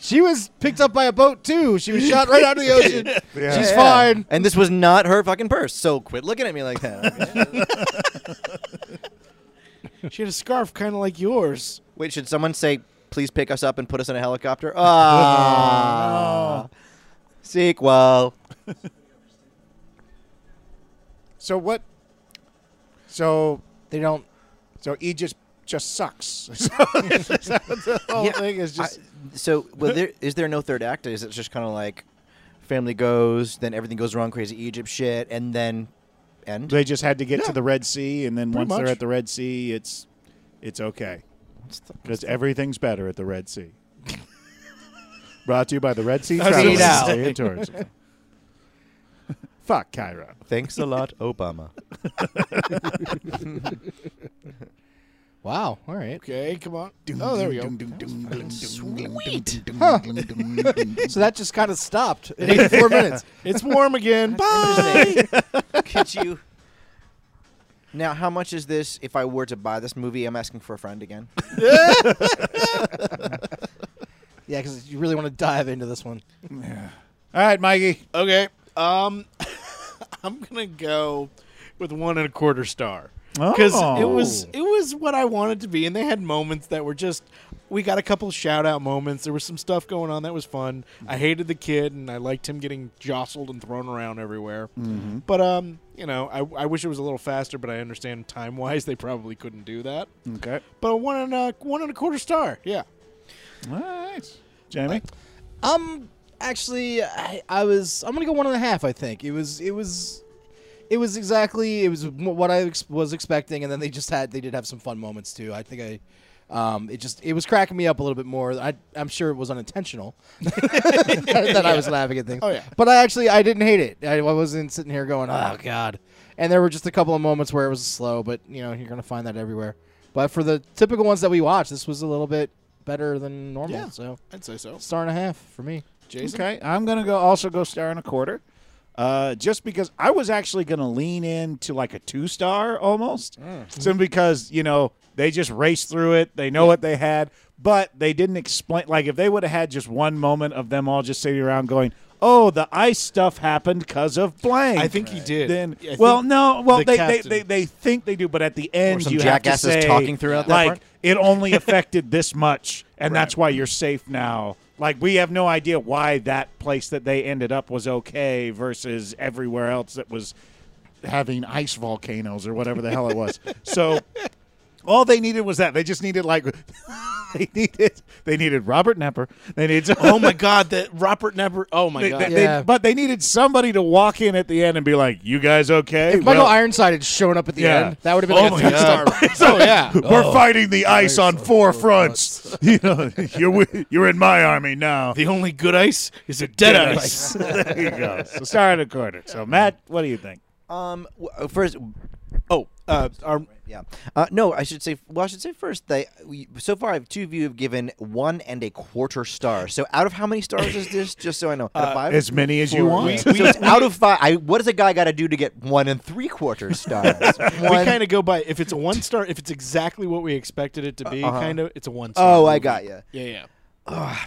[SPEAKER 2] She was picked up by a boat too. She was shot right out of the ocean. <laughs> She's
[SPEAKER 6] Yeah.
[SPEAKER 2] fine.
[SPEAKER 6] And this was not her fucking purse, so quit looking at me
[SPEAKER 2] <laughs>
[SPEAKER 6] like that.
[SPEAKER 4] She had a scarf kind of like yours.
[SPEAKER 6] Wait, should someone say, please pick us up and put us in a helicopter?
[SPEAKER 2] <laughs>
[SPEAKER 6] Ah. Sequel.
[SPEAKER 1] <laughs> So what? So
[SPEAKER 2] They don't.
[SPEAKER 1] so Egypt just sucks. <laughs> So the whole
[SPEAKER 6] Yeah,
[SPEAKER 1] thing is just
[SPEAKER 6] I- so, well, there, is there no third act? Is it just kind of like family goes, then everything goes wrong, crazy Egypt shit, and then end?
[SPEAKER 1] they just had to get to the Red Sea, and then once
[SPEAKER 4] much.
[SPEAKER 1] they're at the Red Sea, it's it's okay because everything's better at the Red <laughs> Sea. Brought to you by the Red Sea Travel
[SPEAKER 4] it out.
[SPEAKER 1] Agency and <laughs> Tourism. Fuck Cairo.
[SPEAKER 6] Thanks a lot, Obama.
[SPEAKER 3] Wow. All right.
[SPEAKER 4] Okay, come on. Oh, there we go.
[SPEAKER 1] Sweet.
[SPEAKER 2] So that just kind of stopped in 84 minutes.
[SPEAKER 4] It's warm again.
[SPEAKER 6] Ah.
[SPEAKER 4] Bye.
[SPEAKER 6] Could you? Now, how much is this if I were to buy this movie? I'm asking for a friend again.
[SPEAKER 2] Yeah, because you really want to dive into this one.
[SPEAKER 1] All right, Mikey.
[SPEAKER 4] Okay. Um, <laughs> I'm gonna go with one and a quarter star because it was
[SPEAKER 1] Oh.
[SPEAKER 4] it was what I wanted to be, and they had moments that were just. We got a couple shout out moments. There was some stuff going on that was fun. I hated the kid, and I liked him getting jostled and thrown around everywhere. But um, you know, I, I wish it was a little faster, but I understand time wise <laughs> they probably couldn't do that.
[SPEAKER 1] Okay.
[SPEAKER 4] But a one and a one and a quarter star. Yeah.
[SPEAKER 1] All right, Jamie.
[SPEAKER 3] Um, actually, I, I was. I'm gonna go one and a half. I think it was. It was. It was exactly. It was m- what I ex- was expecting, and then they just had. They did have some fun moments too. I think I. Um, it just it was cracking me up a little bit more. I, I'm sure it was unintentional <laughs> that I was laughing at things.
[SPEAKER 4] Oh, yeah.
[SPEAKER 3] but I actually I didn't hate it. I, I wasn't sitting here going, oh god. And there were just a couple of moments where it was slow, but you know you're gonna find that everywhere. But for the typical ones that we watch, this was a little bit better than normal.
[SPEAKER 4] Yeah.
[SPEAKER 3] So
[SPEAKER 4] I'd say so.
[SPEAKER 3] star and a half for me.
[SPEAKER 4] Jason.
[SPEAKER 1] Okay, I'm gonna go also go star and a quarter, uh, just because I was actually gonna lean in to like a two star almost,
[SPEAKER 4] Mm.
[SPEAKER 1] simply because you know they just raced through it. They know what they had, but they didn't explain. Like if they would have had just one moment of them all just sitting around going. Oh, the ice stuff happened because of blank.
[SPEAKER 4] I think he did.
[SPEAKER 1] Then,
[SPEAKER 4] I think
[SPEAKER 1] well, no, well,
[SPEAKER 4] the
[SPEAKER 1] they, they,
[SPEAKER 4] captain-
[SPEAKER 1] they, they think they do, but at the end,
[SPEAKER 6] some
[SPEAKER 1] you have to
[SPEAKER 6] jackasses
[SPEAKER 1] say,
[SPEAKER 6] talking throughout that
[SPEAKER 1] like,
[SPEAKER 6] part?
[SPEAKER 1] it only affected this much, and that's why you're safe now. Like we have no idea why that place that they ended up was okay versus everywhere else that was having ice volcanoes or whatever the hell it
[SPEAKER 6] <laughs>
[SPEAKER 1] was. So all they needed was that. They just needed like <laughs> they needed they needed Robert Nepper. They needed
[SPEAKER 4] Oh my God! That Robert never. Oh my
[SPEAKER 1] They-
[SPEAKER 4] God!
[SPEAKER 1] they- they-
[SPEAKER 3] Yeah.
[SPEAKER 1] but they needed somebody to walk in at the end and be like, "You guys okay?"
[SPEAKER 3] If Michael
[SPEAKER 1] Well-
[SPEAKER 3] Ironside had shown up at the
[SPEAKER 1] Yeah.
[SPEAKER 3] end, that would have been
[SPEAKER 1] Oh
[SPEAKER 3] like
[SPEAKER 1] my
[SPEAKER 3] a three star.
[SPEAKER 4] <laughs> oh yeah.
[SPEAKER 1] We're fighting the ice on four fronts. <laughs> you know, you're wi- you're in my army now.
[SPEAKER 4] The only good ice is a dead, ice.
[SPEAKER 1] <laughs> there you go. So start a quarter. So Matt, what do you think?
[SPEAKER 6] Um, w- uh, first,
[SPEAKER 4] oh, uh, our,
[SPEAKER 6] yeah. Uh, no, I should say. Well, I should say first that uh, we, so far, I have two of you have given one and a quarter star. So out of how many stars is this? Just so I know, out of five.
[SPEAKER 1] As many as you want.
[SPEAKER 6] so it's out of five. I, what does a guy got to do to get one and three quarter stars?
[SPEAKER 4] we kind of go by if it's a one star, if it's exactly what we expected it to be,
[SPEAKER 3] Uh-huh.
[SPEAKER 4] kind of. It's a one star.
[SPEAKER 6] oh, I got you.
[SPEAKER 4] Yeah, yeah.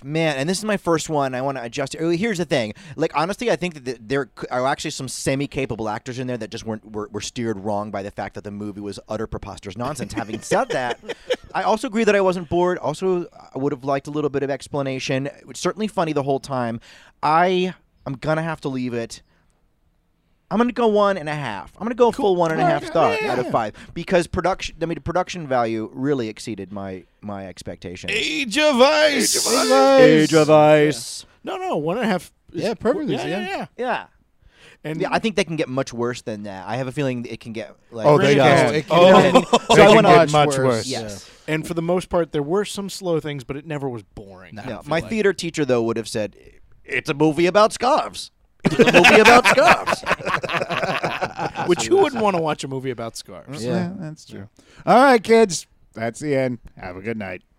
[SPEAKER 6] man, and this is my first one. I want to adjust it. Oh, Here's the thing. Like, honestly, I think that th- there c- are actually some semi-capable actors in there that just weren't were, were steered wrong by the fact that the movie was utter preposterous nonsense. Having said that, I also agree that I wasn't bored. Also, I would have liked a little bit of explanation. It was certainly funny the whole time. I I'm gonna have to leave it. I'm gonna go one and a half. I'm gonna go full one and a half star out of five because production. I mean, production value really exceeded my my expectations.
[SPEAKER 4] Age of ice.
[SPEAKER 6] Age of Ice.
[SPEAKER 4] No, no, one and a half. is-
[SPEAKER 3] Yeah, perfectly,
[SPEAKER 4] Yeah, yeah,
[SPEAKER 3] yeah.
[SPEAKER 4] yeah.
[SPEAKER 6] Yeah.
[SPEAKER 4] And
[SPEAKER 6] Yeah, I think that can get much worse than that. I have a feeling it can get like
[SPEAKER 1] Oh, they
[SPEAKER 6] just-
[SPEAKER 1] can.
[SPEAKER 6] it
[SPEAKER 4] Oh. <laughs>
[SPEAKER 6] can- <laughs>
[SPEAKER 1] They
[SPEAKER 6] so I
[SPEAKER 1] can
[SPEAKER 6] went
[SPEAKER 1] get
[SPEAKER 6] on.
[SPEAKER 1] much worse.
[SPEAKER 6] Yes.
[SPEAKER 4] and for the most part, there were some slow things, but it never was boring.
[SPEAKER 6] No, my theater teacher though would have said, "It's a movie about scarves.
[SPEAKER 1] <laughs>
[SPEAKER 6] It's a movie about scarves."
[SPEAKER 4] Which who wouldn't want to watch a movie about scarves?
[SPEAKER 1] Yeah, that's true. All right, kids. That's the end. Have a good night.